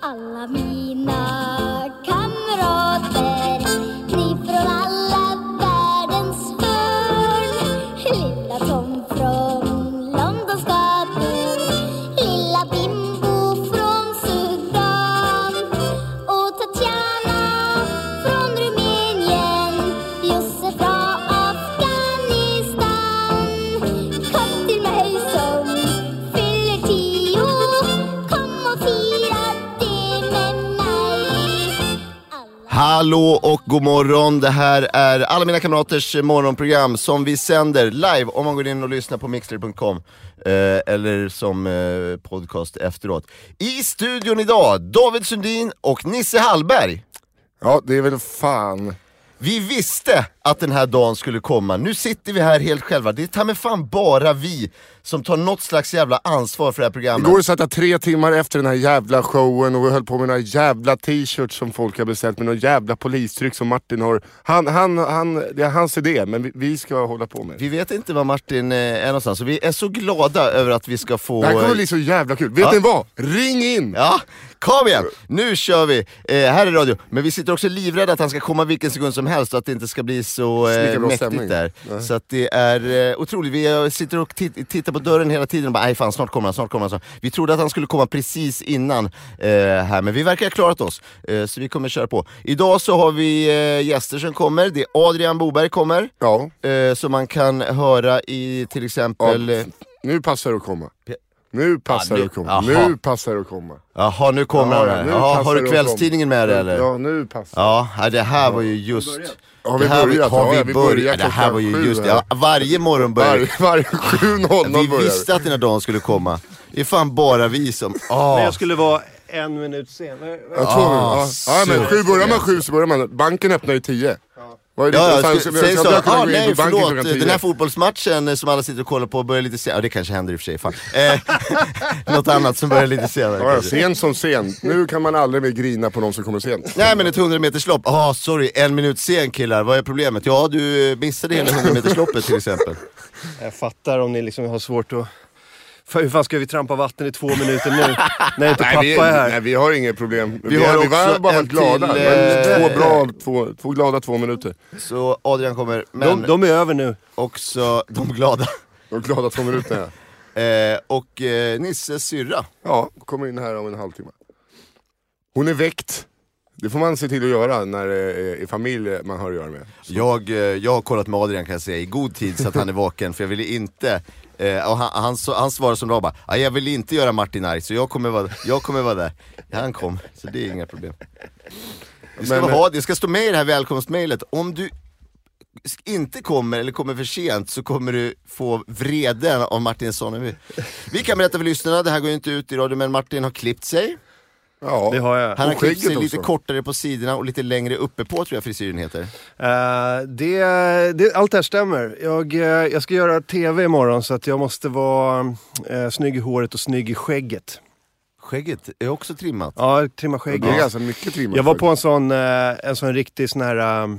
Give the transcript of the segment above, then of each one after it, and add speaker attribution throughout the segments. Speaker 1: alla mina kamrater Ni från alla världens hörn Lilla Tom från Londons gator Lilla Bimbo från Sudan Och Tatjana från Rumänien Josef från Afghanistan Kom till mig som fyller tio Kom och fira det med mig Alla
Speaker 2: Hallå och god morgon. Det här är alla mina kamraters morgonprogram som vi sänder live om man går in och lyssnar på mixler.com eh, eller som eh, podcast efteråt. I studion idag, David Sundin och Nisse Hallberg.
Speaker 3: Ja, det är väl fan.
Speaker 2: Vi visste att den här dagen skulle komma. Nu sitter vi här helt själva. Det är ta mig fan bara vi som tar något slags jävla ansvar för det här programmet.
Speaker 3: Igår satt jag tre timmar efter den här jävla showen och vi höll på med några jävla t-shirts som folk har beställt med någon jävla polistryck som Martin har. Han, han, han, det är hans idé, men vi, vi ska hålla på med det.
Speaker 2: Vi vet inte var Martin eh, är någonstans, så vi är så glada över att vi ska få...
Speaker 3: Det här kommer
Speaker 2: eh,
Speaker 3: bli så jävla kul. Vet ni vad? Ring in!
Speaker 2: Ja, kom igen! Nu kör vi! Eh, här är radio. Men vi sitter också livrädda att han ska komma vilken sekund som helst och att det inte ska bli så eh,
Speaker 3: Lika bra
Speaker 2: mäktigt
Speaker 3: stämning.
Speaker 2: där. Så att det är eh, otroligt. Vi eh, sitter och tit- tittar på dörren hela tiden och bara nej fan snart kommer han, snart kommer han. Snart. Vi trodde att han skulle komma precis innan eh, här men vi verkar ha klarat oss. Eh, så vi kommer köra på. Idag så har vi eh, gäster som kommer. Det är Adrian Boberg kommer.
Speaker 3: Ja,
Speaker 2: Eh, som man kan höra i till exempel... eh,
Speaker 3: nu passar det att komma.
Speaker 2: Pe-
Speaker 3: Nu passar
Speaker 2: Ah,
Speaker 3: det
Speaker 2: nu-
Speaker 3: att komma.
Speaker 2: aha.
Speaker 3: Nu passar det att komma.
Speaker 2: Jaha, nu kommer han här.
Speaker 3: nu
Speaker 2: Ja,
Speaker 3: passar
Speaker 2: har
Speaker 3: det
Speaker 2: du
Speaker 3: att komma.
Speaker 2: kvällstidningen med dig eller?
Speaker 3: Ja, nu passar det.
Speaker 2: Ja, ja, det här var ju just...
Speaker 3: Har vi
Speaker 2: det här,
Speaker 3: börjat?
Speaker 2: Har
Speaker 3: Ja,
Speaker 2: vi
Speaker 3: ja, vi
Speaker 2: börjat?
Speaker 3: börjar
Speaker 2: det här
Speaker 3: klockan
Speaker 2: var ju
Speaker 3: sju
Speaker 2: just det.
Speaker 3: här.
Speaker 2: Ja, varje morgon börjar
Speaker 3: Varje,
Speaker 2: vi.
Speaker 3: varje 7.00
Speaker 2: Vi
Speaker 3: börjar
Speaker 2: visste att den här dagen skulle komma. Det är fan bara vi som... Ah.
Speaker 4: Men jag skulle vara en minut sen. Nej,
Speaker 3: Jag tror det.
Speaker 2: Ah,
Speaker 3: Ja, ja, men
Speaker 2: så.
Speaker 3: sju börjar man sju så börjar man. Banken öppnar ju tio. Vad är det?
Speaker 2: Ja,
Speaker 3: Sen-
Speaker 2: ja,
Speaker 3: sen-
Speaker 2: sku- säg
Speaker 3: sen
Speaker 2: så.
Speaker 3: börjar jag kunna
Speaker 2: Ah,
Speaker 3: gå in på
Speaker 2: nej,
Speaker 3: banken
Speaker 2: förlåt.
Speaker 3: klockan tio.
Speaker 2: Den här fotbollsmatchen eh, som alla sitter och kollar på börjar lite senare. Ja, det kanske händer i och för sig. Fan. Eh, något annat som börjar lite senare.
Speaker 3: Ja, ja,
Speaker 2: kanske.
Speaker 3: sen som sen. Nu kan man aldrig mer grina på någon som kommer sent.
Speaker 2: Nej men ett 100 meterslopp. Ah, sorry, en minut sen killar. Vad är problemet? Ja, du eh, missade hela 100 metersloppet till exempel.
Speaker 4: Jag fattar om ni liksom har svårt att... Fan, Hur fan ska vi trampa vatten i två minuter nu? När inte pappa
Speaker 3: vi,
Speaker 4: är här.
Speaker 3: nej, vi har inget problem. Vi,
Speaker 2: har
Speaker 3: har vi
Speaker 2: också
Speaker 3: var bara
Speaker 2: en
Speaker 3: varit glada.
Speaker 2: till,
Speaker 3: Men
Speaker 2: eh,
Speaker 3: Två, bra, två, två glada två minuter.
Speaker 2: Så Adrian kommer, men
Speaker 4: De, de är över nu.
Speaker 2: också de glada.
Speaker 3: De glada två minuterna.
Speaker 2: Eh, och eh, Nisses syrra.
Speaker 3: Ja, kommer in här om en halvtimme. Hon är väckt. Det får man se till att göra när det är familj man har att göra med.
Speaker 2: Jag, eh, jag har kollat med Adrian kan jag säga i god tid så att han är vaken för jag ville inte eh, och han, han, så- han svarade som jag bara, "Ja, jag vill inte göra Martin arg så jag kommer vara, jag kommer vara där. Han kom, så det är inga problem. Vi ska
Speaker 3: Men-
Speaker 2: ha, det ska stå med i det här välkomstmejlet, om du sk- inte kommer eller kommer för sent så kommer du få vreden av Martin Sonneby. Vi kan berätta för lyssnarna, det här går ju inte ut i radio men Martin har klippt sig.
Speaker 3: Ja,
Speaker 4: Det har jag.
Speaker 2: Han har
Speaker 3: Och
Speaker 2: klippt sig
Speaker 3: skägget
Speaker 2: lite
Speaker 3: också.
Speaker 2: kortare på sidorna och lite längre uppe på tror jag frisyren heter.
Speaker 4: Eh, det, det, allt det här stämmer. Jag, eh, jag ska göra TV imorgon så att jag måste vara uh, snygg i håret och snygg i skägget.
Speaker 2: Skägget är också trimmat.
Speaker 4: Ja, trimma
Speaker 3: det är
Speaker 4: skägget.
Speaker 3: ganska mycket trimmat.
Speaker 4: Jag var på en sån, eh, en sån riktig sån här, eh,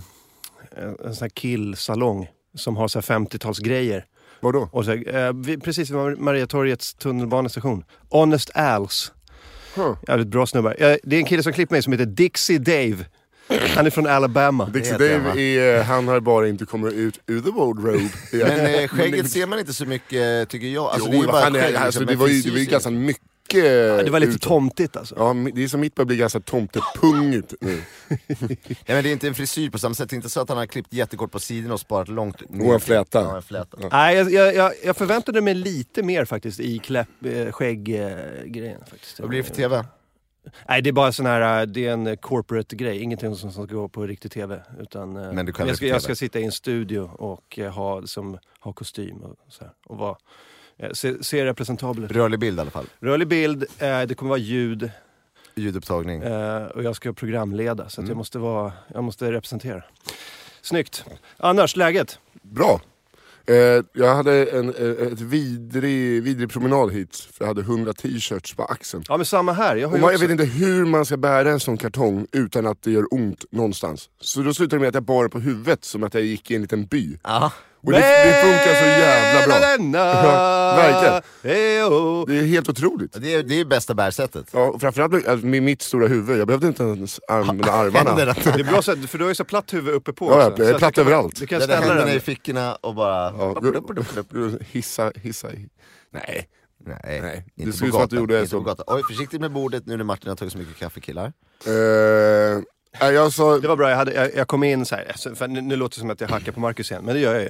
Speaker 4: en sån här killsalong som har så här 50-talsgrejer.
Speaker 3: Vadå?
Speaker 4: Och så, eh, vi, precis vid Mar- Mariatorgets tunnelbanestation. Honest Als.
Speaker 3: Huh.
Speaker 4: Jävligt bra snubbar. Eh, det är en kille som klippt mig som heter Dixie Dave. Han är från Alabama.
Speaker 3: Dixie
Speaker 2: heter han,
Speaker 3: Dave, är, eh, han har bara inte kommit ut ur the world road.
Speaker 2: Men eh, skägget ser man inte så mycket tycker jag. Alltså,
Speaker 3: jo,
Speaker 2: det är
Speaker 3: vad
Speaker 2: bara
Speaker 3: fan,
Speaker 2: skägg.
Speaker 3: det,
Speaker 2: Liksom,
Speaker 3: alltså, det
Speaker 2: men
Speaker 3: var ju, det
Speaker 2: frisyr
Speaker 3: var ju
Speaker 2: ser
Speaker 3: ganska
Speaker 2: det.
Speaker 3: mycket...
Speaker 4: Det var lite
Speaker 3: utåt.
Speaker 4: tomtigt alltså.
Speaker 3: Ja, men det är som mitt börjar bli ganska tomtepungigt nu.
Speaker 2: Mm. Nej, men det är inte en frisyr på samma sätt. Det är inte så att han har klippt jättekort på sidorna och sparat långt.
Speaker 3: en fläta.
Speaker 2: Ja, en fläta.
Speaker 4: Nej, jag, jag, jag, jag förväntade mig lite mer faktiskt i kläpp, eh, skägg, eh, grejen faktiskt.
Speaker 2: Vad blir det för TV?
Speaker 4: Nej, det är bara sån här, eh, det är en eh, corporate grej. Ingenting som som ska gå på riktig TV. Utan, eh,
Speaker 2: Men du kallar det
Speaker 4: jag, ska,
Speaker 2: för
Speaker 4: jag
Speaker 2: TV.
Speaker 4: ska sitta i en studio och eh, ha, liksom, ha kostym och så här. Och vara, eh, se, se representabel ut.
Speaker 2: Rörlig bild i alla fall.
Speaker 4: Rörlig bild, eh, det kommer vara ljud
Speaker 2: Ljudupptagning.
Speaker 4: eh, och jag ska programleda så att
Speaker 3: Mm.
Speaker 4: jag, måste vara, jag måste representera. Snyggt. Annars, läget?
Speaker 3: Bra. Eh, jag hade en eh, ett vidrig, vidrig promenad hit, för jag hade 100 t-shirts på axeln.
Speaker 4: Ja men samma här, jag har
Speaker 3: Och
Speaker 4: ju
Speaker 3: man, jag
Speaker 4: också...
Speaker 3: vet inte hur man ska bära en sån kartong utan att det gör ont någonstans. Så då slutade det med att jag bar den på huvudet som att jag gick i en liten by.
Speaker 2: Ja.
Speaker 3: Och det, det funkar så jävla bra.
Speaker 4: Hela denna.
Speaker 3: Ja, verkligen.
Speaker 4: Ejo.
Speaker 3: Det är helt otroligt.
Speaker 2: Det är, det är bästa bärsättet.
Speaker 3: Ja, och framförallt alltså, med mitt stora huvud, jag behövde inte ens använda armarna.
Speaker 2: Händerna.
Speaker 4: Det är bra så att- för du har ju så platt huvud uppe på.
Speaker 3: Ja, ja,
Speaker 4: också.
Speaker 3: det är
Speaker 4: Så att
Speaker 3: platt
Speaker 4: du kan-
Speaker 3: överallt.
Speaker 4: Du kan
Speaker 2: Där
Speaker 4: ställa
Speaker 2: händerna i
Speaker 4: den.
Speaker 2: fickorna och bara...
Speaker 3: Ja, hissa, hissa. Nej.
Speaker 2: Nej,
Speaker 3: Nej,
Speaker 2: inte
Speaker 3: det ser
Speaker 2: på
Speaker 3: ut som att
Speaker 2: gatan.
Speaker 3: du gjorde
Speaker 2: inte
Speaker 3: så.
Speaker 2: på gatan. Oj, försiktigt med bordet nu när Martin har tagit så mycket kaffe killar.
Speaker 3: Eh, nej, jag sa...
Speaker 4: Det var bra, jag, hade, jag, jag kom in så här, alltså, för nu, nu låter det som att jag hackar på Marcus igen, men det gör jag ju.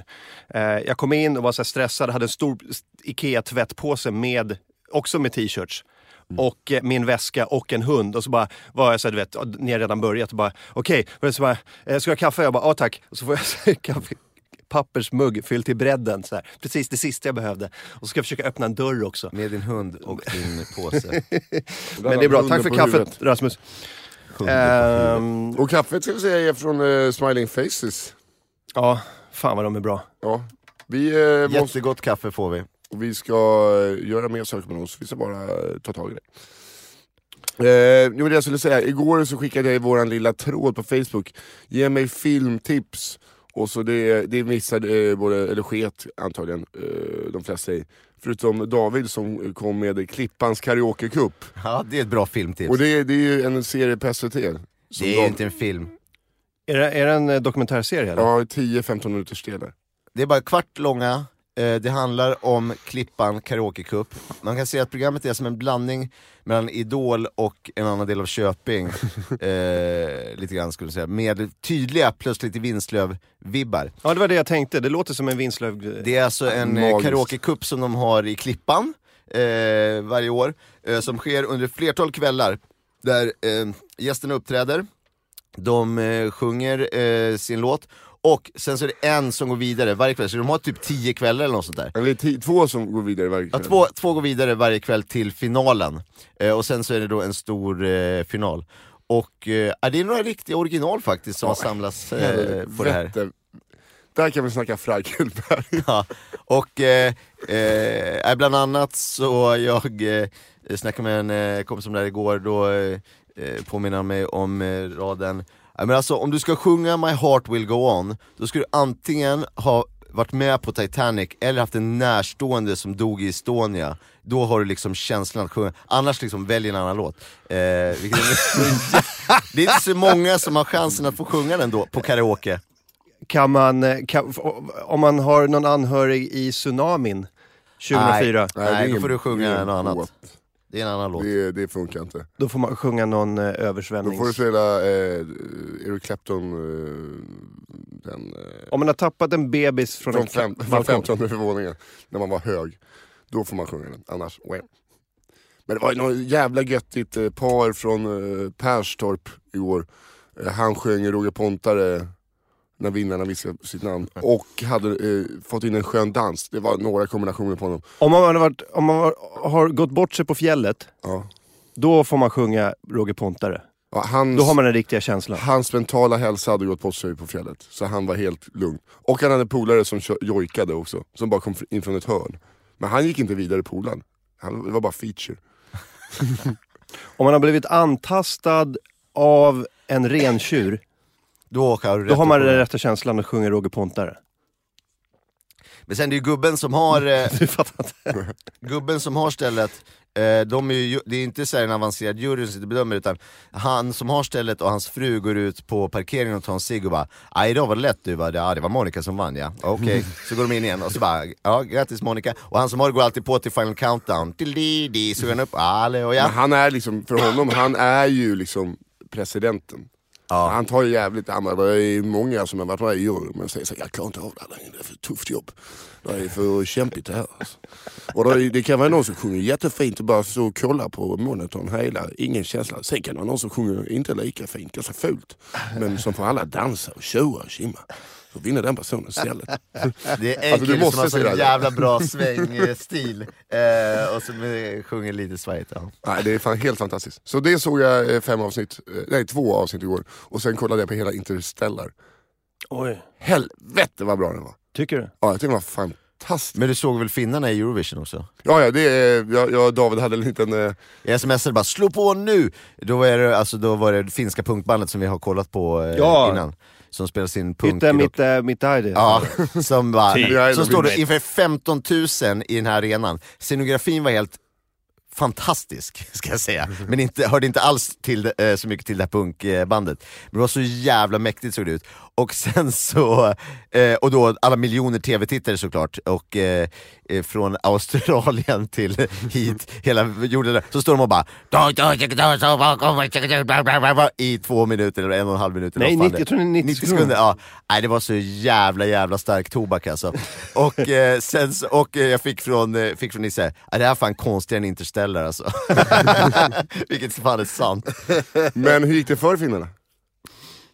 Speaker 4: Eh, jag kom in och var så här stressad, hade en stor IKEA-tvättpåse med, också med t-shirts.
Speaker 3: Mm.
Speaker 4: Och eh, min väska och en hund. Och så bara var jag så här, du vet, ni har redan börjat. Och bara, okej, okay. ska jag ha kaffe? Jag bara, ja tack. Och så får jag så här, kaffe pappersmugg fylld till bredden. Så här. Precis det sista jag behövde. Och så ska jag försöka öppna en dörr också.
Speaker 2: Med din hund och din påse.
Speaker 4: Men det är bra,
Speaker 3: Hunden
Speaker 4: tack för
Speaker 3: på
Speaker 4: kaffet
Speaker 3: huvudet.
Speaker 4: Rasmus. Ehm,
Speaker 3: Och kaffet ska vi säga är från eh, Smiling Faces.
Speaker 4: ja, fan vad de är bra.
Speaker 3: Ja. Vi, eh, måste,
Speaker 2: Jättegott kaffe får vi.
Speaker 3: vi ska eh, göra mer saker med oss, vi ska bara eh, ta tag i det. Eh, jo, men det jag skulle säga, igår så skickade jag i våran lilla tråd på Facebook, ge mig filmtips. Och så det, det missade, eh, både, eller sket antagligen, eh, de flesta i. Förutom David som kom med Klippans karaokecup.
Speaker 2: Ja, det är ett bra filmtips.
Speaker 3: Och det, det är ju en serie på SVT. som
Speaker 2: det är
Speaker 3: de-
Speaker 2: ju inte en film.
Speaker 4: Är det, är det en eh, dokumentärserie eller?
Speaker 3: Ja, 10-15 minuters delar.
Speaker 2: Det är bara kvart långa. Eh, Det handlar om Klippan Karaoke Cup. Man kan säga att programmet är som en blandning mellan Idol och en annan del av Köping. Eh, lite grann skulle jag säga. Med tydliga, plötsligt i Vinslöv-vibbar.
Speaker 4: Ja, det var det jag tänkte. Det låter som en Vinslöv...
Speaker 2: Det är alltså en eh,
Speaker 3: Magiskt.
Speaker 2: karaokecup som de har i Klippan eh, varje år. Eh, som sker under flertal kvällar där eh, gästerna uppträder, de eh, sjunger eh, sin låt och sen så är det en som går vidare varje kväll. Så de har typ tio kvällar eller något sånt där.
Speaker 3: Eller ti- två som går vidare varje
Speaker 2: Ja,
Speaker 3: kväll.
Speaker 2: två, två går vidare varje kväll till finalen. Eh, och sen så är det då en stor eh, final. Och eh, ja, det är några riktiga original faktiskt som har samlats eh, på det här.
Speaker 3: Helvete. Där kan vi snacka Frankelberg.
Speaker 2: Ja, och eh, eh, bland annat så jag eh, snackade med en eh, kompis om det här igår, då eh, eh, påminner han mig om eh, raden ja, men alltså, om du ska sjunga My heart will go on, då ska du antingen ha varit med på Titanic eller haft en närstående som dog i Estonia. Då har du liksom känslan att sjunga, annars liksom välj en annan låt. Eh, vilket är, det är inte så många som har chansen att få sjunga den då på karaoke.
Speaker 4: Kan man... eh, Kan, om man har någon anhörig i tsunamin 2004,
Speaker 2: Nej,
Speaker 3: det är
Speaker 2: då
Speaker 3: ingen-
Speaker 2: får du sjunga
Speaker 3: det är
Speaker 2: något annat.
Speaker 3: låt.
Speaker 2: Det är en annan låt.
Speaker 3: Det, det funkar inte.
Speaker 4: då får man sjunga någon eh,
Speaker 3: Då
Speaker 4: översvämnings...
Speaker 3: får du spela eh, Eric Clapton, eh, den, eh,
Speaker 4: Om man har tappat en bebis från,
Speaker 3: från,
Speaker 4: en
Speaker 3: fem,
Speaker 4: balkong.
Speaker 3: från 15 våningen, när man var hög. Då får man sjunga den, annars wham. Men det var ju något jävla göttigt eh, par från eh, Perstorp igår. Eh, han sjöng Roger Pontare när vinnarna viskade sitt namn. Och hade eh, fått in en skön dans. Det var några kombinationer på honom.
Speaker 4: Om man, har, varit, om man har, har gått bort sig på fjället,
Speaker 3: Ja.
Speaker 4: då får man sjunga Roger Pontare.
Speaker 3: Ja, hans,
Speaker 4: Då har man den riktiga känslan.
Speaker 3: hans mentala hälsa hade gått bort sig på fjället, så han var helt lugn. Och han hade polare som kö- jojkade också, som bara kom fr- in från ett hörn. Men han gick inte vidare i polaren. Han det var bara feature.
Speaker 4: Om man har blivit antastad av en rentjur,
Speaker 2: Då, har, du
Speaker 4: då
Speaker 2: rätt
Speaker 4: har man
Speaker 2: att
Speaker 4: den
Speaker 2: sjunga.
Speaker 4: rätta känslan att sjunga Roger Pontare.
Speaker 2: Men sen det är ju gubben som har, eh,
Speaker 4: Du fattar inte?
Speaker 2: gubben som har stället, eh, de är ju, det är inte så här en avancerad jury som sitter och bedömer utan han som har stället och hans fru går ut på parkeringen och tar en cigg och bara "Aj, idag var det lätt du va, ja, det var Monica som vann ja, okej. Så går de in igen och så bara ja grattis Monica. Och han som har det går alltid på till final countdown, till di di, så går han upp,
Speaker 3: Men
Speaker 2: halleluja.
Speaker 3: han är liksom, för honom, han är ju liksom presidenten. Han tar ju jävligt, han bara, det är många som har varit med i juryn men säger såhär, jag klarar inte av det här längre, det är för tufft jobb. Det är för kämpigt det här. Alltså. Och det, det kan vara någon som sjunger jättefint och bara så kollar på monitorn hela, ingen känsla. Sen kan det vara någon som sjunger inte lika fint, ganska fult. Men som får alla dansa och tjoa och tjimma. Så vinner den personen istället.
Speaker 2: Det är en
Speaker 3: Alltså, du
Speaker 2: kille
Speaker 3: måste
Speaker 2: som har
Speaker 3: säga
Speaker 2: sån
Speaker 3: det.
Speaker 2: jävla bra svängstil eh, och som eh, sjunger lite svajigt. Ja.
Speaker 3: Nej, det är fan helt fantastiskt. Så det såg jag eh, fem avsnitt, eh, nej två avsnitt igår. Och sen kollade jag på hela Interstellar.
Speaker 4: Oj.
Speaker 3: Helvete vad bra den var.
Speaker 4: Tycker du?
Speaker 3: Ja, jag tyckte den var fantastisk.
Speaker 2: Men du såg väl finnarna i Eurovision också?
Speaker 3: Ja, ja, det är, jag, jag och David hade en liten... eh,
Speaker 2: Jag smsade bara slå på nu! Då var det, alltså, då var det finska punkbandet som vi har kollat på eh,
Speaker 4: Ja.
Speaker 2: innan.
Speaker 4: Ytter mitt, äh, mitt ID.
Speaker 2: Ja, som bara,
Speaker 5: Typ.
Speaker 2: så står det inför 15 000 i den här arenan. Scenografin var helt fantastisk, ska jag säga. Men inte, hörde inte alls till, det, eh, så mycket till det här punkbandet. Men det var så jävla mäktigt såg det ut. Och sen så, eh, och då alla miljoner tv-tittare såklart. Och eh, eh, från Australien till hit, hela jorden, där, så står de och bara i två minuter eller en och en halv minut. eller
Speaker 4: Nej,
Speaker 2: vad fan
Speaker 4: 90 jag tror det är 90
Speaker 2: sekunder. Ja. Nej, det var så jävla jävla stark tobak alltså. Och, eh, sen, så- och eh, jag fick från, eh, fick från Nisse, "Ja, det här är fan konstigare än Interstellar alltså. Vilket fan är sant.
Speaker 3: Men hur gick det för finnarna?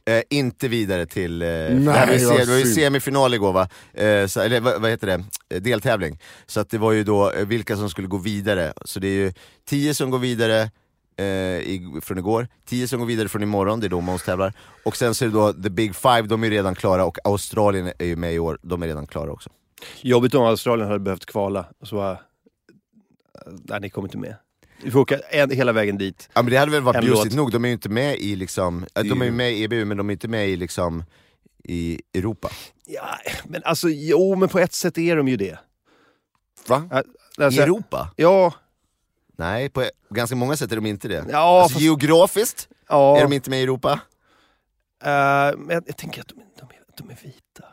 Speaker 2: Eh, inte vidare till... Eh, det, här var ju
Speaker 3: vad
Speaker 2: se, det var ju
Speaker 3: synd.
Speaker 2: semifinal igår va? Eh, så, eller vad, vad heter det? Eh, Deltävling. Så att det var ju då eh, vilka som skulle gå vidare. Så det är ju 10 som går vidare eh, i, från igår, 10 som går vidare från imorgon, det är då Måns tävlar. Och sen så är det då the big five, de är ju redan klara och Australien är ju med i år, de är redan klara också.
Speaker 4: Jobbigt om Australien hade behövt kvala. Och så bara, nej, ni kommer inte med. Vi får åka en, hela vägen dit.
Speaker 2: Ja men det hade väl varit
Speaker 4: En
Speaker 2: bjussigt
Speaker 4: låt.
Speaker 2: nog, de är ju inte med i liksom, eh, de är ju med i EBU men de är inte med i liksom i Europa.
Speaker 4: Ja, men alltså, jo, men på ett sätt är de ju det.
Speaker 3: Va?
Speaker 2: I
Speaker 4: Alltså,
Speaker 2: Europa?
Speaker 4: Ja,
Speaker 2: Nej, på ganska många sätt är de inte det.
Speaker 4: Ja,
Speaker 2: alltså,
Speaker 4: fast-
Speaker 2: Geografiskt
Speaker 4: ja.
Speaker 2: är de inte med i Europa.
Speaker 4: eh, men jag, jag tänker att de, de, är, de är vita.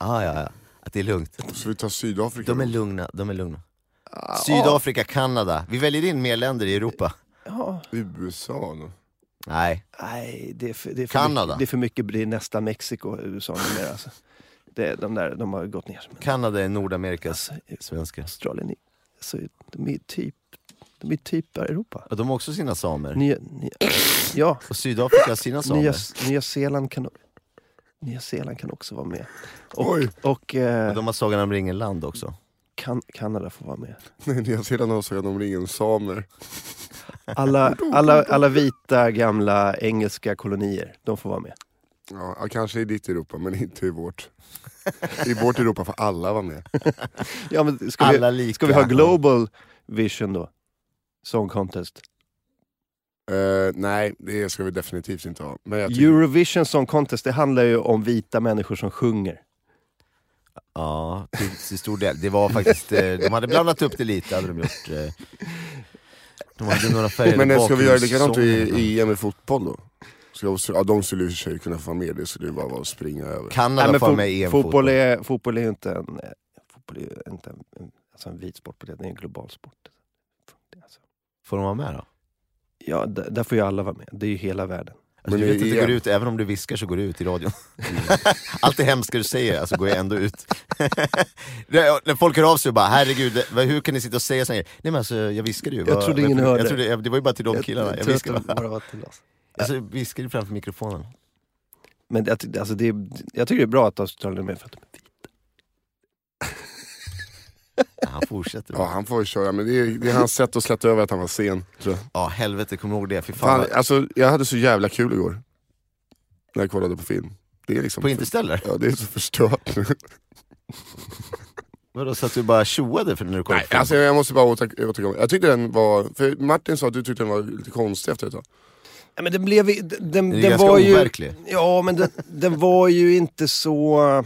Speaker 2: Ah, ja, ja. Att det är lugnt.
Speaker 3: Så vi tar Sydafrika?
Speaker 2: De är
Speaker 3: då?
Speaker 2: lugna. De är lugna. Sydafrika, Kanada. Vi väljer in mer länder i Europa.
Speaker 4: Ja,
Speaker 3: USA då?
Speaker 2: Nej.
Speaker 4: nej, det är för, det är för
Speaker 2: Kanada.
Speaker 4: Mycket, det är för mycket, det är nästan Mexiko, USA numera. Alltså. Det, de där, de har gått ner. som en-
Speaker 2: Kanada är Nordamerikas
Speaker 4: Alltså,
Speaker 2: svenska.
Speaker 4: Australien, är- alltså, de är typ, de är typ bara Europa.
Speaker 2: Och de har också sina samer.
Speaker 4: Nya, nya, ja,
Speaker 2: Och Sydafrika har sina samer.
Speaker 4: nya, nya, Zeeland kan, nya Zeeland kan också vara med. Och,
Speaker 3: Oj!
Speaker 4: och
Speaker 2: Och
Speaker 4: eh,
Speaker 2: de har Sagan om ringen-land också.
Speaker 4: kan, Kanada får vara med.
Speaker 3: Nej, Nya Zeeland har Sagan om ringen samer.
Speaker 4: Alla, alla, alla vita gamla engelska kolonier, de får vara med.
Speaker 3: Ja, ja, kanske i ditt Europa, men inte i vårt. I vårt Europa får alla vara med.
Speaker 4: Ja, men ska,
Speaker 2: Alla
Speaker 4: vi,
Speaker 2: lika.
Speaker 4: ska vi ha global vision då? Song contest.
Speaker 3: Eh, nej, det ska vi definitivt inte ha. Men jag tycker,
Speaker 4: Eurovision Song Contest, det handlar ju om vita människor som sjunger.
Speaker 2: Ja, till, till stor del. Det var faktiskt, eh, de hade blandat upp det lite, hade de gjort. eh. De hade några färger
Speaker 3: men eh, ska vi göra likadant
Speaker 2: bakgrundssånger.
Speaker 3: i EM i fotboll då? Ska, ja, de skulle i och för sig kunna få vara med, det skulle ju bara vara att springa över.
Speaker 2: Kanada får
Speaker 4: fo-
Speaker 2: med i EM-fotboll.
Speaker 4: fotboll, är, fotboll är ju inte en, eh, fotboll är ju inte en, en, alltså en vit sport, på det. det är en global sport. Alltså.
Speaker 2: Får de vara med då?
Speaker 4: Ja, d- där får ju alla vara med. Det är ju hela världen.
Speaker 2: Alltså, du
Speaker 3: Men
Speaker 2: vet att det
Speaker 3: igen.
Speaker 2: går ut, även om du viskar så går det ut i radion. Allt det hemska du säger, alltså går jag ändå ut. Det- När folk hör av sig och bara, herregud, vad- hur kan ni sitta och säga sådär? Nej men alltså, jag viskade ju.
Speaker 4: Jag
Speaker 2: Vad-
Speaker 4: trodde ingen
Speaker 2: jag,
Speaker 4: hörde.
Speaker 2: Jag trodde, jag, det var ju bara till de killarna. Jag,
Speaker 4: tror att
Speaker 2: viskade
Speaker 4: det
Speaker 2: bara.
Speaker 4: bara var till oss.
Speaker 2: Alltså, jag viskade framför mikrofonen.
Speaker 4: Men det, jag ty- alltså det, är- jag tycker det är bra att Australien är med för att de är vita.
Speaker 2: Ja, han fortsätter.
Speaker 3: Ja,
Speaker 2: Ja,
Speaker 3: han får ju köra, men det är, det är hans sätt att släta över att han var sen. Tror jag.
Speaker 2: helvete, kommer du ihåg det? Fy fan.
Speaker 3: Fan,
Speaker 2: vad-
Speaker 3: alltså, jag hade så jävla kul igår. När jag kollade på film. Det är liksom
Speaker 2: På Interstellar?
Speaker 3: Ja, det är så förstört.
Speaker 2: Vadå, så att du bara tjoade för när du kollade på
Speaker 3: Nej,
Speaker 2: film?
Speaker 3: alltså, jag måste bara återkomma. Åter, jag tyckte den var, för Martin sa att du tyckte den var lite konstig efter ett tag.
Speaker 4: Ja, men den blev ju- den, den,
Speaker 2: Den är
Speaker 4: den
Speaker 2: ganska
Speaker 4: var ju...
Speaker 2: overklig.
Speaker 4: Ja, men den, den var ju inte så...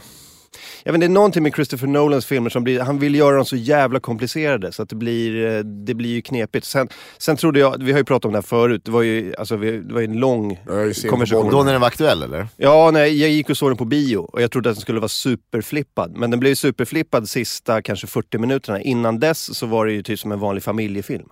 Speaker 4: Jag vet inte, det är någonting med Christopher Nolans filmer som blir... Han vill göra dem så jävla komplicerade så att det blir, eh, det blir ju knepigt. Sen, sen trodde jag, vi har ju pratat om det här förut, det var ju, alltså, vi, det var ju en lång
Speaker 3: Jag är ju sen på
Speaker 4: konversation.
Speaker 3: bollen.
Speaker 2: Då när den var aktuell eller?
Speaker 4: Ja, nej, jag gick och såg den på bio och jag trodde att den skulle vara superflippad. Men den blev ju superflippad sista kanske 40 minuterna. Innan dess så var det ju typ som en vanlig familjefilm.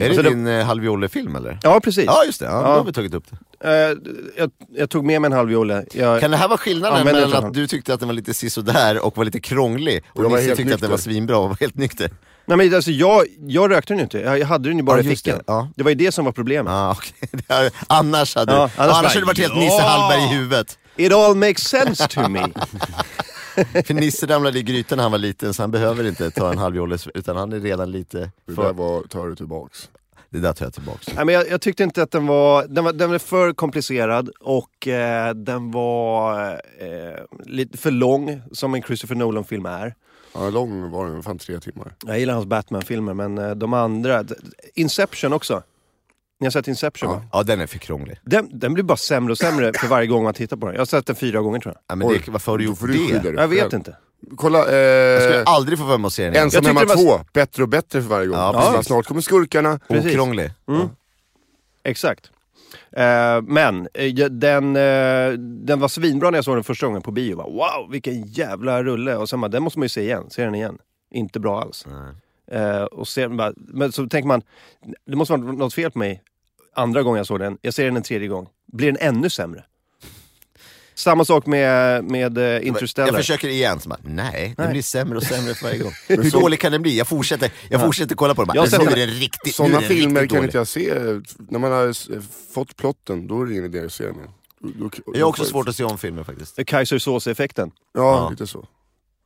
Speaker 2: Är
Speaker 4: Alltså,
Speaker 2: det
Speaker 4: det-
Speaker 2: din eh, halvjolle-film eller?
Speaker 4: Ja, precis.
Speaker 2: Ja just det, ja, då
Speaker 4: Ja.
Speaker 2: har vi tagit upp det.
Speaker 4: Eh, jag, jag tog med mig en halv jolle. Jag,
Speaker 2: Kan det här vara skillnaden
Speaker 4: Ja, men jag
Speaker 2: mellan
Speaker 4: tror
Speaker 2: att
Speaker 4: han-
Speaker 2: du tyckte att den var lite sisådär och var lite krånglig och
Speaker 3: Jag var
Speaker 2: Nisse
Speaker 3: helt
Speaker 2: tyckte att den var
Speaker 3: nykter.
Speaker 2: svinbra och var helt nykter?
Speaker 4: Nej, men alltså, jag, jag rökte den ju inte. Jag, jag hade den ju bara
Speaker 2: Ja,
Speaker 4: i
Speaker 2: just
Speaker 4: fickan.
Speaker 2: det.
Speaker 4: Det.
Speaker 2: Ja.
Speaker 4: var ju det som var problemet.
Speaker 2: Ah, okay. Det här- annars hade
Speaker 4: Ja,
Speaker 2: du...
Speaker 4: annars
Speaker 2: Annars,
Speaker 4: bara,
Speaker 2: hade det varit helt
Speaker 4: ja!
Speaker 2: Nisse Hallberg i huvudet.
Speaker 4: It all makes sense to me.
Speaker 2: För Nisse ramlade i grytan när han var liten så han behöver inte ta en halvjolle utan han är redan lite...
Speaker 3: Det där
Speaker 2: För...
Speaker 3: var, tar du tillbaks.
Speaker 2: Det där tar jag tillbaks.
Speaker 4: Nej, men jag, jag tyckte inte att den var... Den var, den var för komplicerad och eh, den var eh, lite för lång, som en Christopher Nolan-film är.
Speaker 3: Ja, lång var den, fan tre timmar.
Speaker 4: Jag gillar hans Batman-filmer, men eh, de andra... Inception också. Ni har sett Inception va?
Speaker 2: Ja, den är för krånglig.
Speaker 4: Den, den blir bara sämre och sämre för varje gång man tittar på den. Jag har sett den fyra gånger tror jag.
Speaker 2: Ja, men
Speaker 3: Oj.
Speaker 2: det, varför har du
Speaker 3: Då
Speaker 2: gjort
Speaker 3: får du skydda
Speaker 2: det?
Speaker 3: dig
Speaker 4: Jag vet
Speaker 3: själv.
Speaker 4: inte.
Speaker 3: Kolla, eh,
Speaker 2: Jag skulle aldrig få för mig att se den igen.
Speaker 3: Ensam
Speaker 4: Jag
Speaker 3: hemma
Speaker 4: tyckte det var-
Speaker 3: 2, bättre och bättre för varje gång.
Speaker 2: Ja,
Speaker 3: Det var
Speaker 2: precis.
Speaker 3: Snart kommer skurkarna.
Speaker 4: Precis.
Speaker 2: Okrånglig.
Speaker 4: Exakt. Eh, men eh, ja, den, eh, den var svinbra när jag såg den första gången på bio. Bara, wow, vilken jävla rulle! Och sen bara, den måste man ju se igen. Se den igen. Inte bra alls. Eh, och sen bara, men så tänker man, det måste vara något fel på mig andra gången jag såg den. Jag ser den en tredje gång. Blir den ännu sämre? Samma sak med, med eh, Interstellar.
Speaker 2: Jag försöker igen, så bara, nej, den
Speaker 4: Nej.
Speaker 2: blir sämre och sämre för varje gång. Hur dålig kan den bli? Jag fortsätter, jag fortsätter kolla på den.
Speaker 4: Jag
Speaker 2: Bara,
Speaker 4: har
Speaker 2: nu
Speaker 4: sett
Speaker 2: är den riktigt, nu är
Speaker 3: Sådana
Speaker 2: den
Speaker 3: filmer
Speaker 2: riktigt
Speaker 3: kan
Speaker 2: dålig.
Speaker 3: inte jag se. eh, När man har s- fått plotten, då är det ingen idé att se den. Då- då-
Speaker 2: Jag har också svårt att se om filmer faktiskt.
Speaker 4: Kaisersås-effekten.
Speaker 3: Ja,
Speaker 2: Ja.
Speaker 3: lite så.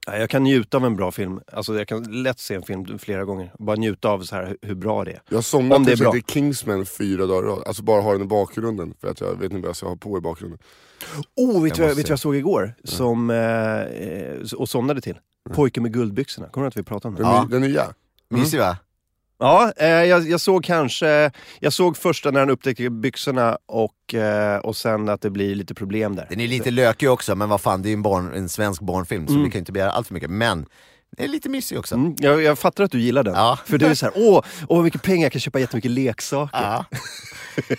Speaker 4: Ja, Jag kan njuta av en bra film. Alltså jag kan lätt se en film flera gånger. Bara njuta av så här hur- hur bra det är.
Speaker 3: Jag somnade
Speaker 4: Om det är
Speaker 3: till exempel
Speaker 4: bra.
Speaker 3: i Kingsman fyra dagar i rad. Alltså bara ha den i bakgrunden. För att jag vet inte vad jag ska ha på i bakgrunden.
Speaker 4: Oh, vet du
Speaker 2: Jag
Speaker 4: vad
Speaker 2: måste
Speaker 4: vet du vad jag såg igår? Som, eh, eh, och somnade till? Pojken med guldbyxorna. Kommer du ihåg att vi pratade om det?
Speaker 3: Den,
Speaker 4: Ja,
Speaker 2: Ja.
Speaker 3: ny, den nya.
Speaker 2: Mysig va?
Speaker 4: eh, jag, jag såg kanske... Jag såg första när han upptäcker byxorna och, eh, och sen att det blir lite problem där.
Speaker 2: Den är lite lökig också, men vad fan, det är ju en, barn, en svensk barnfilm så
Speaker 4: Mm.
Speaker 2: vi kan ju inte begära allt för mycket. Men, den är lite mysig också.
Speaker 4: Mm, jag, jag fattar att du gillar den.
Speaker 2: Ja.
Speaker 4: För du är så här, åh, åh vad mycket pengar, jag kan köpa jättemycket leksaker.
Speaker 2: Ja.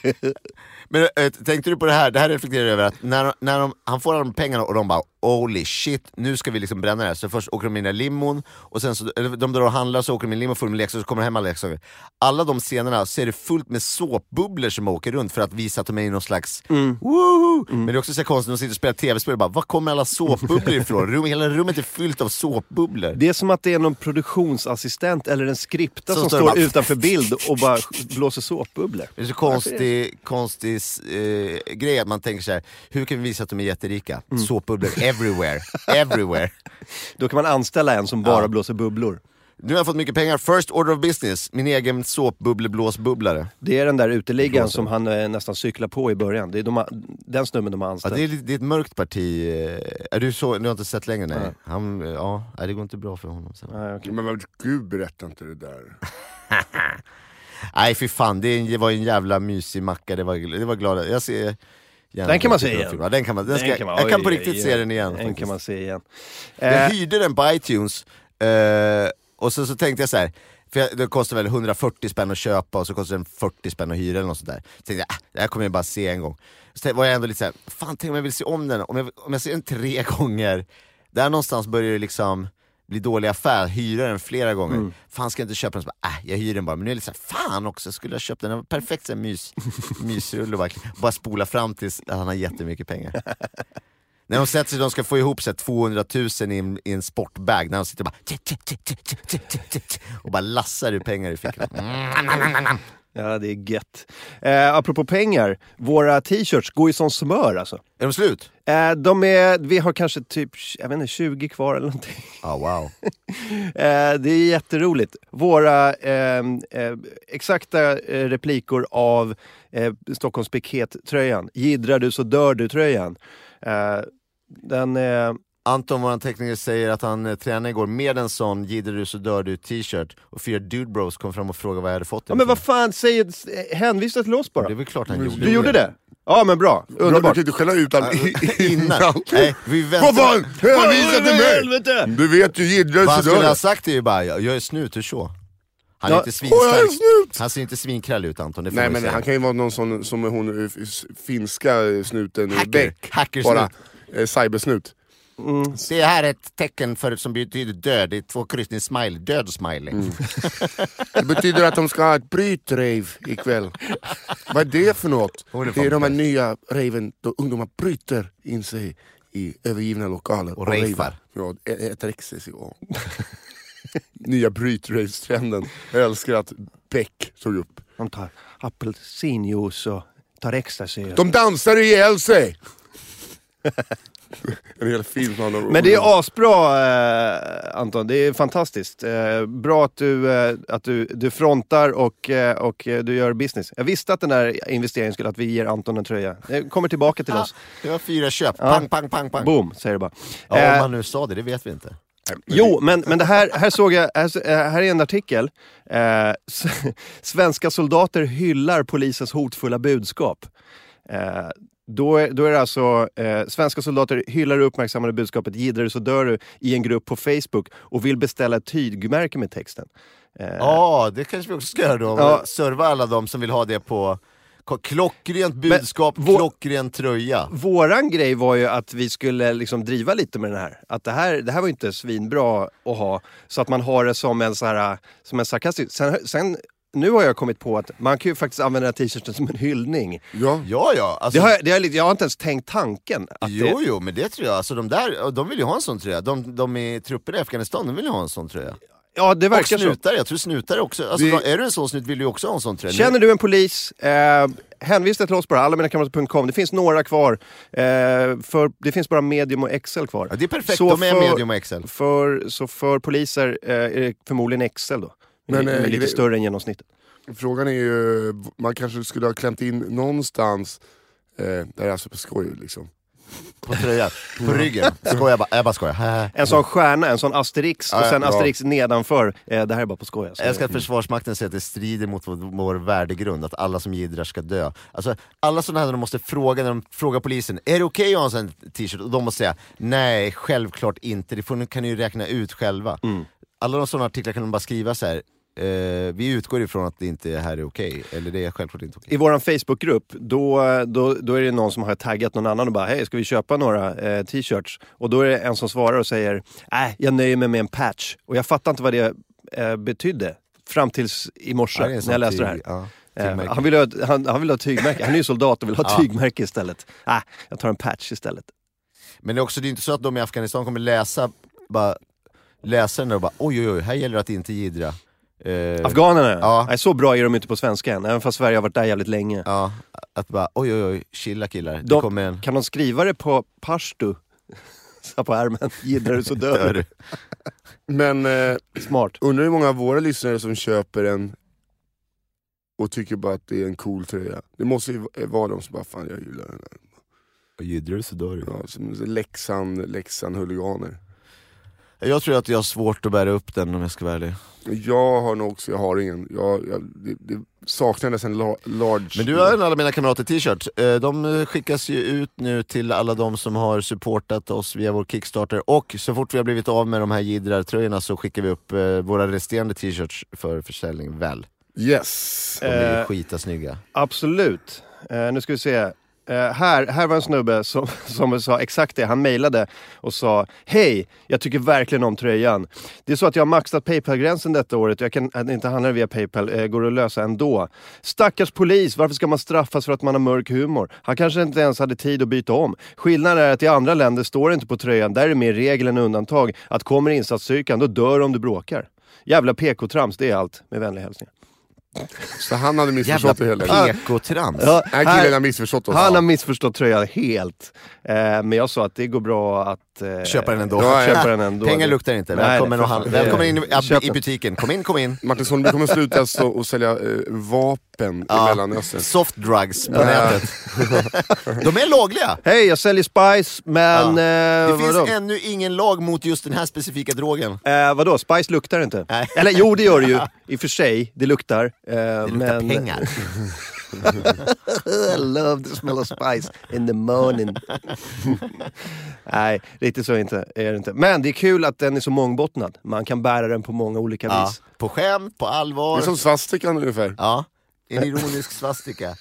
Speaker 2: Men äh, tänkte du på det här, det här reflekterar jag över att när, när de, han får alla de pengarna och de bara holy shit, nu ska vi liksom bränna det här. Så först åker de in i limon, och sen så, eller de drar och handlar, så åker de in i limon, får de leksaker, så kommer de hem alla leksaker. Alla de scenerna så är det fullt med såpbubblor som åker runt för att visa att de är i någon slags woho! Men det är också så här konstigt, de sitter och spelar tv-spel och bara, var kommer alla såpbubblor ifrån? Rum, hela rummet är fyllt av såpbubblor.
Speaker 4: Det är som att det är någon produktionsassistent eller en skripta
Speaker 2: Som
Speaker 4: som,
Speaker 2: står
Speaker 4: står
Speaker 2: bara-
Speaker 4: utanför bild och bara blåser såpbubblor.
Speaker 2: Det är så konstig, konstig eh, grej att man tänker så här: hur kan vi visa att de är jätterika?
Speaker 4: Mm.
Speaker 2: Såpbubblor everywhere, everywhere.
Speaker 4: Då kan man anställa en som bara
Speaker 2: Ja.
Speaker 4: blåser bubblor.
Speaker 2: Nu har jag fått mycket pengar, first order of business, min egen såpbubbleblåsbubblare.
Speaker 4: Det är den där uteliggaren som han eh, nästan cyklar på i början. Det är de, den snubben de har
Speaker 2: Ja,
Speaker 4: anställt.
Speaker 2: det, är, lite- det är ett mörkt parti, eh, är du, så, du har inte sett längre? Nej. Han, eh, ja, nej, det går inte bra för honom. Sen.
Speaker 4: Nej, okej.
Speaker 3: Men vad- gud berätta inte det där.
Speaker 2: Nej fy fan, det är en- det var en jävla mysig macka, det var, det var glada. Jag ser gärna
Speaker 4: Den kan man se
Speaker 2: bra
Speaker 4: igen.
Speaker 2: film. Ja, den kan man, den ska,
Speaker 4: Den kan man-
Speaker 2: jag kan
Speaker 4: oj,
Speaker 2: på
Speaker 4: oj,
Speaker 2: riktigt
Speaker 4: oj.
Speaker 2: se den igen.
Speaker 4: Den
Speaker 2: faktiskt.
Speaker 4: kan man se igen.
Speaker 2: Jag
Speaker 4: Eh,
Speaker 2: hyrde den på iTunes, eh, och så, så tänkte jag så här. För jag- det kostar väl 140 spänn att köpa och så kostar den 40 spänn att hyra eller något sånt där. Så tänkte jag, äh, det här kommer jag bara se en gång. Så tänkte- var jag ändå lite såhär, fan tänk om jag vill se om den, om jag, om jag ser den tre gånger, där någonstans börjar det liksom bli dålig affär, hyra den flera gånger. Fan ska jag inte köpa den? Så bara, äh, jag hyr den bara. Men nu är det lite såhär, fan också, skulle jag köpt den? Den var perfekt såhär mys, mysrulle verkligen. Bara spola fram tills han har jättemycket pengar. När de sätter sig, de ska få ihop så här, 200 000 i en, i en sportbag, när de sitter och bara tut, tut, tut, tut, tut, tut, tut, och bara lassar ur pengar i fickorna. Mm.
Speaker 4: ja, det är gött. Eh, apropå pengar, våra t-shirts går ju som smör alltså.
Speaker 2: Är de slut?
Speaker 4: Eh, de är, vi har kanske typ jag vet inte, 20 kvar eller någonting.
Speaker 2: Ja, Ah, wow.
Speaker 4: Eh, det är jätteroligt. Våra eh, eh, exakta eh, replikor av eh, Stockholms piket-tröjan. Jiddrar du så dör du-tröjan. Eh, den eh, är...
Speaker 2: Anton, vår tekniker, säger att han eh, tränade igår med en sån jiddrar du så dör du t-shirt och fyra dude bros kom fram och frågade vad jag hade fått
Speaker 4: Ja
Speaker 2: den för.
Speaker 4: men vad fan, säg, s- hänvisa till oss
Speaker 2: Det är
Speaker 4: bara.
Speaker 2: väl klart han
Speaker 3: Du
Speaker 2: gjorde.
Speaker 4: Du gjorde det? Ja men bra,
Speaker 3: Du kan
Speaker 4: underbart.
Speaker 3: inte skälla ut allt
Speaker 2: Innan.
Speaker 3: innan.
Speaker 2: Nej, vi väntar.
Speaker 3: Vad fan! Hänvisa till mig!
Speaker 4: helvete!
Speaker 3: Du vet ju
Speaker 2: Vad
Speaker 3: jiddrar
Speaker 2: han
Speaker 3: så
Speaker 2: skulle
Speaker 3: dör
Speaker 2: ha
Speaker 3: jag.
Speaker 2: sagt är ju bara, jag jag är snut, hur så? Han är
Speaker 4: Ja.
Speaker 2: inte
Speaker 3: Åh, jag är
Speaker 2: svinstark.
Speaker 3: snut!
Speaker 2: Han ser inte svinkrall ut Anton, det får
Speaker 3: Nej
Speaker 2: man ju
Speaker 3: men
Speaker 2: säga.
Speaker 3: han kan ju vara någon sån som är hon eh, f- finska eh, snuten i
Speaker 2: Hacker.
Speaker 3: Beck.
Speaker 2: Hackersnut.
Speaker 3: Bara eh, cybersnut.
Speaker 2: Det här är ett tecken för, som betyder död, det är två kryssning smiley, död smiley.
Speaker 4: Mm.
Speaker 3: Det betyder att de ska ha ett brytrave ikväll. Vad är det för något?
Speaker 2: Hon är
Speaker 3: Det är de här
Speaker 2: fantastisk.
Speaker 3: nya raven då ungdomar bryter in sig i övergivna lokaler.
Speaker 2: Och rejfar.
Speaker 3: ravar. Ja, ä- äter ecstasy. ja. nya brytravestrenden. Jag älskar att Beck tog upp.
Speaker 4: De tar apelsinjuice och tar ecstasy.
Speaker 3: De dansar ihjäl sig! en hel film handlar om
Speaker 4: Men det är asbra eh, Anton, det är fantastiskt. Eh, bra att du, eh, att du, du frontar och, eh, och eh, du gör business. Jag visste att den där investeringen skulle, att vi ger Anton en tröja. Det kommer tillbaka till
Speaker 2: Ah,
Speaker 4: oss.
Speaker 2: det var fyra köp, pang, pang, pang, pang.
Speaker 4: Boom, säger du bara.
Speaker 2: Ja, om
Speaker 4: Eh,
Speaker 2: man nu sa det, det vet vi inte.
Speaker 4: Jo, men, men det här, här såg jag, här, s- eh, här är en artikel. Eh, s- svenska soldater hyllar polisens hotfulla budskap. Eh, då, är, då är det alltså, eh, svenska soldater hyllar det uppmärksammade budskapet “Gidrar du så dör du” i en grupp på Facebook och vill beställa ett tygmärke med texten.
Speaker 2: Ja, det kanske vi också ska göra då.
Speaker 4: Eh. Ja.
Speaker 2: Serva alla de som vill ha det på ko- klockrent budskap,
Speaker 4: vår-
Speaker 2: klockren tröja.
Speaker 4: Våran grej var ju att vi skulle liksom driva lite med den här. Att det här, det här var ju inte svinbra att ha. Så att man har det som en, så här, som en sarkastisk... Sen, sen, nu har jag kommit på att man kan ju faktiskt använda den här t-shirten som en hyllning.
Speaker 3: Ja.
Speaker 2: Ja, ja.
Speaker 4: Det
Speaker 2: Alltså,
Speaker 4: har, jag- det har, jag lite- jag har inte ens tänkt tanken. Att
Speaker 2: Jo,
Speaker 4: det,
Speaker 2: jo, men det tror jag. Alltså, de där, de vill ju ha en sån tröja. De, de i trupperna i Afghanistan, de vill ju ha en sån tröja.
Speaker 4: ja, det
Speaker 2: Och
Speaker 4: verkar så.
Speaker 2: snutar, jag tror snutar också. Alltså,
Speaker 3: Vi-
Speaker 2: vad- Är du en sån snut vill du ju också ha en sån tröja.
Speaker 4: Känner du en polis? Eh, hänvisa till oss bara, allaminakamrater.com. Det finns några kvar. Eh, för, det finns bara medium och excel kvar.
Speaker 2: Ja, det är perfekt,
Speaker 4: Så
Speaker 2: de är
Speaker 4: för-
Speaker 2: medium och excel.
Speaker 4: För, så för poliser eh, är det förmodligen excel då.
Speaker 3: Men, eh,
Speaker 4: Men, lite
Speaker 3: gre-
Speaker 4: större än genomsnittet.
Speaker 3: Frågan är ju, man kanske skulle ha klämt in någonstans, eh, det här är alltså på skoj liksom.
Speaker 2: På tröjan, på
Speaker 4: Mm.
Speaker 2: ryggen. Skojar bara, jag bara skojar.
Speaker 4: En sån stjärna, en sån asterix och
Speaker 2: Ja,
Speaker 4: sen
Speaker 2: ja.
Speaker 4: asterix nedanför. Eh, det här är bara på skoj. Alltså.
Speaker 2: Jag älskar att Försvarsmakten säger att det strider mot vår, vår värdegrund, att alla som jiddrar ska dö. Alltså, alla sådana här de måste fråga, när de frågar polisen, är det okej att ha en sån här t-shirt? Och de måste säga, nej självklart inte, det får, ni- kan ni ju räkna ut själva.
Speaker 4: Mm.
Speaker 2: Alla de sådana artiklar kan de bara skriva så här. eh, vi utgår ifrån att det inte är- här är okej, eller det är självklart inte okej.
Speaker 4: I vår Facebookgrupp, då, då, då är det någon som har taggat någon annan och bara “Hej, ska vi köpa några eh, t-shirts?” Och då är det en som svarar och säger “Nej, jag nöjer mig med en patch”. Och jag fattar inte vad det eh, betydde. Fram tills i morse,
Speaker 2: Ja, det är en
Speaker 4: när
Speaker 2: sån
Speaker 4: jag läste det här.
Speaker 2: tyg- ja,
Speaker 4: Eh,
Speaker 2: tygmärke.
Speaker 4: han, vill ha, ett- han, han vill ha ett tygmärke. Han är ju soldat och vill ha ett
Speaker 2: Ja.
Speaker 4: tygmärke istället. Ah, jag tar en patch istället.
Speaker 2: Men det är också det är inte så att de i Afghanistan kommer läsa, bara, läsa den där och bara oj oj oj, här gäller det att inte jiddra. Eh,
Speaker 4: Afghanerna,
Speaker 2: Ja.
Speaker 4: Typ. ja. Nej, så bra är de inte på svenska än. Även fast Sverige har varit där jävligt länge.
Speaker 2: Ja, att bara oj oj oj, chilla killar, det
Speaker 4: De-
Speaker 2: kommer en...
Speaker 4: Kan de skriva det på pashtu? Så här på ärmen. Gillar du så dör du.
Speaker 3: Men eh,
Speaker 4: Smart.
Speaker 3: undrar hur många av våra lyssnare som köper en och tycker bara att det är en cool tröja. Det måste ju vara de som bara, fan jag gillar den här.
Speaker 2: Jiddrar du så dör du.
Speaker 3: Ja, som Leksand, Leksand-huliganer.
Speaker 2: Jag tror att jag har svårt att bära upp den om jag ska vara ärlig.
Speaker 3: Jag har nog också, jag har ingen. Jag, jag, det, det saknades en la, large.
Speaker 2: Men du har en alla mina kamrater t-shirt. Eh, De eh, skickas ju ut nu till alla de som har supportat oss via vår Kickstarter och så fort vi har blivit av med de här jiddrar-tröjorna så skickar vi upp eh, våra resterande t-shirts för försäljning väl.
Speaker 3: Yes.
Speaker 2: De är ju
Speaker 4: Eh.
Speaker 2: skitasnygga.
Speaker 4: Absolut. Eh, nu ska vi se. Eh, här, här var en snubbe som, som sa exakt det. Han mejlade och sa Hej, jag tycker verkligen om tröjan. Det är så att jag har maxat Paypal-gränsen detta året och jag kan eh, inte handla via Paypal. Eh, går att lösa ändå. Stackars polis, varför ska man straffas för att man har mörk humor? Han kanske inte ens hade tid att byta om. Skillnaden är att i andra länder står det inte på tröjan. Där är det mer regel än undantag att kommer insatsstyrkan, då dör du om du bråkar. Jävla PK-trams, det är allt. Med vänliga hälsningar.
Speaker 3: Så han hade
Speaker 2: Jävla
Speaker 3: missförstått det hela. Den
Speaker 2: PK-trams.
Speaker 4: Ja,
Speaker 3: här killen har missförstått oss.
Speaker 4: Han har missförstått tröjan helt. Eh, men jag sa att det går bra att... eh,
Speaker 2: Köpa den ändå.
Speaker 4: Ja, köpa den ändå.
Speaker 2: Pengar luktar inte.
Speaker 4: Nej, nej,
Speaker 2: Välkommen,
Speaker 4: för
Speaker 2: och
Speaker 4: fan.
Speaker 2: handla. Välkommen in
Speaker 4: Köp
Speaker 2: i, i
Speaker 4: den.
Speaker 2: butiken. Kom in, kom in.
Speaker 3: Martin Sonneby kommer sluta så, och sälja eh, vapen i Mellanöstern.
Speaker 2: Soft drugs på nätet. De är lagliga!
Speaker 4: Hej, jag säljer Spice, men... Eh,
Speaker 2: Det finns
Speaker 4: vadå?
Speaker 2: ännu ingen lag mot just den här specifika drogen.
Speaker 4: Eh, vadå, Spice luktar inte?
Speaker 2: Nej.
Speaker 4: Eller jo, det gör det ju. I och för sig, det luktar. Eh, det
Speaker 2: Luktar
Speaker 4: men...
Speaker 2: pengar.
Speaker 4: I love the smell of spice in the morning. Nej, riktigt så inte, är det inte. Men det är kul att den är så mångbottnad. Man kan bära den på många olika
Speaker 2: Ja.
Speaker 4: vis.
Speaker 2: På skämt, på allvar.
Speaker 3: Det är som svastikan ungefär.
Speaker 2: Ja. En ironisk svastika.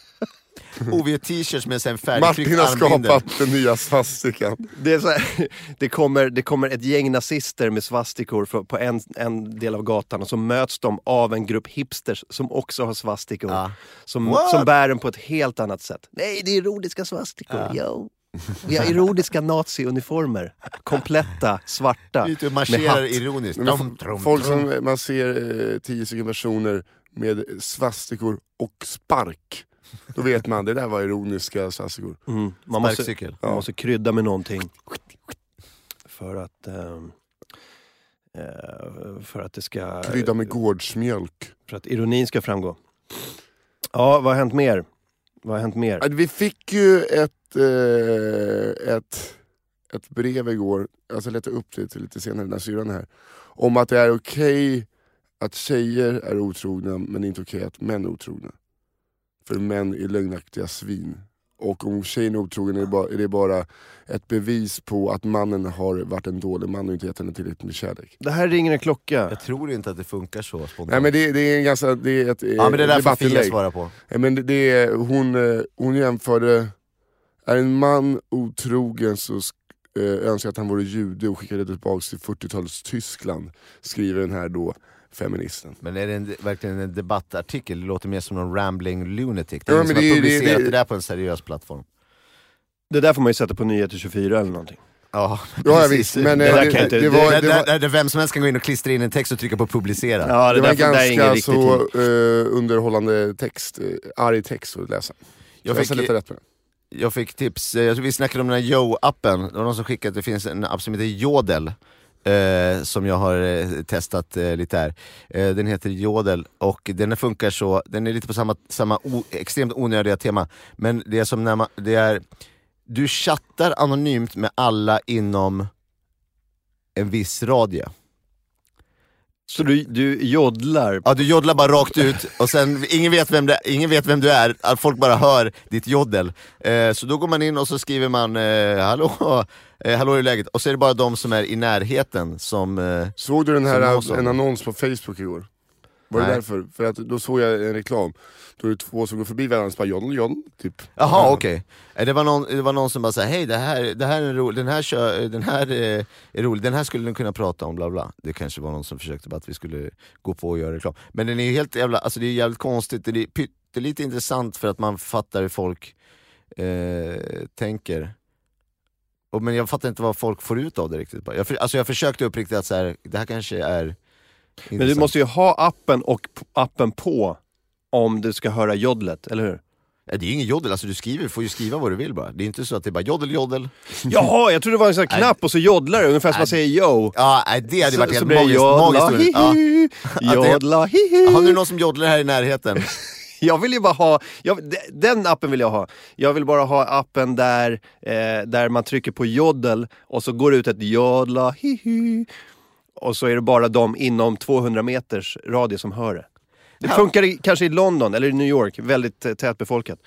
Speaker 2: OV-t-shirts med sen
Speaker 3: Martin
Speaker 2: färgtryckt
Speaker 3: har
Speaker 2: armbindel.
Speaker 3: skapat den nya svastikan.
Speaker 4: Det, är så här, det, kommer, det kommer ett gäng nazister med svastikor för, på en, en del av gatan och så möts de av en grupp hipsters som också har svastikor.
Speaker 2: Ja.
Speaker 4: Som,
Speaker 2: What?
Speaker 4: som bär den på ett helt annat sätt. Nej, det är ironiska svastikor. Yo. Vi har ironiska naziuniformer. Kompletta, svarta,
Speaker 2: Ut och
Speaker 4: med
Speaker 2: marscherar
Speaker 4: hatt.
Speaker 2: ironiskt.
Speaker 3: Men
Speaker 2: Dum, dum,
Speaker 3: Folk
Speaker 2: dum.
Speaker 3: som, man ser eh, tio stycken personer med svastikor och spark. Då vet man, det där var ironiska svastikor.
Speaker 4: Mm. Man, måste,
Speaker 2: Sparkcykel.
Speaker 4: man måste krydda med någonting. För att... ehm, eh, för att det ska...
Speaker 3: Krydda med gårdsmjölk.
Speaker 4: För att ironin ska framgå. Ja, vad har hänt mer? Vad har hänt mer?
Speaker 3: Att Vi fick ju ett, eh, ett, ett brev igår, alltså letade upp det till lite senare, den här syrran här. Om att det är okej att tjejer är otrogna men inte okej att män är otrogna. För män är lögnaktiga svin. Och om tjejen är otrogen är det, bara, är det bara ett bevis på att mannen har varit en dålig man och inte gett henne tillräckligt med kärlek.
Speaker 4: Det här ringer en klocka.
Speaker 2: Jag tror inte att det funkar så spontant.
Speaker 3: Nej men det, det är en ganska... Det är ett, eh,
Speaker 2: ja men det där får Fia
Speaker 3: debattinlägg.
Speaker 2: svara på.
Speaker 3: Nej, Eh, men det, det är, hon, eh, hon jämförde, är en man otrogen så sk- eh, önskar jag att han vore jude och skickade tillbaka till 40-talets Tyskland, skriver den här då feministen.
Speaker 2: Men är det en, verkligen en debattartikel? Det låter mer som någon rambling lunatic. Det
Speaker 3: Ja,
Speaker 2: är
Speaker 3: men
Speaker 2: ingen som
Speaker 3: det är-
Speaker 2: har publicerat
Speaker 3: det-
Speaker 2: det,
Speaker 3: det-
Speaker 2: där på en seriös plattform.
Speaker 4: Det där får man ju sätta på Nyheter 24 eller någonting.
Speaker 2: Ja,
Speaker 3: Ja, ja
Speaker 2: precis.
Speaker 3: visst, men eh,
Speaker 4: där
Speaker 3: det,
Speaker 4: kan
Speaker 3: det,
Speaker 4: inte-
Speaker 3: det
Speaker 4: det
Speaker 3: var,
Speaker 2: Där,
Speaker 3: det var,
Speaker 2: där, där, där vem som helst kan gå in och klistra in en text och trycka på publicera.
Speaker 4: Ja,
Speaker 3: det var en
Speaker 4: där- där är ingen
Speaker 3: ganska
Speaker 4: riktig
Speaker 3: så
Speaker 4: tid.
Speaker 3: eh, underhållande text, eh, arg text att läsa. Jag,
Speaker 2: Jag
Speaker 3: jag
Speaker 2: fick-
Speaker 3: fick lite rätt med den.
Speaker 2: Jag fick tips, eh, jag tror vi snackade om den här Yo-appen, det var någon som skickade att det finns en app som heter Jodel. Eh, som jag har eh, testat eh, lite här. Eh, den heter Jodel och den funkar så, den är lite på samma, samma o, extremt onödiga tema. Men det är som när man, det är, du chattar anonymt med alla inom en viss radie.
Speaker 4: Så du, du joddlar.
Speaker 2: Ja, du joddlar bara rakt ut och sen ingen vet vem, det, ingen vet vem du är, Att folk bara hör ditt joddel. Eh, så då går man in och så skriver man eh, hallå, eh, hallå hur är läget? Och så är det bara de som är i närheten som... Eh,
Speaker 3: Såg du den
Speaker 2: Som
Speaker 3: här,
Speaker 2: någon sa.
Speaker 3: en annons på Facebook igår? Var det
Speaker 2: Nej.
Speaker 3: därför? För att då såg jag en reklam, då är det två som går förbi varandra och så bara jodel jodel, typ.
Speaker 2: jaha okej. Eh, Det, var någon- det var någon som bara sa hej det här, det här är roligt, den här, kö, eh, den här eh, är rolig, den här skulle ni kunna prata om bla bla. Det kanske var någon som försökte bara att vi skulle gå på och göra reklam. Men den är ju helt jävla, alltså det är jävligt konstigt, det är pyttelite intressant för att man fattar hur folk eh, tänker. Och, men jag fattar inte vad folk får ut av det riktigt. bara. Jag, för, alltså jag försökte uppriktigt att så här, det här kanske är
Speaker 4: Men du
Speaker 2: intressant.
Speaker 4: måste ju ha appen och p- appen på om du ska höra joddlet, eller hur?
Speaker 2: Nej, Det är ju ingen jodel, alltså du skriver, får ju skriva vad du vill bara. Det är inte så att det är bara jodel jodel.
Speaker 4: Jaha, jag trodde det var en sån här knapp och så joddlar det, ungefär som man säger yo.
Speaker 2: Ja, nej, det hade
Speaker 4: Så-
Speaker 2: varit
Speaker 4: så
Speaker 2: helt
Speaker 4: blir det
Speaker 2: magiskt.
Speaker 4: joddla,
Speaker 2: magiskt ja.
Speaker 4: hihi,
Speaker 2: det-
Speaker 4: joddla, hihi.
Speaker 2: Har nu någon som joddlar här i närheten?
Speaker 4: Jag vill ju bara ha, jag, de- den appen vill jag ha. Jag vill bara ha appen där, eh, där man trycker på joddel och så går det ut ett jodla hihi. Och så är det bara de inom 200 meters radie som hör det. Det funkar i, kanske i London eller i New York, väldigt eh, tätbefolkat.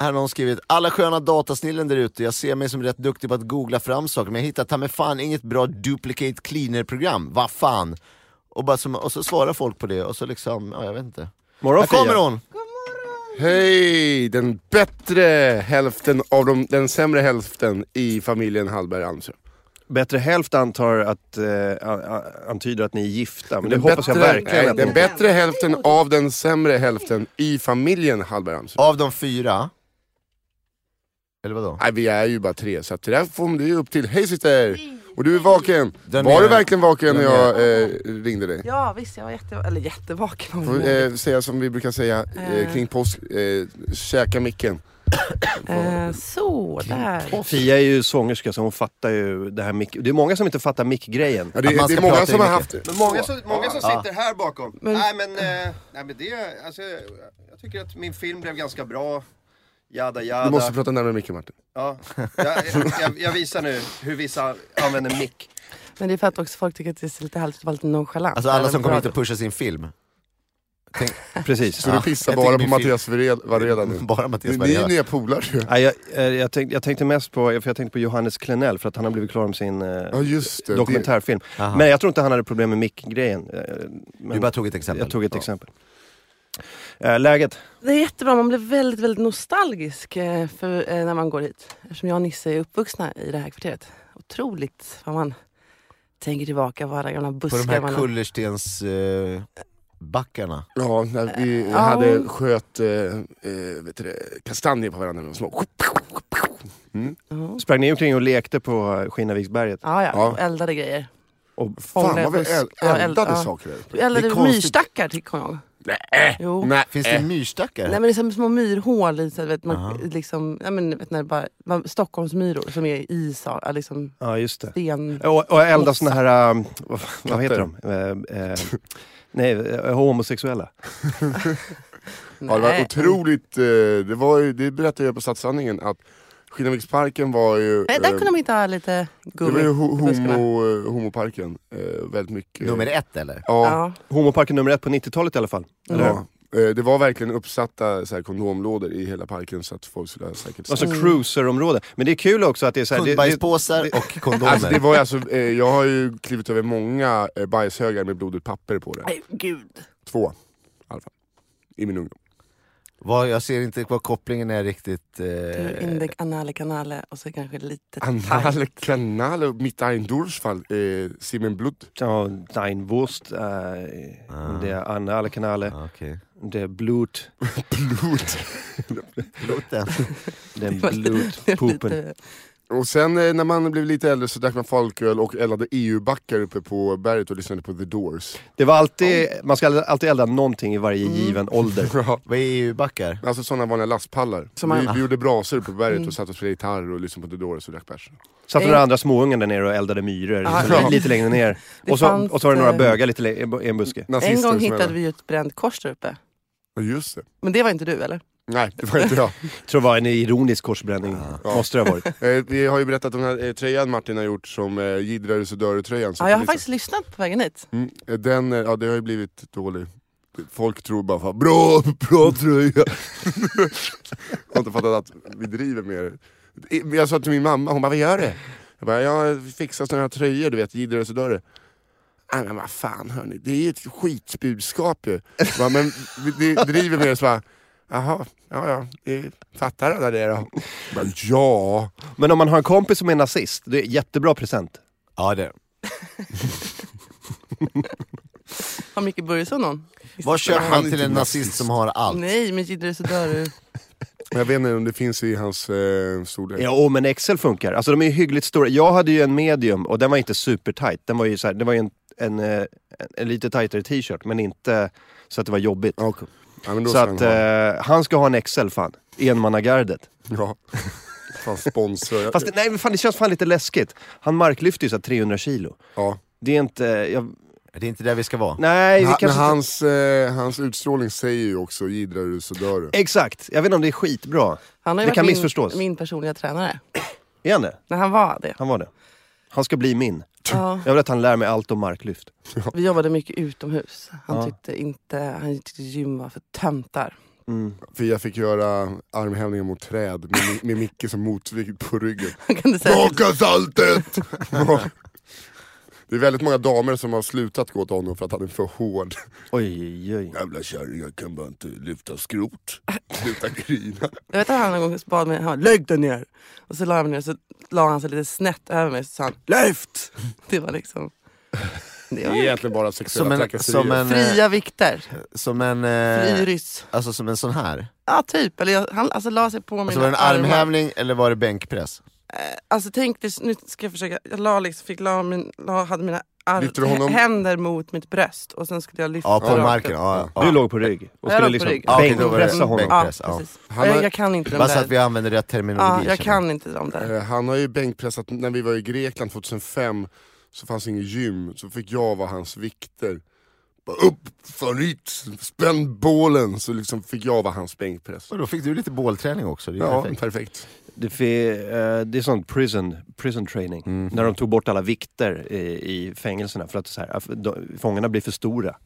Speaker 2: Här har någon skrivit, alla sköna datasnillen där ute, jag ser mig som rätt duktig på att googla fram saker men jag hittar ta mig fan inget bra duplicate cleaner-program, vad fan? Och, bara som, och så svarar folk på det och så liksom, ja jag vet inte.
Speaker 4: Morgon,
Speaker 2: Här kommer
Speaker 4: Fia.
Speaker 2: hon!
Speaker 3: Hej! Den bättre hälften av de, den sämre hälften i familjen Hallberg Almström.
Speaker 4: Bättre hälft antar att, eh, a- a- antyder att ni är gifta, men det
Speaker 3: Den
Speaker 4: hoppas jag
Speaker 3: bättre-
Speaker 4: verkligen
Speaker 3: nej,
Speaker 4: att ni
Speaker 3: Den
Speaker 4: inte är.
Speaker 3: bättre hälften av den sämre hälften i familjen Hallberg Almström.
Speaker 2: Av de fyra, eller vadå?
Speaker 3: Nej, vi är ju bara tre, så att det där får det är upp till. Hej syster! Och du är vaken.
Speaker 2: Den
Speaker 3: var
Speaker 2: är-
Speaker 3: du verkligen vaken när
Speaker 2: den
Speaker 3: jag eh, ringde dig?
Speaker 5: Ja visst, jag var jätte, eller jättevaken.
Speaker 3: Får eh, säga som vi brukar säga eh,
Speaker 5: Eh.
Speaker 3: kring påsk, eh, käka micken.
Speaker 5: Eh, så, där.
Speaker 4: Fia är ju sångerska så hon fattar ju det här mick. Det är många som inte fattar mick-grejen.
Speaker 3: Ja, det,
Speaker 2: Att man
Speaker 3: det är
Speaker 2: ska
Speaker 3: många
Speaker 2: prata
Speaker 3: som
Speaker 2: i
Speaker 3: har
Speaker 2: micken.
Speaker 3: haft det.
Speaker 4: Men många som, många som sitter här bakom.
Speaker 5: Men-
Speaker 4: Nej men, eh, nej, men det, alltså, jag, jag tycker att min film blev ganska bra. Jada jada.
Speaker 3: Du måste prata närmare micken Martin.
Speaker 4: ja. jag, jag, jag visar nu hur vissa använder mick.
Speaker 5: Men det är för att också folk tycker att det är lite härligt att vara lite nonchalant.
Speaker 2: Alltså alla som kommer hit och pushar sin film. Tänk,
Speaker 4: Precis.
Speaker 3: Så du
Speaker 2: Ja,
Speaker 3: pissar
Speaker 2: jag
Speaker 3: bara
Speaker 2: tänkte
Speaker 3: på
Speaker 2: min
Speaker 3: Mattias Vared- Varela nu.
Speaker 2: bara Mattias
Speaker 3: Ni- Ni är
Speaker 2: Berghagen.
Speaker 3: nya polare ju.
Speaker 4: Nej, jag, eh, jag, tänkte, jag tänkte mest på, för jag tänkte på Johannes Klenell för att han har blivit klar med sin eh,
Speaker 3: Ja just det. det.
Speaker 4: dokumentärfilm.
Speaker 2: Aha.
Speaker 4: Men jag tror inte han hade problem med mick-grejen. eh,
Speaker 2: Du
Speaker 4: Men
Speaker 2: bara tog ett exempel.
Speaker 4: jag tog ett exempel. Eh, läget?
Speaker 5: Det är jättebra, man blir väldigt, väldigt nostalgisk eh, för, eh, när man går hit. Eftersom jag och Nisse är uppvuxna i det här kvarteret. Otroligt vad man tänker tillbaka på alla gamla
Speaker 2: På de
Speaker 5: buskar man
Speaker 2: här
Speaker 5: har.
Speaker 2: kullerstensbackarna. Eh, backarna.
Speaker 3: Ja, när vi
Speaker 5: Ja.
Speaker 3: hade sköt eh, eh, vet du det, kastanjer på varandra när vi var små.
Speaker 5: Ja.
Speaker 4: Sprang ni omkring och lekte på Skinnaviksberget?
Speaker 5: Ja,
Speaker 3: Ja.
Speaker 5: ja, och eldade grejer.
Speaker 4: Och
Speaker 3: Fan
Speaker 5: Fångade
Speaker 3: vad vi
Speaker 5: busk-
Speaker 3: el-
Speaker 5: ja, eld-
Speaker 3: eldade
Speaker 5: ja.
Speaker 3: saker där.
Speaker 5: Vi eldade
Speaker 2: konstigt.
Speaker 5: myrstackar, till- kommer jag ihåg. Nej. Jo.
Speaker 3: Nej.
Speaker 2: Finns det myrstackar?
Speaker 5: Nej men det är som små myrhål i, så här, vet, man,
Speaker 2: Aha.
Speaker 5: liksom, ja, men, vet, när det bara, man, Stockholmsmyror som är i sa- ja, liksom,
Speaker 4: Ja, just det.
Speaker 5: sten...
Speaker 4: Och, och elda såna här, ähm, vad, vad heter de?
Speaker 3: Katter.
Speaker 4: Eh, eh, nej, eh, homosexuella.
Speaker 3: Ja, det var
Speaker 5: Nej.
Speaker 3: otroligt, eh, det, var, ju- det berättade jag på Stadsandringen att Kinneviksparken var ju...
Speaker 5: Nej, där
Speaker 3: eh,
Speaker 5: kunde man hitta lite
Speaker 3: det var
Speaker 5: gummi
Speaker 3: ju
Speaker 5: i
Speaker 3: ho-
Speaker 5: buskarna.
Speaker 3: homo, eh, homoparken. Eh, väldigt mycket.
Speaker 2: Nummer ett eller?
Speaker 3: Ja,
Speaker 5: Ja.
Speaker 4: Homoparken nummer ett på 90-talet i alla fall. Eller?
Speaker 3: Ja. Eh, Det var verkligen uppsatta så här, kondomlådor i hela parken så att folk skulle säkert...
Speaker 4: Alltså
Speaker 5: Mm.
Speaker 4: cruiserområde. Men det är kul också att det är så här, det, det,
Speaker 2: Hundbajspåsar och kondomer.
Speaker 3: Alltså, det var ju alltså, eh, jag har ju klivit över många eh, bajshögar med blodigt papper på det.
Speaker 5: Nej, gud.
Speaker 3: Två, i alla fall. I min ungdom.
Speaker 2: Vad, jag ser inte vad kopplingen är riktigt. Eh,
Speaker 5: Du, Indek, anale, kanale och så kanske lite
Speaker 4: Ah,
Speaker 5: tajt.
Speaker 3: Anal, kanal, mitt ein Durchfall, eh, Simen Blut.
Speaker 4: ja, dein Wurst, äh,
Speaker 5: Ah.
Speaker 4: det är Anna alle Kanale,
Speaker 2: Okej.
Speaker 4: det är Blut,
Speaker 3: Blut.
Speaker 2: Låt den.
Speaker 4: det är
Speaker 5: var lite-
Speaker 4: Blutpupen.
Speaker 5: Lite,
Speaker 3: Och sen eh, när man blev lite äldre så drack man folköl och eldade EU-backar uppe på berget och lyssnade på The Doors.
Speaker 4: Det var alltid, man ska alltid elda någonting i varje
Speaker 5: Mm.
Speaker 4: given ålder.
Speaker 2: Vad är EU-backar?
Speaker 3: Alltså sådana vanliga lastpallar.
Speaker 5: Som man- Mm.
Speaker 3: vi, vi gjorde brasor uppe på berget och satt och spelade gitarr och lyssnade på The Doors och drack bärs.
Speaker 4: Satt några andra småungar där nere och eldade myror
Speaker 5: Ja,
Speaker 4: lite-
Speaker 5: ja.
Speaker 4: lite längre ner.
Speaker 5: Ah. Det
Speaker 4: Och så,
Speaker 5: fanns,
Speaker 4: och så var det några
Speaker 5: eh, Mm.
Speaker 4: bögar lite lä- i en buske.
Speaker 5: en
Speaker 3: Nazister
Speaker 5: gång
Speaker 3: som
Speaker 5: hittade
Speaker 3: jag-
Speaker 5: vi ju ett bränt kors där uppe.
Speaker 3: Ja, Just det.
Speaker 5: Men det var inte du eller?
Speaker 3: Nej, det var inte jag.
Speaker 4: tror det var en ironisk korsbränning.
Speaker 5: Ah.
Speaker 4: Måste det ha varit.
Speaker 3: Eh, vi har ju berättat om den här eh, tröjan Martin har gjort som eh, Jiddrare så dör tröjan
Speaker 5: Ja, jag
Speaker 4: liksom-
Speaker 5: har faktiskt lyssnat på vägen hit.
Speaker 3: Mm, eh, den, eh, ja det har ju blivit dålig. Folk tror bara fan, bra, bra tröja. jag har inte fattat att vi driver med det. I- men Jag sa till min mamma, hon bara vad gör du? Jag bara, jag fixar såna här tröjor du vet, Jiddrare så dör det. Nej men vad fan hörni, det är ju ett skitbudskap ju. Jag Bara, men vi det driver med det så bara, jaha, ja ja, det- fattar alla det då? Jag Bara, ja.
Speaker 4: Men om man har en kompis som är nazist, det är jättebra present.
Speaker 2: Ja, det.
Speaker 5: Har Micke Börjesson någon?
Speaker 2: Vad köper man
Speaker 3: Han är
Speaker 2: till en
Speaker 3: inte
Speaker 2: nazist
Speaker 3: nazist.
Speaker 2: som har allt?
Speaker 5: Nej, men Jidder så dör du.
Speaker 3: Jag vet inte om det finns i hans eh, storlek.
Speaker 4: Ja, åh, men Excel funkar. Alltså de är ju hyggligt stora. Jag hade ju en medium och den var inte supertight. Den var ju, så här, det var ju en, en, eh, en, en lite tajtare t-shirt, men inte så att det var jobbigt.
Speaker 3: Okej. Ja, men då
Speaker 4: Så
Speaker 3: ska
Speaker 4: att
Speaker 3: han ha. Mm.
Speaker 4: eh, han ska ha en Excel fan. Enmannagardet.
Speaker 3: Ja. Fan sponsor.
Speaker 4: Fast det- nej, men fan, det känns fan lite läskigt. Han marklyfter ju så här 300 kilo.
Speaker 3: ja.
Speaker 4: Det är inte... Jag,
Speaker 2: Det är inte där vi ska vara.
Speaker 4: nej, vi
Speaker 3: Ha,
Speaker 4: kanske
Speaker 3: men
Speaker 4: inte...
Speaker 3: hans, eh, hans utstrålning säger ju också jiddrar du så dör du.
Speaker 4: Exakt. Jag vet inte om det är skitbra.
Speaker 5: Han har ju
Speaker 4: Det
Speaker 5: varit
Speaker 4: kan
Speaker 5: min,
Speaker 4: missförstås.
Speaker 5: min personliga tränare.
Speaker 4: Är han det?
Speaker 5: När han var det.
Speaker 4: Han var det. Han ska bli min.
Speaker 5: Ja,
Speaker 4: Jag vill att han lär mig allt om marklyft.
Speaker 5: vi jobbade mycket utomhus. Han
Speaker 4: Ja.
Speaker 5: tyckte inte, han tyckte gym var för töntar.
Speaker 4: Mm.
Speaker 3: För jag fick göra armhävningar mot träd med, Mi- med Micke som motvikt på ryggen.
Speaker 5: Han kunde säga till,
Speaker 3: Baka saltet! Det är väldigt många damer som har slutat gå till honom för att han är för hård.
Speaker 4: Oj, oj, oj.
Speaker 3: Jävla kärring, jag kan bara inte lyfta skrot. Sluta grina.
Speaker 5: jag vet att han någon gång bad mig, han bara, lägg dig ner. Och så la jag mig ner så la han sig lite snett över mig så sa han lyft. Det var liksom, det
Speaker 3: Det
Speaker 5: var
Speaker 3: är egentligen bara
Speaker 2: Som
Speaker 3: sexuella
Speaker 2: en, som
Speaker 3: trakasserier.
Speaker 2: en, eh,
Speaker 5: fria vikter.
Speaker 2: som en,
Speaker 5: Fri
Speaker 2: eh,
Speaker 5: ryss.
Speaker 2: alltså som en sån här.
Speaker 5: Ja typ, eller jag, han alltså, la sig på mina
Speaker 2: Alltså var det en
Speaker 5: armar.
Speaker 2: armhävning eller var det bänkpress?
Speaker 5: Alltså tänk dig, nu ska jag försöka, jag la liksom, fick la min, la, hade mina
Speaker 3: Lyfte
Speaker 5: ar-
Speaker 3: du honom?
Speaker 5: händer mot mitt bröst och sen skulle jag lyfta
Speaker 2: Ja, på
Speaker 5: rakt
Speaker 2: marken.
Speaker 5: upp.
Speaker 2: Ja, ja.
Speaker 4: Du låg på rygg och skulle
Speaker 5: Jag låg på
Speaker 4: liksom
Speaker 5: rygg.
Speaker 2: Ja, okej, då var det
Speaker 4: bänkpressa honom.
Speaker 2: bänk. press, ja.
Speaker 5: ja, precis.
Speaker 3: Han
Speaker 5: jag,
Speaker 3: har-
Speaker 5: jag kan inte de
Speaker 2: Bara så att vi
Speaker 5: där.
Speaker 2: använder rätt terminologi.
Speaker 5: Ja, jag
Speaker 2: känner
Speaker 5: kan inte de där.
Speaker 3: Eh, Han har ju bänkpressat, när vi var i Grekland 2005 så fanns inget gym, så fick jag vara hans vikter. Bara upp, för hit, spänn bålen! Så liksom fick jag vara hans bänkpress.
Speaker 2: Och då fick du lite bålträning också. Det är
Speaker 3: Ja,
Speaker 2: perfekt.
Speaker 3: perfekt.
Speaker 4: Det, fi- eh, det är sånt prison, prison training. När de tog bort alla vikter i, i fängelserna för att så här, de, fångarna blir för stora.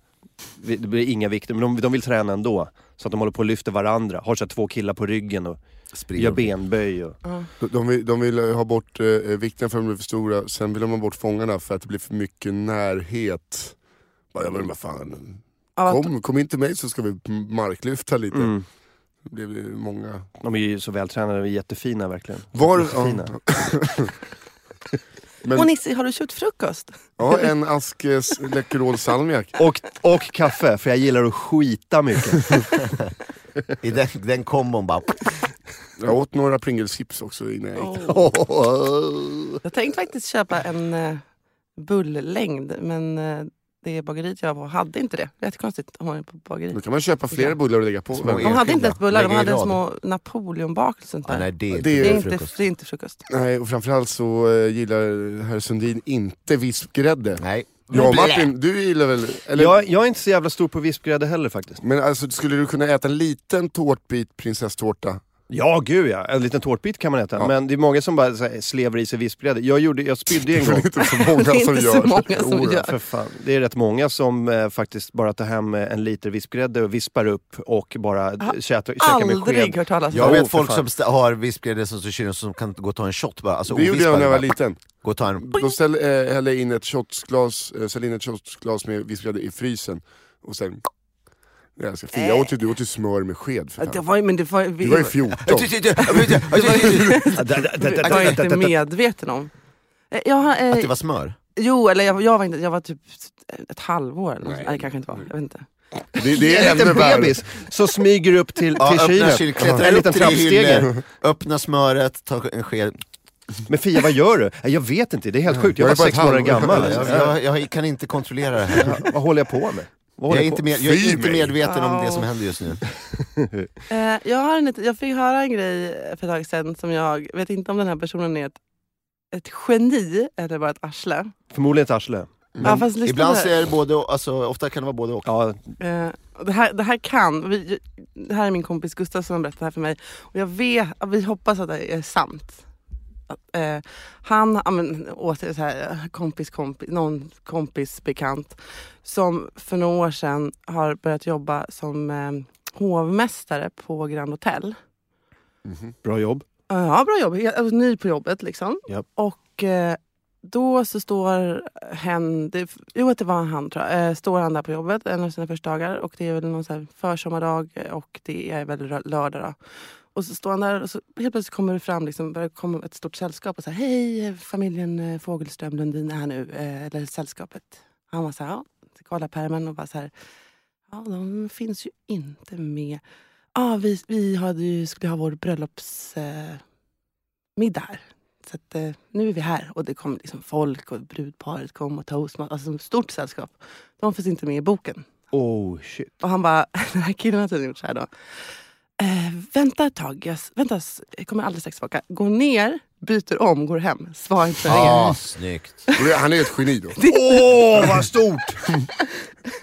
Speaker 4: Vi- Det blir inga vikter, men de, de vill träna ändå. Så att de håller på och lyfter varandra. Har så här, två killar på ryggen och
Speaker 2: Sprid.
Speaker 4: gör benböj. Och,
Speaker 3: De- De vill, de vill ha bort eh, vikten för att de blir för stora, sen vill de ha bort fångarna för att det blir för mycket närhet. Bara, jag men vad fan,
Speaker 5: Av att,
Speaker 3: kom, kom in till mig så ska vi marklyfta lite.
Speaker 4: Mm.
Speaker 2: Mm.
Speaker 3: Det blev ju många.
Speaker 4: de är ju så vältränade, de är jättefina verkligen.
Speaker 3: Var,
Speaker 4: Jättefina.
Speaker 3: ja,
Speaker 5: och
Speaker 3: men,
Speaker 5: Nisse, har du köpt frukost?
Speaker 3: ja, en ask eh, s- Läkerol salmiak.
Speaker 4: Och, och kaffe, för jag gillar att skita mycket.
Speaker 2: I den, den kombon bara...
Speaker 3: Jag åt några Pringles-chips också innan jag gick.
Speaker 5: Jag tänkte faktiskt köpa en eh, bullängd, men eh, det bageriet jag var på hade inte det. Jättekonstigt om man är på bageri.
Speaker 3: Då kan man köpa flera bullar och lägga på.
Speaker 2: Små
Speaker 5: De
Speaker 2: er.
Speaker 3: Men,
Speaker 5: hade
Speaker 2: enskilda.
Speaker 5: inte ens bullar, de
Speaker 2: Lägger i
Speaker 5: hade
Speaker 2: rad.
Speaker 5: små napoleonbakelser. och sånt
Speaker 2: Ja,
Speaker 5: där.
Speaker 2: nej, det är inte
Speaker 3: Det är Alltså,
Speaker 5: Det är,
Speaker 2: bra
Speaker 5: inte,
Speaker 2: frukost.
Speaker 5: det är inte frukost.
Speaker 3: nej, och framförallt så eh, gillar herr Sundin inte vispgrädde.
Speaker 2: Nej.
Speaker 3: Ja Martin, du gillar väl... Eller,
Speaker 4: Jag, jag är inte så jävla stor på vispgrädde heller faktiskt.
Speaker 3: Men alltså skulle du kunna äta en liten tårtbit prinsesstårta
Speaker 4: Ja, gud ja. En liten tårtbit kan man äta. Men det är många som bara så här, slever i sig vispgrädde. Jag, gjorde, jag spydde
Speaker 3: Det
Speaker 4: en
Speaker 3: är
Speaker 4: gång.
Speaker 3: väl inte så många
Speaker 5: Det är
Speaker 3: som gör
Speaker 5: inte så många som
Speaker 3: Jo,
Speaker 5: gör.
Speaker 4: För fan. Det är rätt många som eh, faktiskt bara tar hem eh, en liter vispgrädde och vispar upp och bara d- käta, käkar med
Speaker 5: Ah, Aldrig
Speaker 4: sked.
Speaker 5: hört talas om.
Speaker 2: Jag
Speaker 4: Jo,
Speaker 2: vet
Speaker 4: för
Speaker 2: folk
Speaker 4: fan.
Speaker 2: som st- har vispgrädde som står i kylen som kan gå och ta en shot bara. Alltså,
Speaker 3: Det gjorde jag
Speaker 2: ovispad
Speaker 3: när jag var
Speaker 2: bara.
Speaker 3: liten.
Speaker 2: Gå och ta en...
Speaker 3: Då ställ, eh, hällde jag in ett shotsglas, eh, ställde in ett shotsglas med vispgrädde i frysen och sen... Jag, ska, fy, jag åt ju, du åt ju smör med sked för
Speaker 5: Eh. Det
Speaker 3: fan.
Speaker 5: var, ju- men det var,
Speaker 3: Du var ju 14.
Speaker 5: det var jag inte medveten om. Eh, Jag, har, eh,
Speaker 2: Att det var smör?
Speaker 5: Jo, eller jag, jag, var inte, jag var typ ett halvår eller något. Nej, det kanske inte var. Jag vet inte.
Speaker 3: Det, det är
Speaker 4: En
Speaker 3: ännu
Speaker 4: liten
Speaker 3: värre.
Speaker 4: bebis som smyger upp till,
Speaker 2: Ja,
Speaker 4: till
Speaker 2: öppna
Speaker 4: kylen.
Speaker 2: kylen, klättra
Speaker 4: En
Speaker 2: upp
Speaker 4: liten
Speaker 2: tre
Speaker 4: trappstege.
Speaker 2: hyllor, öppna smöret, ta en sked.
Speaker 4: Men Fia, vad gör du? Nej, Jag vet inte, det är helt sjukt. Jag
Speaker 3: Jag är
Speaker 4: var
Speaker 3: bara
Speaker 4: sex
Speaker 3: ett
Speaker 4: månader
Speaker 3: halvår.
Speaker 4: gammal.
Speaker 2: Jag, jag, jag kan inte kontrollera det här.
Speaker 4: Vad håller jag på med? Vad
Speaker 2: Jag
Speaker 4: håller
Speaker 2: är
Speaker 4: jag
Speaker 2: inte,
Speaker 4: på-
Speaker 2: med, jag är
Speaker 3: Fy
Speaker 2: inte
Speaker 3: mig.
Speaker 2: medveten om det som händer just nu.
Speaker 5: Eh, jag, har en, liten- jag fick höra en grej för ett tag sedan som jag vet inte om den här personen är ett, ett geni eller bara ett arsle.
Speaker 4: Förmodligen ett arsle.
Speaker 5: ja, fast lyssna
Speaker 2: Ibland
Speaker 5: här.
Speaker 2: så är det både och, alltså, ofta kan det vara både och.
Speaker 4: Ja,
Speaker 5: Eh, det, här, det här kan... Vi, det här är min kompis Gustav som har berättat det här för mig. Och jag vet, vi hoppas att det är sant. Att, Eh, han, ja, men, åter så här, eh, kompis, kompis, någon kompis bekant som för några år sedan har börjat jobba som eh, hovmästare på Grand Hotel.
Speaker 3: Mhm.
Speaker 4: bra jobb.
Speaker 5: Ja, bra jobb. Helt- Alltså, ny på jobbet liksom.
Speaker 4: Japp.
Speaker 5: Och eh, då så står hen, det, jo att det var han tror jag, eh, står han där på jobbet en av sina första dagar och det är väl någon så här försommardag eh, och det är väl rö- lördag då. Och så står han där och så helt plötsligt kommer det fram liksom, börjar komma ett stort sällskap och säger hej familjen eh, Fogelström Lundin är här nu, eh, eller sällskapet. Han var så här, ja, kolla pärmen och bara så här, ja de finns ju inte med. Ja, vi, vi hade ju, skulle ha vår bröllops... Eh, middag här. Så att, eh, nu är vi här och det kom liksom folk och brudparet kom och toastmat, alltså ett stort sällskap. De finns inte med i boken.
Speaker 4: Oh shit.
Speaker 5: Och han bara, den här killen har tydligen gjort så här då. Eh, vänta ett tag, jag, s- vänta, s- jag kommer alldeles strax tillbaka. Går ner, byter om, går hem. Svarar inte när jag ringer.
Speaker 2: Ah, snyggt.
Speaker 3: Och det- Han är ett geni då.
Speaker 4: Åh, vad stort!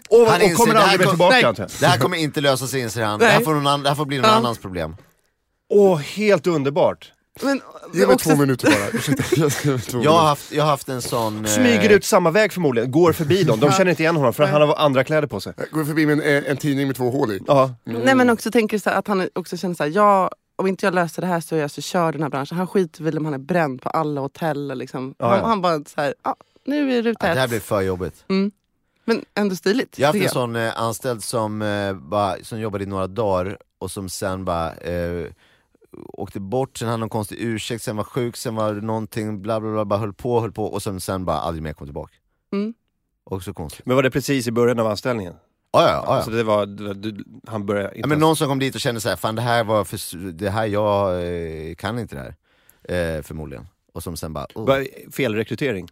Speaker 4: Och,
Speaker 2: Han
Speaker 4: och
Speaker 2: inser,
Speaker 4: kommer
Speaker 2: det här
Speaker 4: aldrig mer
Speaker 2: kom-
Speaker 4: tillbaka.
Speaker 5: nej.
Speaker 4: antar jag.
Speaker 2: Det här kommer inte lösa sig inser han. Det här
Speaker 5: Nej.
Speaker 2: får, någon annan, det här får bli någon
Speaker 5: Ja.
Speaker 2: annans problem.
Speaker 4: Åh, helt underbart.
Speaker 5: Men,
Speaker 3: Ge mig
Speaker 5: också-
Speaker 3: två minuter bara. Ursäkta, jag ska ge mig två
Speaker 2: Jag har
Speaker 3: minuter.
Speaker 2: haft, jag har haft en sån... eh,
Speaker 4: Smyger ut samma väg förmodligen, går förbi dem. De känner inte igen honom för han har andra kläder på sig.
Speaker 3: Jag går förbi med en, en tidning med två hål i.
Speaker 4: Ja.
Speaker 5: Nej men också tänker så här, att han också känner så här, jag, om inte jag löser det här så är jag så körd i den här branschen. Han skiter väl om han är bränd på alla hotell. och Liksom.
Speaker 4: Ja,
Speaker 5: han,
Speaker 4: ja.
Speaker 5: han bara så här, ja, nu är ruta
Speaker 2: Ja, det här
Speaker 5: ett.
Speaker 2: blev för jobbigt.
Speaker 5: Men ändå stiligt.
Speaker 2: Jag har haft
Speaker 5: tycker
Speaker 2: en sån eh, anställd som, eh, bara, som jobbade i några dagar och som sen bara eh, åkte bort, sen hade någon konstig ursäkt, sen var sjuk, sen var det någonting, bla bla bla, bara höll på, höll på och sen, sen bara aldrig mer kom tillbaka.
Speaker 5: Mm.
Speaker 2: Också konstigt.
Speaker 4: Men var det precis i början av anställningen?
Speaker 2: Ah, ja, ah,
Speaker 4: Så
Speaker 2: ja.
Speaker 4: det var, du, du, han började inte
Speaker 2: Ja, men någon som kom dit och kände så här, fan det här var för, s- det här, jag eh, kan inte det här. Eh, förmodligen. Och som sen bara, oh.
Speaker 4: Bara Felrekrytering.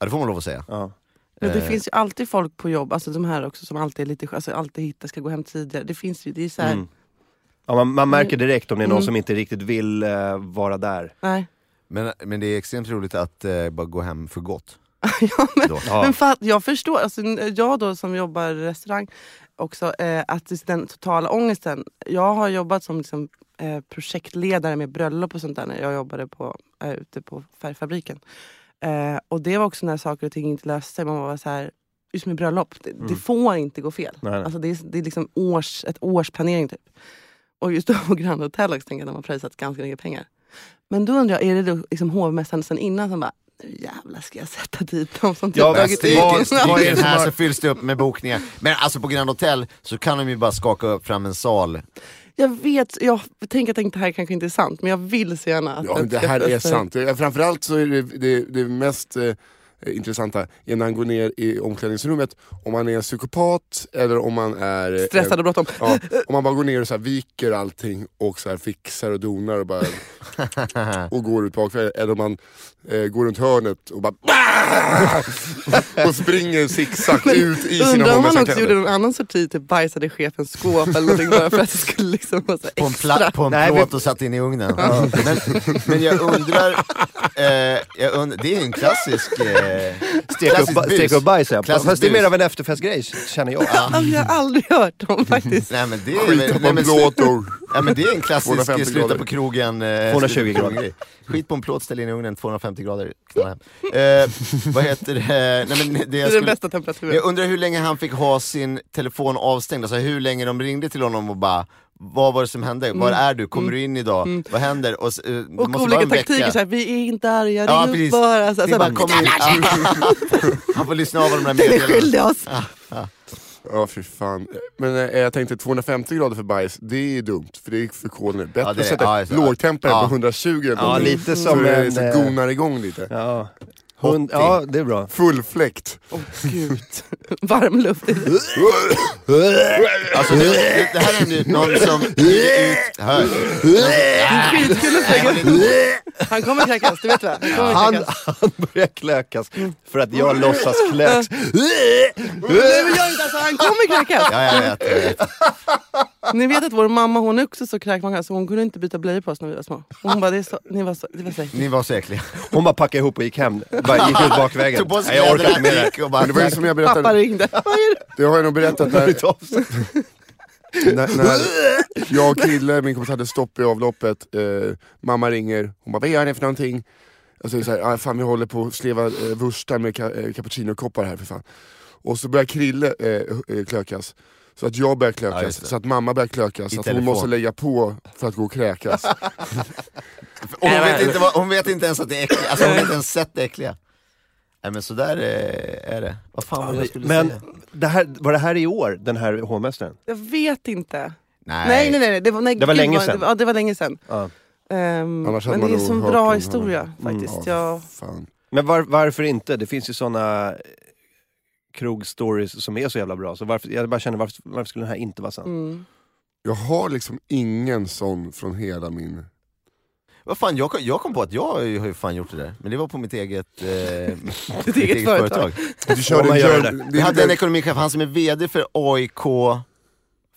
Speaker 2: ja, det får man lov att säga.
Speaker 4: Ja.
Speaker 5: Men det
Speaker 2: Eh.
Speaker 5: finns ju alltid folk på jobb, alltså de här också som alltid är lite alltså alltid hittar, ska gå hem tidigare. Det finns ju, det är så här,
Speaker 4: Mm. Ja, man, man märker direkt om det är någon
Speaker 5: Mm.
Speaker 4: som inte riktigt vill eh, vara där.
Speaker 5: nej.
Speaker 2: Men, men det är extremt roligt att eh, bara gå hem för gott.
Speaker 5: ja, men,
Speaker 2: Då.
Speaker 4: Ja.
Speaker 5: men fa- jag förstår, alltså, n- jag då som jobbar i restaurang också, eh, att just den totala ångesten. Jag har jobbat som liksom, eh, projektledare med bröllop och sånt där när jag jobbade på, eh, ute på färgfabriken. Eh, och det var också när saker och ting inte löste sig. Man var så här, just med bröllop, det, det får inte gå fel.
Speaker 4: Mm. Nej, nej.
Speaker 5: Alltså det är, det är liksom års, ett års planering typ. Och just då på Grand Hotel också, tänker jag, de har pröjsat ganska mycket pengar. Men då undrar jag, är det då liksom hovmästaren sen innan som bara, nu jävlar ska jag sätta dit dem som
Speaker 4: Ja,
Speaker 5: dragit
Speaker 4: men
Speaker 5: ut?"
Speaker 4: vad- vad är
Speaker 2: I
Speaker 4: det
Speaker 2: den
Speaker 4: som
Speaker 2: här
Speaker 4: har-
Speaker 2: så fylls det upp med bokningar. Men alltså på Grand Hotel så kan de ju bara skaka upp fram en sal.
Speaker 5: Jag vet, jag tänker att det här kanske inte är sant, men jag vill så gärna att
Speaker 3: Ja, men det
Speaker 5: ska-
Speaker 3: här är
Speaker 5: ska-
Speaker 3: sant. Eh, Framförallt så är det, det, det mest eh, intressanta är när han går ner i omklädningsrummet, om man är en psykopat eller om man är... eh,
Speaker 5: Stressad och bråttom.
Speaker 3: Ja, om man bara går ner och så här viker allting och så här fixar och donar och bara och går ut bakvägen. Eller om man eh, går runt hörnet och bara och springer zigzag ut i sina
Speaker 5: Undrar om han också gjorde
Speaker 3: homosekläder.
Speaker 5: någon annan sorti, typ bajsade i chefens skåp eller någonting bara för att det skulle liksom vara så
Speaker 2: På en,
Speaker 5: extra.
Speaker 2: pla- på en
Speaker 4: Nej,
Speaker 2: plåt
Speaker 4: vi-
Speaker 2: och satt in i ugnen. men, men jag undrar, eh, jag und- det är ju en klassisk... Eh,
Speaker 4: Stek upp,
Speaker 2: klassisk
Speaker 4: ba-
Speaker 2: bus.
Speaker 4: stek upp bajs ja.
Speaker 2: Klassisk
Speaker 4: Fast det är mer
Speaker 2: bus.
Speaker 4: av en efterfestgrej känner jag.
Speaker 5: Alltså, jag har aldrig hört dem faktiskt.
Speaker 2: Nej men det
Speaker 3: Skit
Speaker 2: är...
Speaker 3: att man
Speaker 2: men, slu-
Speaker 3: blåtor.
Speaker 2: Ja men det är en klassisk
Speaker 3: 250
Speaker 2: sluta
Speaker 3: grader.
Speaker 2: på krogen. eh,
Speaker 4: 220
Speaker 2: sluta på krogen-grej. Skit på en plåt, ställ in i ugnen, 250 grader, knalla hem. Eh, vad heter det? Nej, men det
Speaker 5: Det är
Speaker 2: jag,
Speaker 5: den
Speaker 2: skulle,
Speaker 5: bästa temperaturen.
Speaker 2: jag undrar hur länge han fick ha sin telefon avstängd, alltså hur länge de ringde till honom och bara vad var det som hände? Var är du? Kommer du in idag? Vad händer? Och, s- eh, det
Speaker 5: Mm.
Speaker 2: måste
Speaker 5: Och
Speaker 2: vara
Speaker 5: olika
Speaker 2: en vecka.
Speaker 5: taktiker, såhär, vi är inte arga,
Speaker 2: Ja,
Speaker 5: ring
Speaker 2: precis.
Speaker 5: upp bara. Så,
Speaker 2: Det
Speaker 5: så
Speaker 2: är bara,
Speaker 5: bara,
Speaker 2: kom in. Han får lyssna av vad de där
Speaker 5: den är
Speaker 2: meddelandena.
Speaker 5: skyldig oss.
Speaker 3: Ja, fy fan. Men eh, jag tänkte 250 grader för bajs, det är dumt. För det är för kolen. Bättre
Speaker 2: Ja, det är-
Speaker 3: att sätta
Speaker 2: ja, just det.
Speaker 3: lågtemperad
Speaker 2: Ja.
Speaker 3: på 120 än på
Speaker 4: Ja,
Speaker 3: 100.
Speaker 4: lite
Speaker 3: Så
Speaker 4: som
Speaker 3: det
Speaker 4: en,
Speaker 3: så
Speaker 4: eh,
Speaker 3: gonar igång lite.
Speaker 4: Ja. Hund,
Speaker 3: 80.
Speaker 4: ja, det är bra.
Speaker 3: Full fläkt.
Speaker 5: Åh gud, varm luft.
Speaker 2: Alltså, det, det- det här är nu någon som... Ut, hör.
Speaker 5: Skitkul att tänka. Han kommer kräkas, du vet va? Han kommer
Speaker 4: Han,
Speaker 5: kräkas.
Speaker 4: han börjar klökas
Speaker 2: Mm.
Speaker 4: för att jag låtsas klöks.
Speaker 5: Nej men gör inte alltså, han kommer kräkas.
Speaker 2: Ja, jag vet. Jag vet.
Speaker 5: Ni vet att vår mamma hon är också så kräkmagad så hon kunde inte byta blöjor på oss när vi var små. Och Hon bara, det, är så, ni var så, det var så äckligt.
Speaker 2: Ni var så äckliga.
Speaker 4: Hon bara packade ihop och gick hem. Bara gick ut bakvägen.
Speaker 2: Tog på sig
Speaker 4: Nej, jag orkar inte med det här.
Speaker 2: gick och bara...
Speaker 3: Men det var ju som jag
Speaker 5: Pappa
Speaker 3: berättade,
Speaker 5: ringde. Vad är det?
Speaker 3: det har jag nog berättat
Speaker 4: Hon har
Speaker 3: där,
Speaker 4: inte avslutat.
Speaker 3: när, när jag och Krille, min kompis, hade stopp i avloppet. Eh, mamma ringer, hon bara vad gör ni för någonting? Jag säger såhär, ah, fan vi håller på att sleva eh, vurstar med ka- eh, cappuccinokoppar här för fan. Och så börjar Krille eh, eh, klökas. Så att jag börjar
Speaker 2: Ja,
Speaker 3: klökas,
Speaker 2: just det.
Speaker 3: så att mamma börjar klökas,
Speaker 2: I
Speaker 3: så att
Speaker 2: telefon.
Speaker 3: hon måste lägga på för att gå och kräkas.
Speaker 2: Och hon, vet inte vad, hon vet inte ens att det är äckliga. Alltså, hon har inte ens sett det äckliga. Nej men sådär eh, är det. Vad fan var det jag skulle
Speaker 4: Men
Speaker 2: säga?
Speaker 4: det här, var det här i år, den här hovmästaren?
Speaker 5: Jag vet inte. Nej nej nej, nej. det var, nej,
Speaker 4: Det var
Speaker 5: gud,
Speaker 4: länge
Speaker 5: vad-
Speaker 4: sedan.
Speaker 5: det var- Ja det var länge sedan.
Speaker 4: Ja.
Speaker 5: Ehm,
Speaker 3: Annars hade
Speaker 5: men
Speaker 3: man
Speaker 5: det är
Speaker 3: nog
Speaker 5: en sån
Speaker 3: hört
Speaker 5: bra
Speaker 3: om-
Speaker 5: historia faktiskt.
Speaker 3: Ja,
Speaker 5: Jag,
Speaker 3: fan.
Speaker 4: Men var, varför inte? Det finns ju såna eh, krogstories som är så jävla bra. Så varför, jag bara känner, varför, varför skulle den här inte vara sann?
Speaker 5: mm.
Speaker 3: Jag har liksom ingen sån från hela min...
Speaker 2: Vad fan, jag, kom- jag kom på att jag har ju fan gjort det där. Men det var på mitt eget, eh, mitt
Speaker 5: eget företag.
Speaker 3: Du
Speaker 4: Om man gör det
Speaker 3: Germ-
Speaker 4: där.
Speaker 2: Vi
Speaker 3: är
Speaker 2: hade
Speaker 3: lite-
Speaker 2: en ekonomichef, han som är VD för AIK,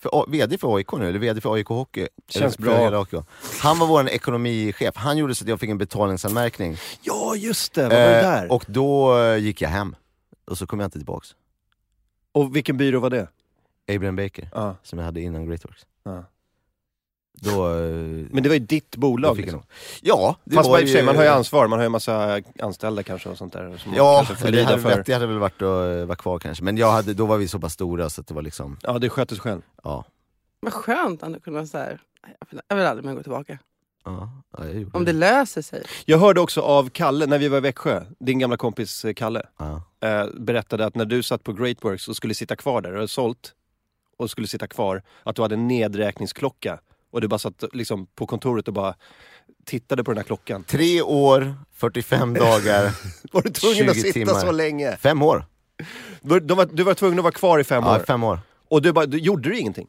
Speaker 2: för, A- VD för AIK nu, eller VD för AIK Hockey.
Speaker 4: Känns
Speaker 2: eller, för
Speaker 4: bra.
Speaker 2: hela AIK. Han var vår ekonomichef, han gjorde så att jag fick en betalningsanmärkning.
Speaker 4: Ja, just det! Vad var det
Speaker 2: Eh,
Speaker 4: där? Och,
Speaker 2: Och då eh, gick jag hem. Och så kom jag inte tillbaks.
Speaker 4: vilken byrå var det?
Speaker 2: Abraham Baker,
Speaker 4: Ja.
Speaker 2: som jag hade innan Greatworks.
Speaker 4: ja.
Speaker 2: Då... eh,
Speaker 4: Men det var ju ditt
Speaker 2: då
Speaker 4: bolag.
Speaker 2: fick jag
Speaker 4: Liksom.
Speaker 2: nog- Ja, det
Speaker 4: Fast
Speaker 2: var
Speaker 4: man, i och för sig, man har ju ansvar, man har ju en massa anställda kanske och sånt där. Som
Speaker 2: Ja,
Speaker 4: kanske
Speaker 2: det
Speaker 4: får lida
Speaker 2: hade,
Speaker 4: för.
Speaker 2: varit, det hade väl varit att eh, vara kvar kanske. Men jag hade, då var vi så pass stora så att det var liksom,
Speaker 4: Ja, det sköter sig själv.
Speaker 2: ja.
Speaker 5: vad skönt att kunna såhär, jag vill, jag vill aldrig mer gå tillbaka.
Speaker 2: Ja, ja, jag gjorde
Speaker 5: Om det löser sig.
Speaker 4: Jag hörde också av Kalle, när vi var i Växjö, din gamla kompis eh, Kalle,
Speaker 2: Ja.
Speaker 4: eh, berättade att när du satt på Great Works och skulle sitta kvar där, och hade sålt och skulle sitta kvar, att du hade en nedräkningsklocka. Och du bara satt liksom, på kontoret och bara tittade på den här klockan.
Speaker 2: Tre år, 45 dagar,
Speaker 4: Var du tvungen att
Speaker 2: 20
Speaker 4: sitta
Speaker 2: timmar.
Speaker 4: så länge?
Speaker 2: fem år.
Speaker 4: Var- De var, du var tvungen att vara kvar i fem
Speaker 2: Ja,
Speaker 4: år.
Speaker 2: fem år.
Speaker 4: Och du bara, du, gjorde du ingenting?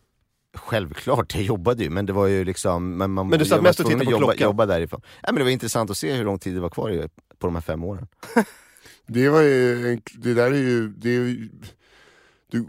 Speaker 2: Självklart, jag jobbade ju men det var ju liksom... Men, man,
Speaker 4: Men du satt
Speaker 2: jag var
Speaker 4: mest och
Speaker 2: tvungen att
Speaker 4: tittade på
Speaker 2: jobba,
Speaker 4: klockan.
Speaker 2: Jobba därifrån. Ja, men det var intressant att se hur lång tid det var kvar i, på de här fem åren.
Speaker 3: Det var ju, en, det där är ju, det är ju du,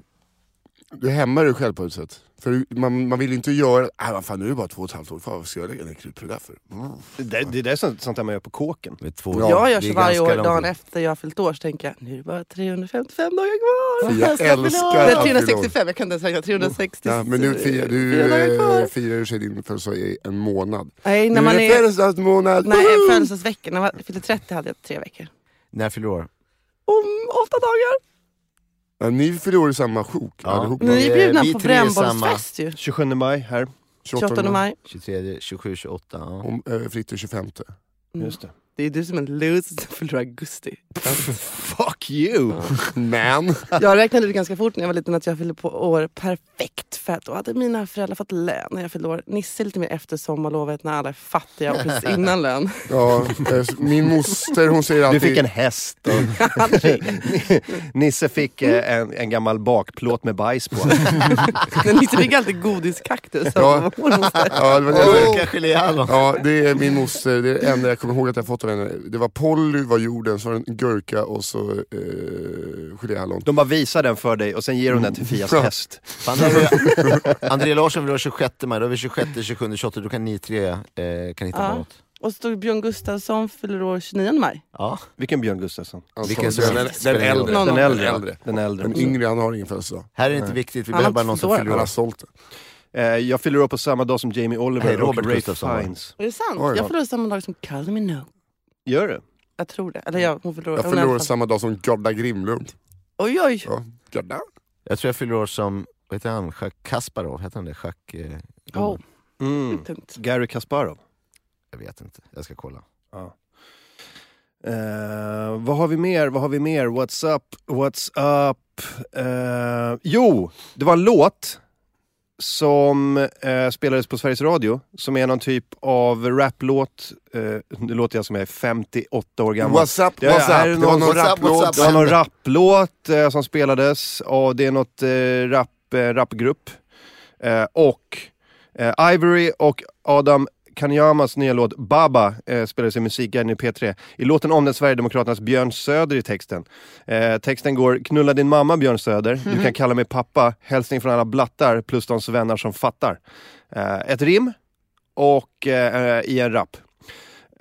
Speaker 3: du hämmar dig själv på ett sätt. För man, man vill inte göra, ah, vad fan nu är det bara två och ett halvt år kvar, vad ska jag lägga ner krut på det där för? Mm.
Speaker 4: Det, där- det där är sånt, sånt där man gör på kåken.
Speaker 2: Med två,
Speaker 5: jag gör
Speaker 2: det är
Speaker 5: så varje
Speaker 2: ganska
Speaker 5: år,
Speaker 2: lång
Speaker 5: dagen
Speaker 2: tid.
Speaker 5: efter jag har fyllt år, så tänker jag nu är det bara 355 dagar kvar.
Speaker 3: Fy, jag älskar
Speaker 5: Nej,
Speaker 3: att fylla år.
Speaker 5: 365, jag kan inte ens räkna. 360.
Speaker 3: Ja, men nu firar du
Speaker 5: fyra dagar kvar.
Speaker 3: eh, firar du sig din födelsedag i en månad.
Speaker 5: Nej,
Speaker 3: Nu
Speaker 5: när man
Speaker 3: är det
Speaker 5: är...
Speaker 3: födelsedagsmånad!
Speaker 5: Nej,
Speaker 3: Woho!
Speaker 5: födelsedagsveckan. När jag fyllde 30 hade jag tre veckor.
Speaker 2: När fyller du år?
Speaker 5: Om åtta dagar.
Speaker 3: Ja, ni fyller år i samma sjok
Speaker 2: Ja.
Speaker 3: allihopa.
Speaker 5: Ni är
Speaker 2: eh, vi
Speaker 5: bjudna på
Speaker 2: tre är samma.
Speaker 5: brännbollsfest ju.
Speaker 4: 27 maj här.
Speaker 2: Mm.
Speaker 5: 28 maj.
Speaker 2: 23, 27, 28? Ja.
Speaker 3: Om, eh, Fritte 25.
Speaker 4: Just det.
Speaker 5: Det är du som är en loser som fyller augusti.
Speaker 4: Fuck you!
Speaker 3: Men!
Speaker 5: Jag räknade ut ganska fort när jag var liten att jag fyllde på år perfekt för att då hade mina föräldrar fått lön när jag fyllde år. Nisse är lite mer efter sommarlovet när alla är fattiga och precis innan lön.
Speaker 3: Ja, eh, min moster hon säger
Speaker 4: Du
Speaker 3: alltid...
Speaker 4: fick en häst. Och... Nisse fick eh, en, en gammal bakplåt med bajs på.
Speaker 5: Men Nisse fick typ alltid godiskaktus. av
Speaker 3: Ja.
Speaker 5: vår moster.
Speaker 3: Ja, det var det jag
Speaker 2: Oh!
Speaker 3: tänkte.
Speaker 2: Vilka geléhallon!
Speaker 3: Ja, det är min moster. Det är det enda jag kommer ihåg att jag fått av henne. Det var Polly, var jorden, så var det en gurka och så eh, geléhallon.
Speaker 4: De bara visar den för dig och sen ger hon den till
Speaker 2: Mm.
Speaker 4: Fias häst.
Speaker 2: Fan, det är ju- André Larsson vill ha 26 maj, då har vi 26, 27, 28, då kan ni tre eh, kan hitta på
Speaker 5: Ja.
Speaker 2: något.
Speaker 5: Och så stod Björn Gustafsson fyller år 29 maj.
Speaker 2: Ja.
Speaker 4: Vilken Björn Gustafsson?
Speaker 2: Vilken
Speaker 3: den, den,
Speaker 2: som-
Speaker 3: den äldre.
Speaker 5: Någon
Speaker 4: Den
Speaker 5: av
Speaker 4: äldre.
Speaker 3: äldre.
Speaker 4: Den äldre.
Speaker 3: Den yngre, han har ingen födelsedag.
Speaker 2: Här är det inte viktigt, vi
Speaker 5: Han har
Speaker 2: behöver bara någon som
Speaker 5: inte
Speaker 2: fyller
Speaker 3: Han
Speaker 2: år.
Speaker 3: har sålt den.
Speaker 4: Eh, jag fyller år på samma dag som Jamie Oliver
Speaker 2: Hej,
Speaker 4: och
Speaker 2: Robert
Speaker 4: Ray
Speaker 2: Gustafsson.
Speaker 4: Fiennes.
Speaker 5: Är det sant?
Speaker 3: Oj,
Speaker 5: jag
Speaker 3: vad-
Speaker 5: förlorade samma dag som Kylie Minogue.
Speaker 4: Gör du?
Speaker 5: Jag tror det. Eller jag, hon förlorade.
Speaker 3: Jag förlorade samma dag som Gadda Grimlund.
Speaker 5: Oj oj!
Speaker 3: Ja. Gadda?
Speaker 2: Jag tror jag fyller år som, vad heter han, Schack Kasparov, heter han det? Schack... Eh,
Speaker 5: Oh,
Speaker 4: Mm.
Speaker 5: tungt.
Speaker 4: Gary Kasparov.
Speaker 2: Jag vet inte, jag ska kolla.
Speaker 4: Eh, vad har vi mer? Vad har vi mer? What's up? What's up? Eh, jo, det var en låt som eh, spelades på Sveriges Radio som är någon typ av raplåt. Eh, nu låter jag som jag är 58 år gammal.
Speaker 3: What's up,
Speaker 4: Det är-
Speaker 3: what's up?
Speaker 4: är det någon
Speaker 3: någon
Speaker 2: what's up,
Speaker 3: rapplåt.
Speaker 2: what's up?
Speaker 4: Det var någon rapplåt eh, som spelades och det är något eh, rap, eh, rapgrupp. Eh, och eh, Ivory och Adam Kanyamas nya låt Baba eh, spelades i Musikguiden i P3. I låten omnämns Sverigedemokraternas Björn Söder i texten. Eh, texten går “Knulla din mamma Björn Söder,
Speaker 2: Mhm.
Speaker 4: du kan kalla mig pappa, hälsning från alla blattar plus de vänner som fattar”. Eh, ett rim och eh, i en rap.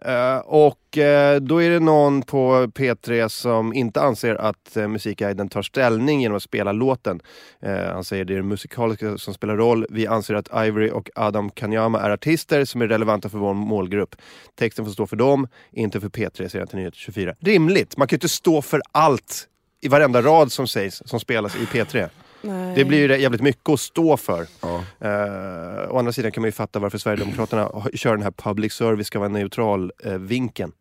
Speaker 4: Eh, och eh, då är det någon på P3 som inte anser att eh, Musikguiden tar ställning genom att spela låten. Eh, han säger det är det musikaliska som spelar roll. Vi anser att Ivory och Adam Kanyama är artister som är relevanta för vår målgrupp. Texten får stå för dem, inte för P3, säger han till Nyheter 24. Rimligt, man kan ju inte stå för allt i varenda rad som sägs, som spelas i P3.
Speaker 5: Nej.
Speaker 4: Det blir ju jävligt mycket att stå för.
Speaker 3: Ja.
Speaker 4: Eh, å andra sidan kan man ju fatta varför Sverigedemokraterna har- kör den här public service ska vara neutral eh, vinkeln.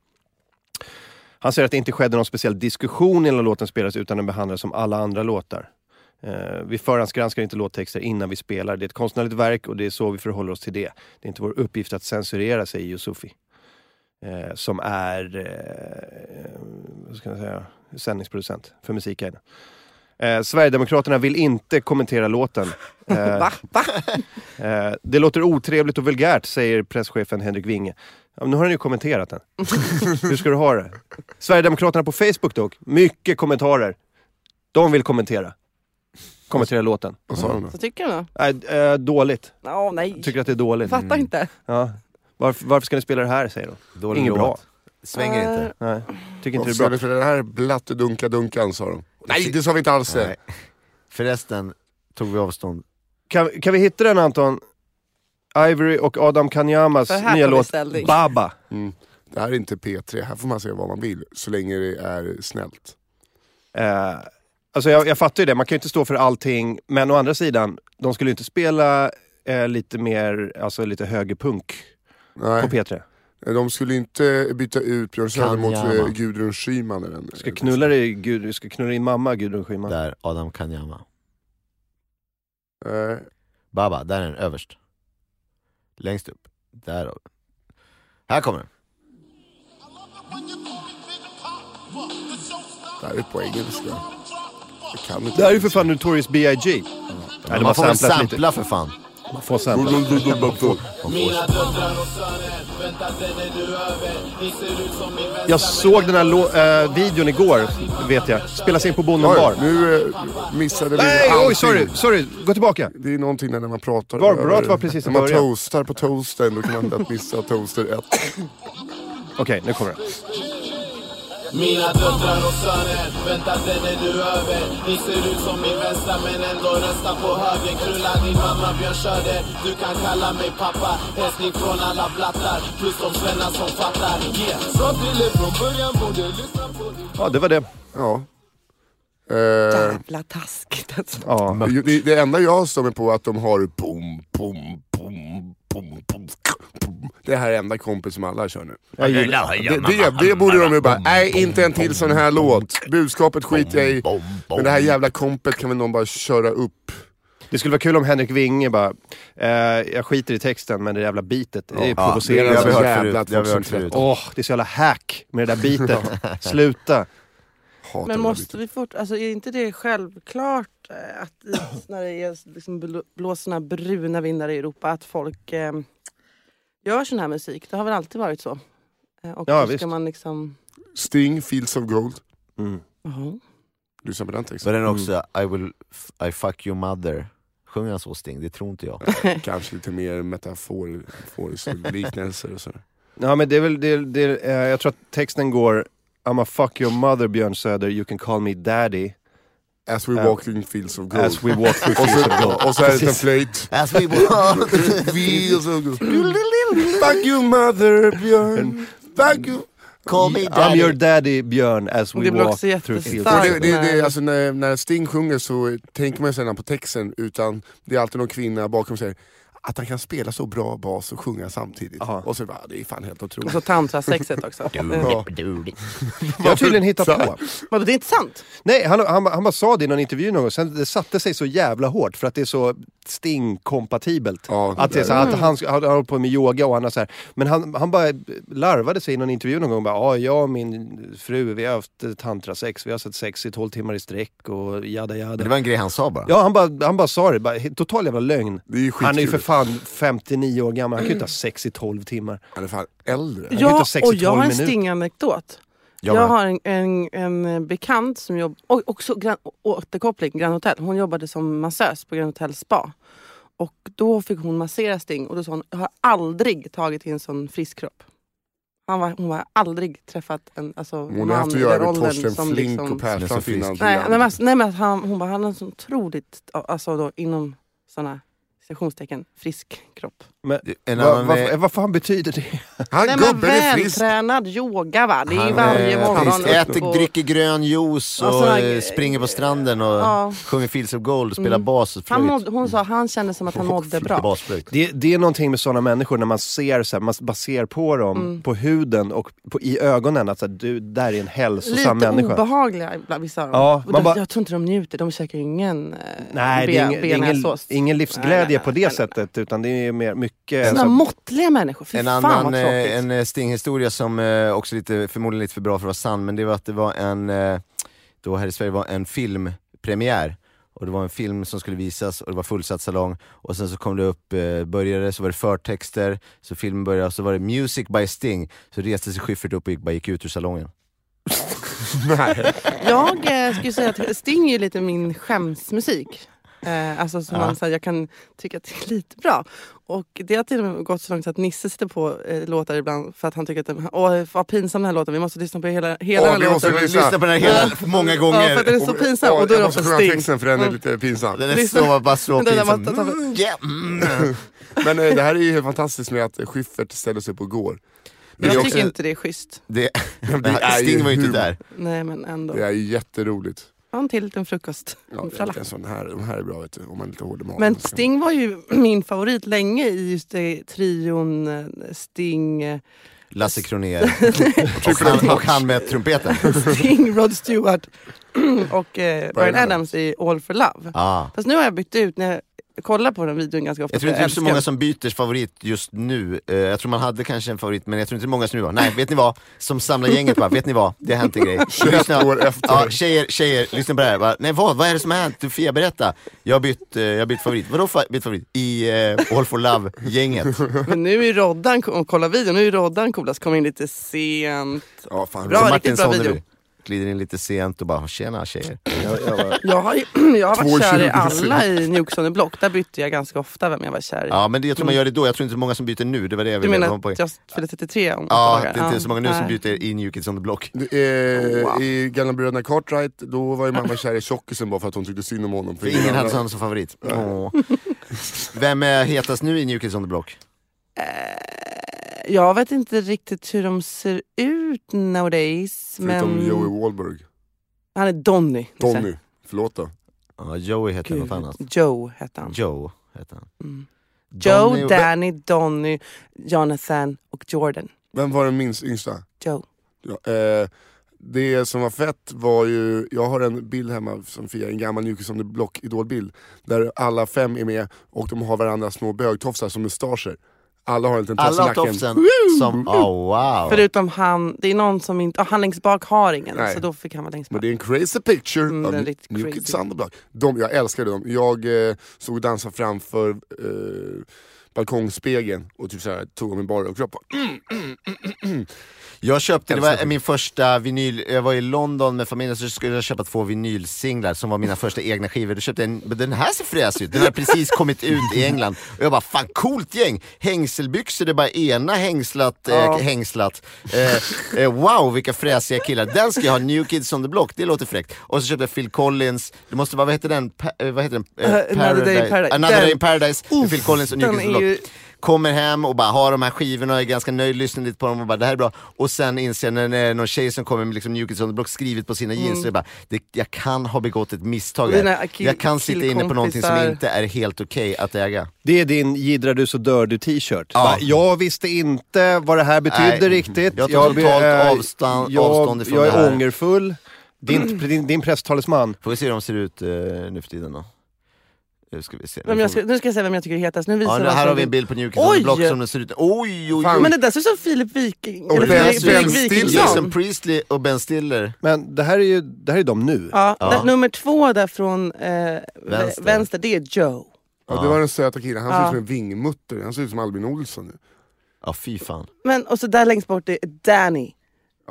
Speaker 4: Han säger att det inte skedde någon speciell diskussion innan låten spelades utan den behandlades som alla andra låtar. Eh, vi förhandsgranskar inte låttexter innan vi spelar. Det är ett konstnärligt verk och det är så vi förhåller oss till det. Det är inte vår uppgift att censurera, säger Yusufi. Eh, som är eh, vad ska jag säga, sändningsproducent för Musikguiden. Eh, Sverigedemokraterna vill inte kommentera låten. Eh,
Speaker 5: Va? Va?
Speaker 4: Eh, det låter otrevligt och vulgärt, säger presschefen Henrik Winge. Ja, men nu har han ju kommenterat den. Hur ska du ha det? Sverigedemokraterna på Facebook dock, mycket kommentarer. De vill kommentera. Kommentera låten.
Speaker 3: Vad sa hon då?
Speaker 5: Så tycker du då?
Speaker 4: Nej, eh, dåligt.
Speaker 5: Åh nej.
Speaker 4: Tycker Mm. att det är dåligt.
Speaker 5: Fattar inte.
Speaker 4: Ja. Varför, varför ska ni spela det här, säger de.
Speaker 2: Dålig
Speaker 4: Ingen
Speaker 2: låt.
Speaker 4: bra. Eh.
Speaker 2: Svänger inte.
Speaker 4: Nej, tycker inte
Speaker 3: Vad
Speaker 4: det är
Speaker 3: sa
Speaker 4: bra.
Speaker 3: du för den här blattedunka-dunkan sa de. Nej det sa vi inte alls det.
Speaker 2: Nej. Förresten tog vi avstånd.
Speaker 4: Kan, kan vi hitta den Anton? Ivory och Adam Kanyamas
Speaker 5: För här
Speaker 4: nya
Speaker 5: tar vi
Speaker 4: låt
Speaker 5: ställning.
Speaker 4: Baba.
Speaker 3: Mm. Det här är inte P3, här får man säga vad man vill så länge det är snällt.
Speaker 4: Eh, alltså jag, jag fattar ju det, man kan ju inte stå för allting. Men å andra sidan, de skulle ju inte spela eh, lite mer, alltså lite högerpunk på
Speaker 3: Nej.
Speaker 4: P3.
Speaker 3: Eh, De skulle inte byta ut Björn Söder mot
Speaker 2: Kanyama.
Speaker 3: eh, Gudrun Schyman. eller den-
Speaker 4: Ska knulla, dig, Gud, ska knulla din mamma Gudrun Schyman.
Speaker 2: Där, Adam Kanyama.
Speaker 3: Eh,
Speaker 2: Baba, där är den överst. Längst upp. Där har vi. Här kommer den.
Speaker 3: Det här är på engelska. Jag kan inte.
Speaker 4: Det här är ju för fan Notorious B.I.G. Nej, de
Speaker 2: Man får
Speaker 4: har
Speaker 2: väl
Speaker 4: samplat lite.
Speaker 2: sampla för fan.
Speaker 4: Man får sampla. Jag såg den här lo- eh, videon igår, vet jag. Spelas in på Bonden
Speaker 3: Oj,
Speaker 4: Bar.
Speaker 3: nu eh, missade vi
Speaker 4: Nej,
Speaker 3: allting.
Speaker 4: oj, sorry, sorry. Gå tillbaka.
Speaker 3: Det är någonting där när man pratar
Speaker 4: Var bra
Speaker 3: över-
Speaker 4: att det var precis i
Speaker 3: När man
Speaker 4: början.
Speaker 3: toastar på toasten då kan man inte missa toaster ett.
Speaker 4: Okej, nu kommer den.
Speaker 6: Mina döttrar och söner, vänta den är nu över Ni ser ut som min vänstra men ändå röstar på höger Knulla din mamma Björn Söder, du kan kalla mig pappa Hälsning från alla blattar, plus de svennar som fattar yeah. Så till er från början borde lyssna på din
Speaker 4: Ja, det var det.
Speaker 3: Ja. Eh,
Speaker 5: Jävla taskigt alltså.
Speaker 4: Ja.
Speaker 3: ju- det, det enda jag står mig på är att de har boom, boom, boom, boom, boom, boom. Det här är enda kompis som alla kör nu.
Speaker 4: Jag gillar-
Speaker 3: Det, det, det borde de ju bara, nej inte en till sån här låt. Budskapet skiter jag i. Men det här jävla kompet kan väl någon bara köra upp.
Speaker 4: Det skulle vara kul om Henrik Winge bara, eh, jag skiter i texten men det jävla bitet, det är
Speaker 2: det har vi
Speaker 4: provocerande.
Speaker 2: hört
Speaker 3: Jävla
Speaker 2: förut. Det har vi hört
Speaker 3: 2013.
Speaker 2: förut.
Speaker 4: Åh, det är så jävla hack med det där bitet. Sluta.
Speaker 3: Hatar
Speaker 5: Men
Speaker 3: den här
Speaker 5: måste vi fort... Alltså är inte det självklart eh, att i- när det är liksom bl- blåser såna här bruna vindar i Europa att folk eh, gör sån här musik? Det har väl alltid varit så? Eh, och
Speaker 4: Ja,
Speaker 5: då ska
Speaker 4: visst.
Speaker 5: man liksom...
Speaker 3: biten. Sting, Fields of Gold.
Speaker 4: Mm.
Speaker 5: Jaha.
Speaker 3: Lyssna på den texten. Mm.
Speaker 2: Men den också, I will, f- I fuck your mother. Sjunger han så Sting? Det tror inte jag.
Speaker 3: Kanske lite mer metafor, metafor liknelser och sådär.
Speaker 4: Ja men det är väl, det, det, eh, jag tror att texten går, I'm a fuck your mother Björn Söder, you can call me daddy.
Speaker 3: As we walking fields of gold.
Speaker 4: As we walk through
Speaker 3: och,
Speaker 4: fields of
Speaker 3: så,
Speaker 4: gold.
Speaker 3: och så är det typ- en flöjt.
Speaker 2: As we walk.
Speaker 3: Fields of gold. Fuck you mother Björn. Fuck you.
Speaker 2: Call me
Speaker 4: I'm
Speaker 2: daddy.
Speaker 4: your daddy Björn as we
Speaker 5: Det blir
Speaker 4: walk
Speaker 5: också
Speaker 4: through fields
Speaker 3: Och
Speaker 4: of
Speaker 5: jättestarkt.
Speaker 3: det,
Speaker 4: gold.
Speaker 3: det, det,
Speaker 5: Nej.
Speaker 3: alltså när, när Sting sjunger så tänker man sällan på texten utan det är alltid någon kvinna bakom som säger att han kan spela så bra bas och sjunga samtidigt.
Speaker 4: Aha.
Speaker 3: Och så bara, "Ah, det är fan helt
Speaker 5: Och
Speaker 3: otroligt.
Speaker 5: så tantrasexet också. Eh,
Speaker 4: Jag har tydligen hittat på.
Speaker 5: Vadå, det är inte sant?
Speaker 4: Nej, han, han, han bara sa det i någon intervju någon gång, sen det satte sig så jävla hårt för att det är så Sting-kompatibelt.
Speaker 3: Ja,
Speaker 4: att det är så här, att han, sk- han har hållit på med yoga och annat så här. Men han, han bara larvade sig i någon intervju någon gång. Bara, ja, jag och min fru, vi har haft eh, tantrasex, vi har sett sex i 12 timmar i sträck och jada jada.
Speaker 2: Det var en grej han sa bara.
Speaker 4: Ja, han bara, han bara sa det. Bara, he- total jävla lögn.
Speaker 3: Det är ju
Speaker 4: han är ju för
Speaker 3: skitkul.
Speaker 4: fan 59 år gammal, han kan ju inte ha sex i 12 timmar.
Speaker 3: Han är fan äldre.
Speaker 4: kan ju ta
Speaker 5: Ja,
Speaker 4: sex i
Speaker 5: och jag har en
Speaker 4: tolv minuter.
Speaker 5: stinganekdot. Jag,
Speaker 2: med.
Speaker 5: har en, en, en bekant som jobbar, och också gran, å- återkoppling, Grand Hotel. Hon jobbade som massös på Grand Hotel Spa. Och då fick hon massera Sting och då sa hon, jag har aldrig tagit in en sån frisk kropp. Han var, hon har aldrig träffat en alltså,
Speaker 3: Hon har
Speaker 5: man
Speaker 3: haft att
Speaker 5: i
Speaker 3: göra
Speaker 5: den
Speaker 3: med
Speaker 5: åldern
Speaker 3: Torsten
Speaker 5: som
Speaker 3: Flink
Speaker 5: liksom-
Speaker 3: och
Speaker 2: Som är
Speaker 3: Persson
Speaker 2: så frisk.
Speaker 3: innan.
Speaker 5: Nej, men, alltså, nej, men att han, hon bara, han har en så otroligt, alltså då inom såna citationstecken, frisk kropp.
Speaker 4: Men,
Speaker 2: En
Speaker 4: vad,
Speaker 2: annan,
Speaker 4: vad,
Speaker 2: eh,
Speaker 4: vad fan betyder det?
Speaker 3: Han
Speaker 5: Nej, men
Speaker 3: gubben är frisk.
Speaker 5: vältränad yoga va? Det är ju
Speaker 2: han,
Speaker 5: varje
Speaker 2: eh,
Speaker 5: morgon. Alltså,
Speaker 2: precis, äter,
Speaker 5: och-
Speaker 2: dricker grön juice och,
Speaker 5: Och sådana-
Speaker 2: eh, springer på stranden och
Speaker 5: Ja.
Speaker 2: sjunger Fields of Gold, spelar
Speaker 5: Mm.
Speaker 2: bas och
Speaker 5: Han
Speaker 2: flöjt.
Speaker 5: mådde, hon sa han kände som att han mådde bra.
Speaker 2: Basflöjt.
Speaker 4: Det, det är någonting med sådana människor när man ser, så här, man bara ser på dem, på huden och på, i ögonen att så här, du, där är en
Speaker 5: Lite
Speaker 4: hälsosam människa.
Speaker 5: obehagliga ibland, vissa av dem.
Speaker 4: Ja,
Speaker 5: Och
Speaker 4: man
Speaker 5: de,
Speaker 4: bara-
Speaker 5: jag tror inte de njuter, de käkar ju ingen eh,
Speaker 4: Nej, det är ingen, det är ingen,
Speaker 5: benäsås.
Speaker 4: ingen livsglädje
Speaker 5: Nej, nej,
Speaker 4: på det
Speaker 5: nej, nej,
Speaker 4: sättet utan det är mer mycket...
Speaker 5: Såna
Speaker 4: så här,
Speaker 5: måttliga människor, fy
Speaker 2: En
Speaker 5: fan vad
Speaker 2: annan
Speaker 5: tråkigt.
Speaker 2: eh, en eh, stinghistoria som eh, också lite, förmodligen lite för bra för att vara sann, men det var att det var en, eh, då här i Sverige var en filmpremiär. Och det var en film som skulle visas och det var fullsatt salong. Och sen så kom det upp, eh, började, så var det förtexter, så filmen började och så var det Music by Sting. Så reste sig Schyffert upp och gick, bara gick ut ur salongen.
Speaker 5: Jag eh, skulle säga att Sting är ju lite min skämsmusik. Eh, alltså som man, så här, jag kan tycka att det är lite bra. Och det har till och med gått så långt så att Nisse sätter på eh, låtar ibland för att han tycker att den, åh, vad pinsam den här låten vi måste lyssna på hela, hela
Speaker 3: Åh,
Speaker 5: den här
Speaker 3: vi måste
Speaker 5: låten.
Speaker 3: lyssna
Speaker 2: Alltså, Lyssna på den här hela, många
Speaker 5: Ja,
Speaker 2: gånger.
Speaker 5: för att den är så pinsam. Och då är
Speaker 3: jag
Speaker 5: det
Speaker 3: måste
Speaker 5: också
Speaker 3: sjunga
Speaker 5: Sting. Mm.
Speaker 3: texten för den är lite pinsam.
Speaker 2: Den är
Speaker 5: Lyssna.
Speaker 2: så, bara så
Speaker 5: Den där
Speaker 2: pinsam.
Speaker 5: var-
Speaker 2: Mm, yeah, mm.
Speaker 3: Men eh, det här är ju helt fantastiskt med att Schyffert ställer sig upp och går. Det är
Speaker 5: Jag
Speaker 3: också-
Speaker 5: tycker inte det är schysst.
Speaker 2: Det,
Speaker 3: det är ju
Speaker 2: Sting var ju inte
Speaker 3: humor.
Speaker 2: där.
Speaker 5: Nej men ändå.
Speaker 3: Det är ju jätteroligt.
Speaker 5: Ha en till liten frukost.
Speaker 3: Ja,
Speaker 5: En fralla.
Speaker 3: en sån här, de här är bra vet du, om man är lite hård i magen.
Speaker 5: Men Sting var ju min favorit länge i just det, trion eh, Sting, eh,
Speaker 2: Lasse Kronér. och, han, och han med trumpeten.
Speaker 5: Sting Rod Stewart och eh, Brian Adams i All for Love.
Speaker 2: Ah.
Speaker 5: Fast nu har jag bytt ut, när jag kollar på den videon ganska ofta.
Speaker 2: Jag tror inte det är
Speaker 5: för
Speaker 2: så
Speaker 5: älskar
Speaker 2: många
Speaker 5: den.
Speaker 2: som byter favorit just nu. Eh, Jag tror man hade kanske en favorit, men jag tror inte det är många som nu bara, nej vet ni vad? Som samlar gänget bara, vet ni vad? Det har hänt en grej.
Speaker 3: 21 år efter.
Speaker 2: Ja, tjejer, tjejer, lyssna på det här. Bara, nej vad, vad är det som har hänt? Du, Fia, berätta. Jag har bytt, eh, jag har bytt favorit. Vadå fa- bytt favorit? I eh, All for Love-gänget.
Speaker 5: Men nu är Roddan, om kolla videon, nu är Roddan coolast, kom in lite sent.
Speaker 3: Ja, fan,
Speaker 5: Bra.
Speaker 2: Så
Speaker 5: riktigt
Speaker 2: Martin
Speaker 5: video.
Speaker 2: Sonneby glider in lite sent och bara, tjena tjejer.
Speaker 4: jag, jag bara,
Speaker 5: Jag har, ju- jag har varit kär i
Speaker 3: 2,20
Speaker 5: alla i Nukes on the Block, där bytte jag ganska ofta vem jag var kär i.
Speaker 2: Ja men det, jag tror man gör det då, jag tror inte många som byter nu. Det var det jag
Speaker 5: du
Speaker 2: ville
Speaker 5: menar
Speaker 2: komma på.
Speaker 5: att jag fyller 33 om
Speaker 2: Ja,
Speaker 5: åtta dagar?
Speaker 2: det är inte så många nu som
Speaker 5: nej.
Speaker 2: byter i New Kids on the Block.
Speaker 3: Du, eh,
Speaker 5: Wow.
Speaker 3: I Gamla bröderna Cartwright, då var ju mamma kär i tjockisen bara för att hon tyckte synd om honom.
Speaker 2: För ingen hade
Speaker 3: annan-
Speaker 2: honom som favorit. Åh. Vem är hetast nu i New Kids on the Block?
Speaker 5: Eh, Jag vet inte riktigt hur de ser ut nowadays.
Speaker 3: Förutom
Speaker 5: men
Speaker 3: Joey Wahlberg.
Speaker 5: Han är Donny.
Speaker 3: Donny. Förlåt då.
Speaker 2: Ja, Joey heter
Speaker 5: Gud,
Speaker 2: något annat.
Speaker 5: Joe hette han.
Speaker 2: Joe heter han.
Speaker 5: Mm. Joe,
Speaker 2: Donny och-
Speaker 5: Danny, Donny, Jonathan och Jordan.
Speaker 3: Vem var den minst yngsta?
Speaker 5: Joe.
Speaker 3: Ja, eh, det som var fett var ju, jag har en bild hemma som Fia, en gammal Newkids on the Block idolbild. Där alla fem är med och de har varandra små bögtofsar som mustascher. Alla har en liten tofs i
Speaker 2: Alla har
Speaker 3: nacken.
Speaker 2: tofsen som, oh wow.
Speaker 5: Förutom han, det är någon som inte, ah, han längst bak har ingen.
Speaker 3: Nej.
Speaker 5: Så då fick han vara längst
Speaker 3: Men
Speaker 5: bak.
Speaker 3: det är en crazy picture
Speaker 5: Mm,
Speaker 3: av
Speaker 5: den är
Speaker 3: New,
Speaker 5: riktigt
Speaker 3: New
Speaker 5: crazy.
Speaker 3: Kids on the Block. De, jag älskade dem. Jag eh, såg dansa framför eh, balkongspegeln och typ så här, tog av min bara kropp.
Speaker 2: Jag köpte, det var
Speaker 3: Älskar.
Speaker 2: min första vinyl, jag var i London med familjen så skulle jag köpa två vinylsinglar som var mina första egna skivor. Då köpte jag en, men den här ser fräs ut, den har precis kommit ut i England. Och jag bara, fan coolt gäng! Hängselbyxor, det är bara ena hängslat, eh, hängslat. Eh, eh, wow vilka fräsiga killar, den ska jag ha, New Kids on the Block, det låter fräckt. Och så köpte jag Phil Collins, det måste vara, vad heter den? Pa, eh, vad heter den? Eh,
Speaker 5: Another Day in Paradise.
Speaker 2: Another Day in
Speaker 5: Den-
Speaker 2: Paradise, med
Speaker 5: Uff,
Speaker 2: Phil Collins och New
Speaker 5: den
Speaker 2: Kids on the
Speaker 5: är
Speaker 2: Block
Speaker 5: ju-
Speaker 2: kommer hem och bara har de här skivorna och är ganska nöjd, lyssnar lite på dem och bara det här är bra. Och sen inser jag när det är någon tjej som kommer med liksom New Kids on the Block skrivit på sina jeans, så jag bara, det, jag kan ha begått ett misstag
Speaker 5: Mm. Dina
Speaker 2: här.
Speaker 5: kill-
Speaker 2: Jag kan sitta inne på någonting som
Speaker 5: killkompisar.
Speaker 2: inte är helt okej att äga.
Speaker 4: Det är din jiddrar du så dör du t-shirt.
Speaker 2: Ja.
Speaker 4: Va, Jag visste inte vad det här betydde
Speaker 2: Nej.
Speaker 4: riktigt.
Speaker 2: Jag tar
Speaker 4: be-
Speaker 2: totalt
Speaker 4: eh,
Speaker 2: avstånd- avstånd ifrån
Speaker 4: jag
Speaker 2: det här.
Speaker 4: är ångerfull. Din, din, din presstalesman.
Speaker 2: Får vi se hur de ser ut eh, nu för tiden då. Nu ska vi se.
Speaker 5: Vem jag ska, nu ska jag säga vem jag tycker är hetast. Nu visar
Speaker 2: ja, nu,
Speaker 5: jag
Speaker 2: här
Speaker 5: som
Speaker 2: har vi en bild på New Kids on the
Speaker 5: Oj!
Speaker 2: Block som den ser ut. Oj, oj,
Speaker 3: Fan,
Speaker 2: oj.
Speaker 5: Men det där ser ut som Filip Viking.
Speaker 3: Och
Speaker 5: eller
Speaker 3: Ben-
Speaker 5: Fredrik
Speaker 3: Ben
Speaker 5: Wikingsson.
Speaker 3: Stiller.
Speaker 2: Jason Priestley och Ben Stiller.
Speaker 4: Men det här är ju det här är de nu.
Speaker 5: Ja,
Speaker 2: Ja.
Speaker 5: där- nummer två där från eh,
Speaker 2: Vänster.
Speaker 5: vänster. vänster, det är Joe.
Speaker 3: Ja, det var den söta killen, han ser ut
Speaker 5: Ja.
Speaker 3: som en vingmutter, han ser ut som Albin Olsson nu.
Speaker 2: Ja, fy fan.
Speaker 5: Men, och så där längst bort är Danny.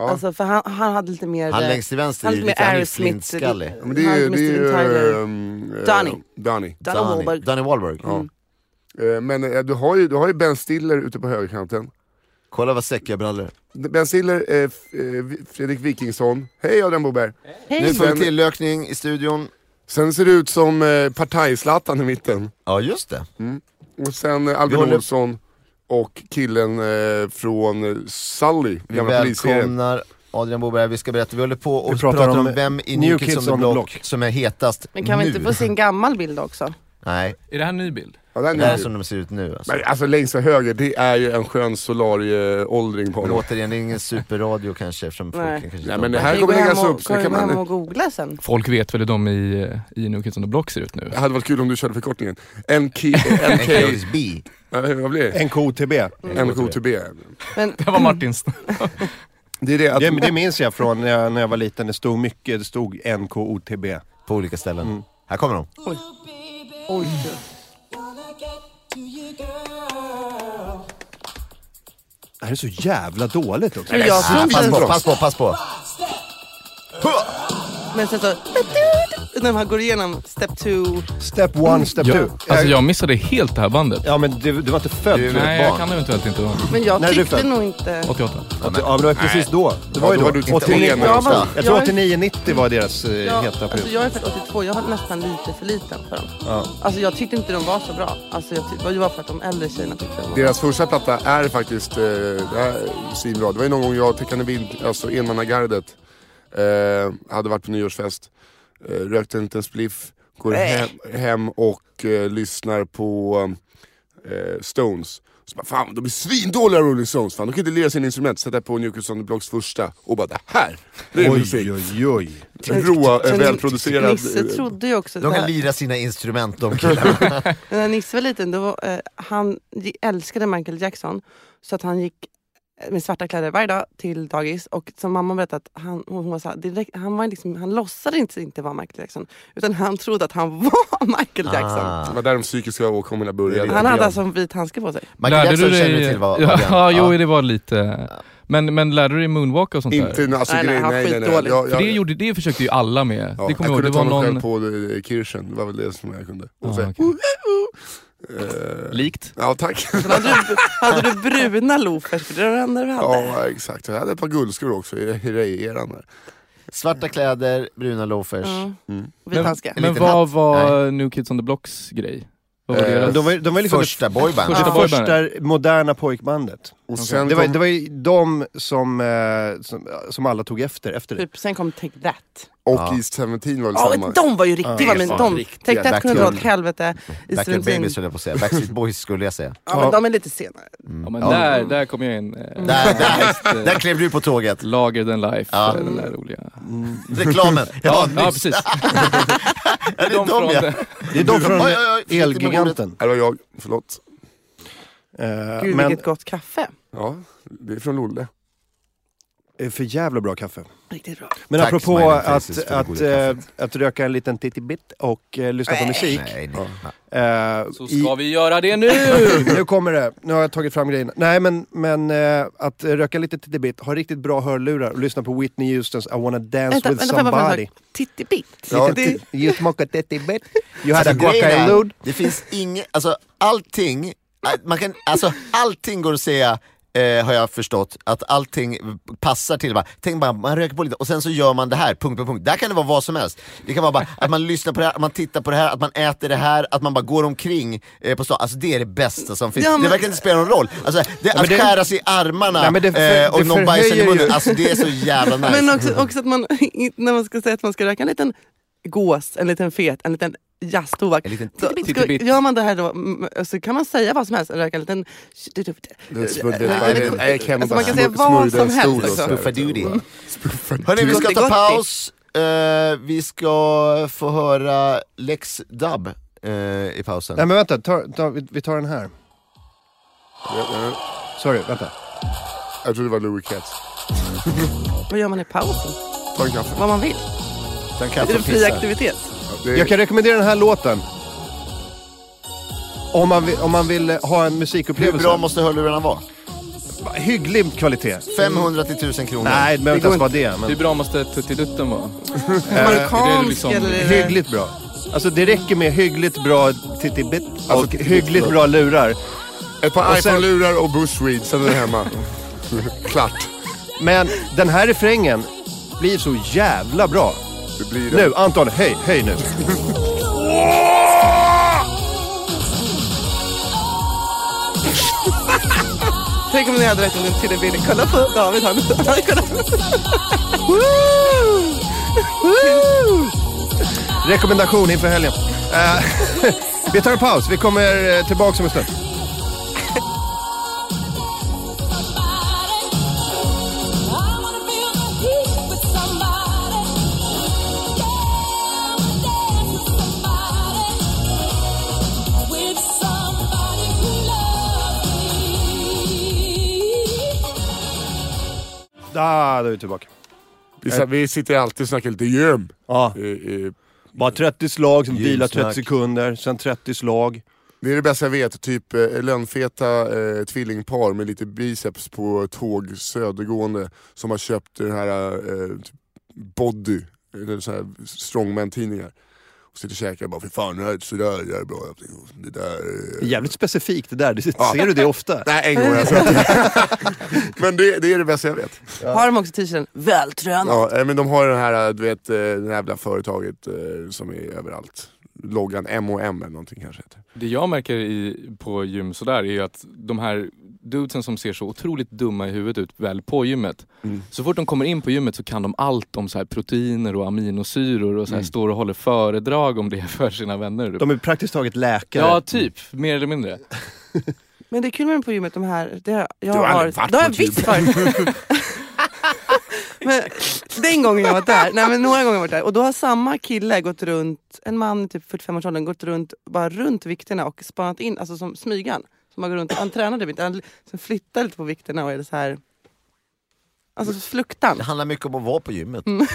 Speaker 3: Ja.
Speaker 5: Alltså, för han, han hade lite mer...
Speaker 2: Han
Speaker 5: eh,
Speaker 2: längst till vänster
Speaker 5: han
Speaker 2: är
Speaker 5: hade
Speaker 2: ju
Speaker 5: lite
Speaker 2: lite
Speaker 5: mer
Speaker 2: Annie
Speaker 5: Aerosmith.
Speaker 2: Flintskallig.
Speaker 3: Men det är ju...
Speaker 5: han
Speaker 3: Det är ju
Speaker 5: Mr. Tyler.
Speaker 3: ehm, eh,
Speaker 5: Donny.
Speaker 3: Donny.
Speaker 5: Danny Wahlberg. Mm.
Speaker 2: Danny Wahlberg.
Speaker 3: Eh, Men eh, du har, ju, du har ju Ben Stiller ute på högerkanten.
Speaker 2: Kolla vad säckiga brallor.
Speaker 3: Ben Stiller, eh, F- eh, Vi- Fredrik Wikingsson. Hej Adrian Boberg.
Speaker 2: Nu får vi
Speaker 3: Sen-
Speaker 2: tillökning i studion.
Speaker 3: Sen ser det ut som eh, Partajzlatan i mitten.
Speaker 2: Ja, just det.
Speaker 3: Och sen eh, Albin
Speaker 2: Vi håller-
Speaker 3: Olsson och killen eh, från eh, Sully,
Speaker 2: Vi
Speaker 3: gamla polisserien.
Speaker 2: välkomnar Adrian Boberg. Vi ska berätta, vi håller på och
Speaker 4: Vi
Speaker 2: pratar,
Speaker 4: pratar
Speaker 2: om,
Speaker 4: om
Speaker 2: vem i New Kids on the Block, som är hetast
Speaker 5: Men kan
Speaker 2: nu.
Speaker 5: vi inte få se en gammal bild också?
Speaker 2: Nej,
Speaker 7: Är det här en ny bild?
Speaker 3: Ja, den
Speaker 2: det här
Speaker 3: är
Speaker 2: är
Speaker 3: ju-
Speaker 2: som de ser ut nu alltså.
Speaker 3: Men alltså längst till höger, det är ju en skön solarie-åldring på
Speaker 2: Men
Speaker 3: honom.
Speaker 2: återigen, det är ingen superradio kanske eftersom folk
Speaker 5: Nej.
Speaker 2: kanske
Speaker 3: Nej,
Speaker 2: inte
Speaker 3: men det
Speaker 2: orkar.
Speaker 3: här
Speaker 5: Vi
Speaker 3: kommer
Speaker 5: går hem
Speaker 3: läggas
Speaker 5: och-
Speaker 3: upp, så det
Speaker 5: går
Speaker 3: kan man-
Speaker 5: hem och googla sen.
Speaker 7: Folk vet väl hur de i, i New Kids on the Block ser ut nu?
Speaker 3: Det hade varit kul om du körde förkortningen. NK...
Speaker 2: En
Speaker 3: NK...
Speaker 2: Curtis B.
Speaker 3: eh, vad blir det?
Speaker 4: NKOTB.
Speaker 3: NKTB.
Speaker 5: Men,
Speaker 7: Det var Martins.
Speaker 3: Det är det att...
Speaker 4: Det, det minns jag från när jag, när jag var liten. Det stod mycket, det stod NKOTB.
Speaker 2: På olika ställen. Här kommer de.
Speaker 4: Det här är så jävla dåligt också.
Speaker 5: men jag tror inte
Speaker 2: Ah, Pass på,
Speaker 5: ens...
Speaker 2: pass på, pass på.
Speaker 5: Men sen så... När man går igenom step two.
Speaker 4: Step one, step
Speaker 7: Jag,
Speaker 4: two.
Speaker 7: alltså jag missade helt det här bandet.
Speaker 4: Ja men du, du var inte född.
Speaker 2: Du-
Speaker 7: Nej,
Speaker 2: barn.
Speaker 7: jag kan eventuellt inte. vara.
Speaker 5: Men jag
Speaker 4: När är du
Speaker 5: tyckte
Speaker 4: född?
Speaker 5: nog inte...
Speaker 7: 88.
Speaker 4: Ja, men det var precis då. Det var ju
Speaker 3: då
Speaker 4: då.
Speaker 3: var du inte
Speaker 4: 89.
Speaker 3: åtta år.
Speaker 5: Jag var-
Speaker 4: Jag tror
Speaker 5: jag är-
Speaker 4: 89-90 var deras eh,
Speaker 5: Ja,
Speaker 4: heta period.
Speaker 5: alltså jag är född 82, jag var nästan lite för liten för dem. Alltså jag tyckte inte de var så bra. Alltså jag tyckte, det var för att de äldre tjejerna tyckte de var
Speaker 3: Deras första platta är faktiskt eh, det här är svinbra. Det var ju någon gång jag och Tekan Evin, alltså enmannagardet, eh, hade varit på nyårsfest. Eh, rökte inte en spliff, går hem, hem och eh, lyssnar på eh, Stones. Så bara, fan de är svindåliga Rolling Stones, fan de kan inte lira sina instrument. Sätta på New Kids on the Blocks första och bara det här, det är musik.
Speaker 4: oj, oj.
Speaker 3: Råa, eh,
Speaker 5: Men
Speaker 3: välproducerad.
Speaker 5: Nisse
Speaker 3: eh,
Speaker 5: trodde ju också...
Speaker 2: De
Speaker 5: när-
Speaker 2: kan lira sina instrument de killarna.
Speaker 5: När Nisse var liten, då var, eh, han ge- älskade Michael Jackson. Så att han gick eh, med svarta kläder varje dag till dagis. Och som mamma berättade, att han, hon var så här, direkt, han, var liksom, han låtsades inte, inte vara Michael Jackson. Utan han trodde att han var Michael Jackson.
Speaker 2: Ah.
Speaker 3: Det var där de psykiska åkommorna började.
Speaker 5: Han hade alltså en vit handske på sig.
Speaker 2: Michael Jackson känner du till vad
Speaker 7: ja,
Speaker 2: Adrian-
Speaker 7: jo det var lite. Men, men lärde du dig moonwalk och sånt där?
Speaker 3: Inte, alltså,
Speaker 5: Nej,
Speaker 3: nej, nej,
Speaker 5: nej, han
Speaker 3: nej, nej, nej.
Speaker 5: skitdålig.
Speaker 3: Jag-
Speaker 7: För
Speaker 3: jag-
Speaker 7: det, gjorde, det försökte ju alla med.
Speaker 3: Ja,
Speaker 7: det
Speaker 3: jag
Speaker 7: kommer jag
Speaker 3: kunde
Speaker 7: ihåg. Det
Speaker 3: ta
Speaker 7: var
Speaker 3: mig själv
Speaker 7: någon...
Speaker 3: på eh, kirschen, det var väl det som jag kunde. Och så,
Speaker 7: Ja, okej.
Speaker 3: eh,
Speaker 7: Likt.
Speaker 3: ja tack.
Speaker 5: Men hade, du, hade du bruna loafers? För det var det enda du hade.
Speaker 3: ja exakt, jag hade ett par guldskor också i Ray-eran. där.
Speaker 2: Svarta kläder, bruna loafers.
Speaker 5: Mm. Och Vit
Speaker 7: Men,
Speaker 5: handske.
Speaker 2: En
Speaker 7: men
Speaker 2: liten
Speaker 7: vad
Speaker 2: hatt.
Speaker 7: var New Kids on the Blocks grej? Vad var
Speaker 3: Eh,
Speaker 7: deras?
Speaker 4: De var, de var liksom
Speaker 2: Första boyband.
Speaker 7: Första
Speaker 4: det, det
Speaker 7: boybandet.
Speaker 4: första moderna pojkbandet.
Speaker 3: Och sen
Speaker 4: Det var,
Speaker 3: kom-
Speaker 4: det var ju de som, eh, som, som alla tog efter. efter det.
Speaker 5: Typ, sen kom Take That.
Speaker 3: Och
Speaker 2: Ja.
Speaker 3: East 17 var väl
Speaker 5: Ja,
Speaker 3: samma.
Speaker 5: de var ju riktiga. men
Speaker 2: fan,
Speaker 5: de,
Speaker 2: riktiga
Speaker 5: Take That kunde dra åt
Speaker 2: Backstreet-
Speaker 5: helvete. I
Speaker 2: Backstreet
Speaker 5: Seventeen-
Speaker 2: Babies höll jag på att säga, Backstreet Boys skulle jag säga.
Speaker 5: Ja, men de är lite senare.
Speaker 7: Ja, men
Speaker 2: Ja.
Speaker 7: Där, där kom jag in. eh,
Speaker 2: Där, där,
Speaker 7: faktiskt, eh,
Speaker 2: där klev du på tåget.
Speaker 7: Lager than life,
Speaker 2: Ja.
Speaker 7: eh, den där roliga.
Speaker 2: Reklamen.
Speaker 7: Ja,
Speaker 2: nyss.
Speaker 7: ja precis.
Speaker 2: Det är
Speaker 7: De
Speaker 2: de,
Speaker 7: från
Speaker 2: ja.
Speaker 7: den-
Speaker 4: Det är de från
Speaker 2: Oj, oj, oj, försiktigt med
Speaker 4: Elgiganten.
Speaker 3: Det var jag, förlåt.
Speaker 4: Eh,
Speaker 5: Gud
Speaker 4: men
Speaker 5: vilket gott kaffe.
Speaker 3: Ja, det är från Lolle.
Speaker 4: Eh, För jävla bra kaffe.
Speaker 5: Riktigt bra.
Speaker 4: Men
Speaker 2: Tack,
Speaker 4: apropå
Speaker 2: Smiling
Speaker 4: att,
Speaker 2: Faces,
Speaker 4: att,
Speaker 2: för det goda
Speaker 4: eh,
Speaker 2: kaffet.
Speaker 4: att röka en liten tittibit och eh, lyssna på musik.
Speaker 2: Nej, nej.
Speaker 4: eh,
Speaker 8: Så
Speaker 4: i-
Speaker 8: ska vi göra det nu!
Speaker 4: nu kommer det. Nu har jag tagit fram grejerna. Nej, men, men eh, att eh, röka lite till bit, ha riktigt bra hörlurar och lyssna på Whitney Houstons I wanna dance
Speaker 5: Vänta,
Speaker 4: with
Speaker 5: vänta, får jag bara
Speaker 4: somebody.
Speaker 5: säga Tittibit.
Speaker 4: Ja,
Speaker 5: Det-
Speaker 4: you smoke a titty bit, you had a
Speaker 2: Alltså, grejen är,
Speaker 4: guacalude.
Speaker 2: Det finns inget, alltså allting, att man kan, alltså allting går att säga Eh, har jag förstått, att allting passar till bara, tänk bara, man röker på lite och sen så gör man det här, punkt, punkt, punkt. Där kan det vara vad som helst. Det kan vara bara att man lyssnar på det här, att man tittar på det här, att man äter det här, att man bara går omkring eh, på stan. Alltså det är det bästa som finns.
Speaker 5: Ja, men-
Speaker 2: Det verkar inte spela någon roll. Alltså, det, att
Speaker 4: det-
Speaker 2: skära sig i armarna
Speaker 4: Nej, men det för-
Speaker 2: eh, och
Speaker 4: det
Speaker 2: någon bajsar i
Speaker 4: förhöjer
Speaker 2: munnen,
Speaker 4: ju-
Speaker 2: alltså det är så jävla nice.
Speaker 5: Men också, också att man, när man ska säga att man ska röka en liten gås, en liten fet, en liten jazztobak.
Speaker 2: En liten
Speaker 5: Då- ska-
Speaker 8: tittibit.
Speaker 5: Gör man det här då, mm, så kan man säga vad som helst. Röka en liten... typ- Alltså, man kan säga vad som helst Alltså, också.
Speaker 2: Spuffadudi. Hörni, vi ska
Speaker 5: Gotti,
Speaker 2: ta
Speaker 5: gotti.
Speaker 2: paus. Eh, vi ska få höra Lex Dub eh, i pausen.
Speaker 4: Nej men vänta, ta, ta, vi, vi tar den här. Sorry, vänta.
Speaker 3: Jag trodde det var Louis Katz.
Speaker 5: Vad gör man i pausen?
Speaker 3: Ta en kaffe.
Speaker 5: Vad man vill.
Speaker 2: Den kan
Speaker 5: Är det
Speaker 2: få
Speaker 5: fri
Speaker 2: pissa.
Speaker 5: aktivitet?
Speaker 3: Det är-
Speaker 4: Jag kan rekommendera den här låten. Om man vill, om man vill eh, ha en
Speaker 2: Hur
Speaker 4: musikupplevelse.
Speaker 2: bra måste hörlurarna vara?
Speaker 4: Hygglig kvalitet.
Speaker 2: 500 till 1000 kronor.
Speaker 4: Nej, det behöver inte ens vara det. Men...
Speaker 8: Hur bra måste tuttidutten vara? det är
Speaker 5: Marockansk
Speaker 8: liksom
Speaker 4: Eh,
Speaker 5: eller? är det-
Speaker 4: Hyggligt bra. Alltså det räcker med hyggligt bra tittibit och
Speaker 3: tittibit,
Speaker 4: hyggligt
Speaker 3: bra.
Speaker 4: bra lurar.
Speaker 3: Ett par
Speaker 4: Och sen-
Speaker 3: iPhone-lurar och bushweed, sen är det hemma. Klart.
Speaker 4: Men den här refrängen blir så jävla bra.
Speaker 3: Det blir det.
Speaker 4: Nu, Anton, höj, höj nu.
Speaker 5: Tänk om ni hade rätt om en tittibit. Kolla på David. Han, han, kolla.
Speaker 4: Rekommendation inför helgen. Eh, vi tar en paus, vi kommer eh, tillbaka om en stund. Ah, då är vi tillbaka.
Speaker 3: Vi, sa- vi sitter alltid och snackar lite gym.
Speaker 4: Ja,
Speaker 3: Eh, eh,
Speaker 4: bara 30 slag, sen vila 30
Speaker 2: Ljusnack.
Speaker 4: sekunder, sen 30 slag.
Speaker 3: Det är det bästa jag vet, typ eh, lönnfeta eh, tvillingpar med lite biceps på tåg södergående som har köpt den här eh, typ Body, eller så här strongman-tidningar. Och sitter och käkar och bara för fan, det här, så där det här är bra. Det där...
Speaker 4: Det är
Speaker 3: Eh.
Speaker 4: Jävligt specifikt det där, det,
Speaker 3: Ja.
Speaker 4: ser du det ofta?
Speaker 3: Nej, en gång har jag sett det. Men det, det är det bästa jag vet.
Speaker 5: Har de också t-shirten vältränad?
Speaker 3: Ja, eh, men de har den här, eh, du vet, eh, det här jävla företaget eh, som är överallt. Loggan M&M eller någonting kanske heter.
Speaker 7: Det jag märker i, på gym sådär är ju att de här dudesen som ser så otroligt dumma i huvudet ut väl på gymmet. Så fort de kommer in på gymmet så kan de allt om så här proteiner och aminosyror och så här står och håller föredrag om det för sina vänner. typ.
Speaker 4: De är praktiskt taget läkare.
Speaker 7: Ja, typ. Mer eller mindre.
Speaker 5: Men det är kul med dem på gymmet, de här... Det har, jag
Speaker 3: Du har
Speaker 5: har,
Speaker 3: aldrig varit
Speaker 5: det har
Speaker 3: på
Speaker 5: jag
Speaker 3: ett
Speaker 5: visst varit. men Den gången jag var där, nej men några gånger jag varit där, och då har samma kille gått runt, en man i typ 45-årsåldern, gått runt, bara runt vikterna och spanat in, alltså som smygan. Som har gått runt, han tränade lite, han sen flyttade lite på vikterna och är så här... Alltså fluktan.
Speaker 2: Det handlar mycket om att vara på gymmet.
Speaker 4: Mm.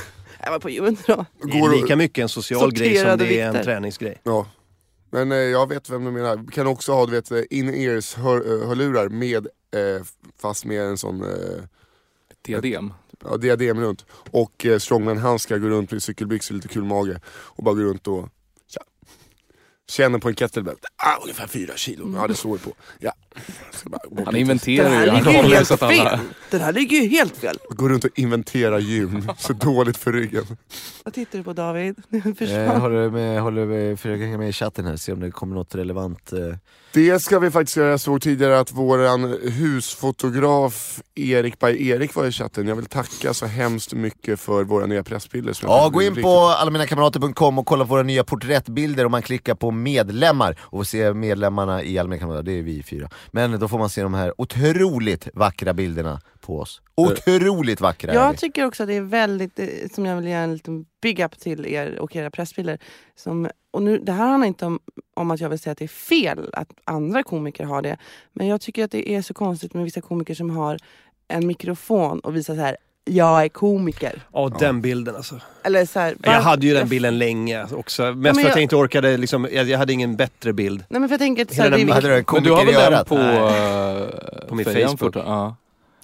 Speaker 5: Jag var på gymmet då.
Speaker 4: Det är lika mycket en social grej som
Speaker 5: Sorterade
Speaker 4: det är en
Speaker 5: vikter.
Speaker 4: träningsgrej.
Speaker 3: Ja. Men eh, jag vet vem du menar. Vi kan också ha du vet, in-ears hör, hörlurar med, eh, fast med en sån eh,
Speaker 7: Diadem.
Speaker 3: ja, diadem runt. Och eh, strongman-handskar, går runt med cykelbyxor, lite kul mage. Och bara går runt och tja, känner på en kettlebell. Ah, ungefär fyra kilo. Ja det står det på. Ja. Så bara,
Speaker 7: Han
Speaker 5: Den
Speaker 7: inventerar ju.
Speaker 5: här
Speaker 7: Han
Speaker 5: ligger ju
Speaker 7: kollar
Speaker 5: helt
Speaker 7: så att alla...
Speaker 5: fel. Den här ligger ju helt fel.
Speaker 3: Går runt och inventerar gym. Så dåligt för ryggen.
Speaker 5: Vad tittar du på David?
Speaker 2: Eh,
Speaker 5: Försvann.
Speaker 2: håller med, håller med, försöker hänga med i chatten här, se om det kommer något relevant. Eh.
Speaker 3: Det ska vi faktiskt göra. Jag såg tidigare att våran husfotograf Erik by Erik var i chatten. Jag vill tacka så hemskt mycket för våra nya pressbilder. som jag
Speaker 2: Ja,
Speaker 3: tycker
Speaker 2: gå
Speaker 3: är
Speaker 2: in
Speaker 3: riktigt
Speaker 2: på allaminakamrater.com och kolla på våra nya porträttbilder om man klickar på medlemmar och se medlemmarna i Allmänna Kamrater, det är vi fyra. Men då får man se de här otroligt vackra bilderna på oss.
Speaker 4: Eh.
Speaker 2: Otroligt vackra! är
Speaker 5: Jag
Speaker 2: vi.
Speaker 5: tycker också att det är väldigt, eh, som jag vill ge en liten big up till er och era pressbilder. Som, och nu, det här handlar inte om, om att jag vill säga att det är fel att andra komiker har det. Men jag tycker att det är så konstigt med vissa komiker som har en mikrofon och visar så här jag är komiker.
Speaker 4: Ja, den bilden alltså.
Speaker 5: Eller så här,
Speaker 4: Jag
Speaker 5: var-
Speaker 4: hade ju den bilden länge också. Mest
Speaker 5: men
Speaker 4: för att jag
Speaker 5: jag-
Speaker 4: inte orkade, liksom, jag, jag hade ingen bättre bild.
Speaker 5: Nej men för jag tänker att så
Speaker 4: Hela
Speaker 5: här,
Speaker 4: den
Speaker 5: det är
Speaker 2: Hade du en
Speaker 7: Men du har
Speaker 2: komiker i
Speaker 7: väl den
Speaker 2: örat?
Speaker 7: på, eh,
Speaker 4: På min
Speaker 7: fejan
Speaker 4: Facebook.
Speaker 7: fortfarande? Ja.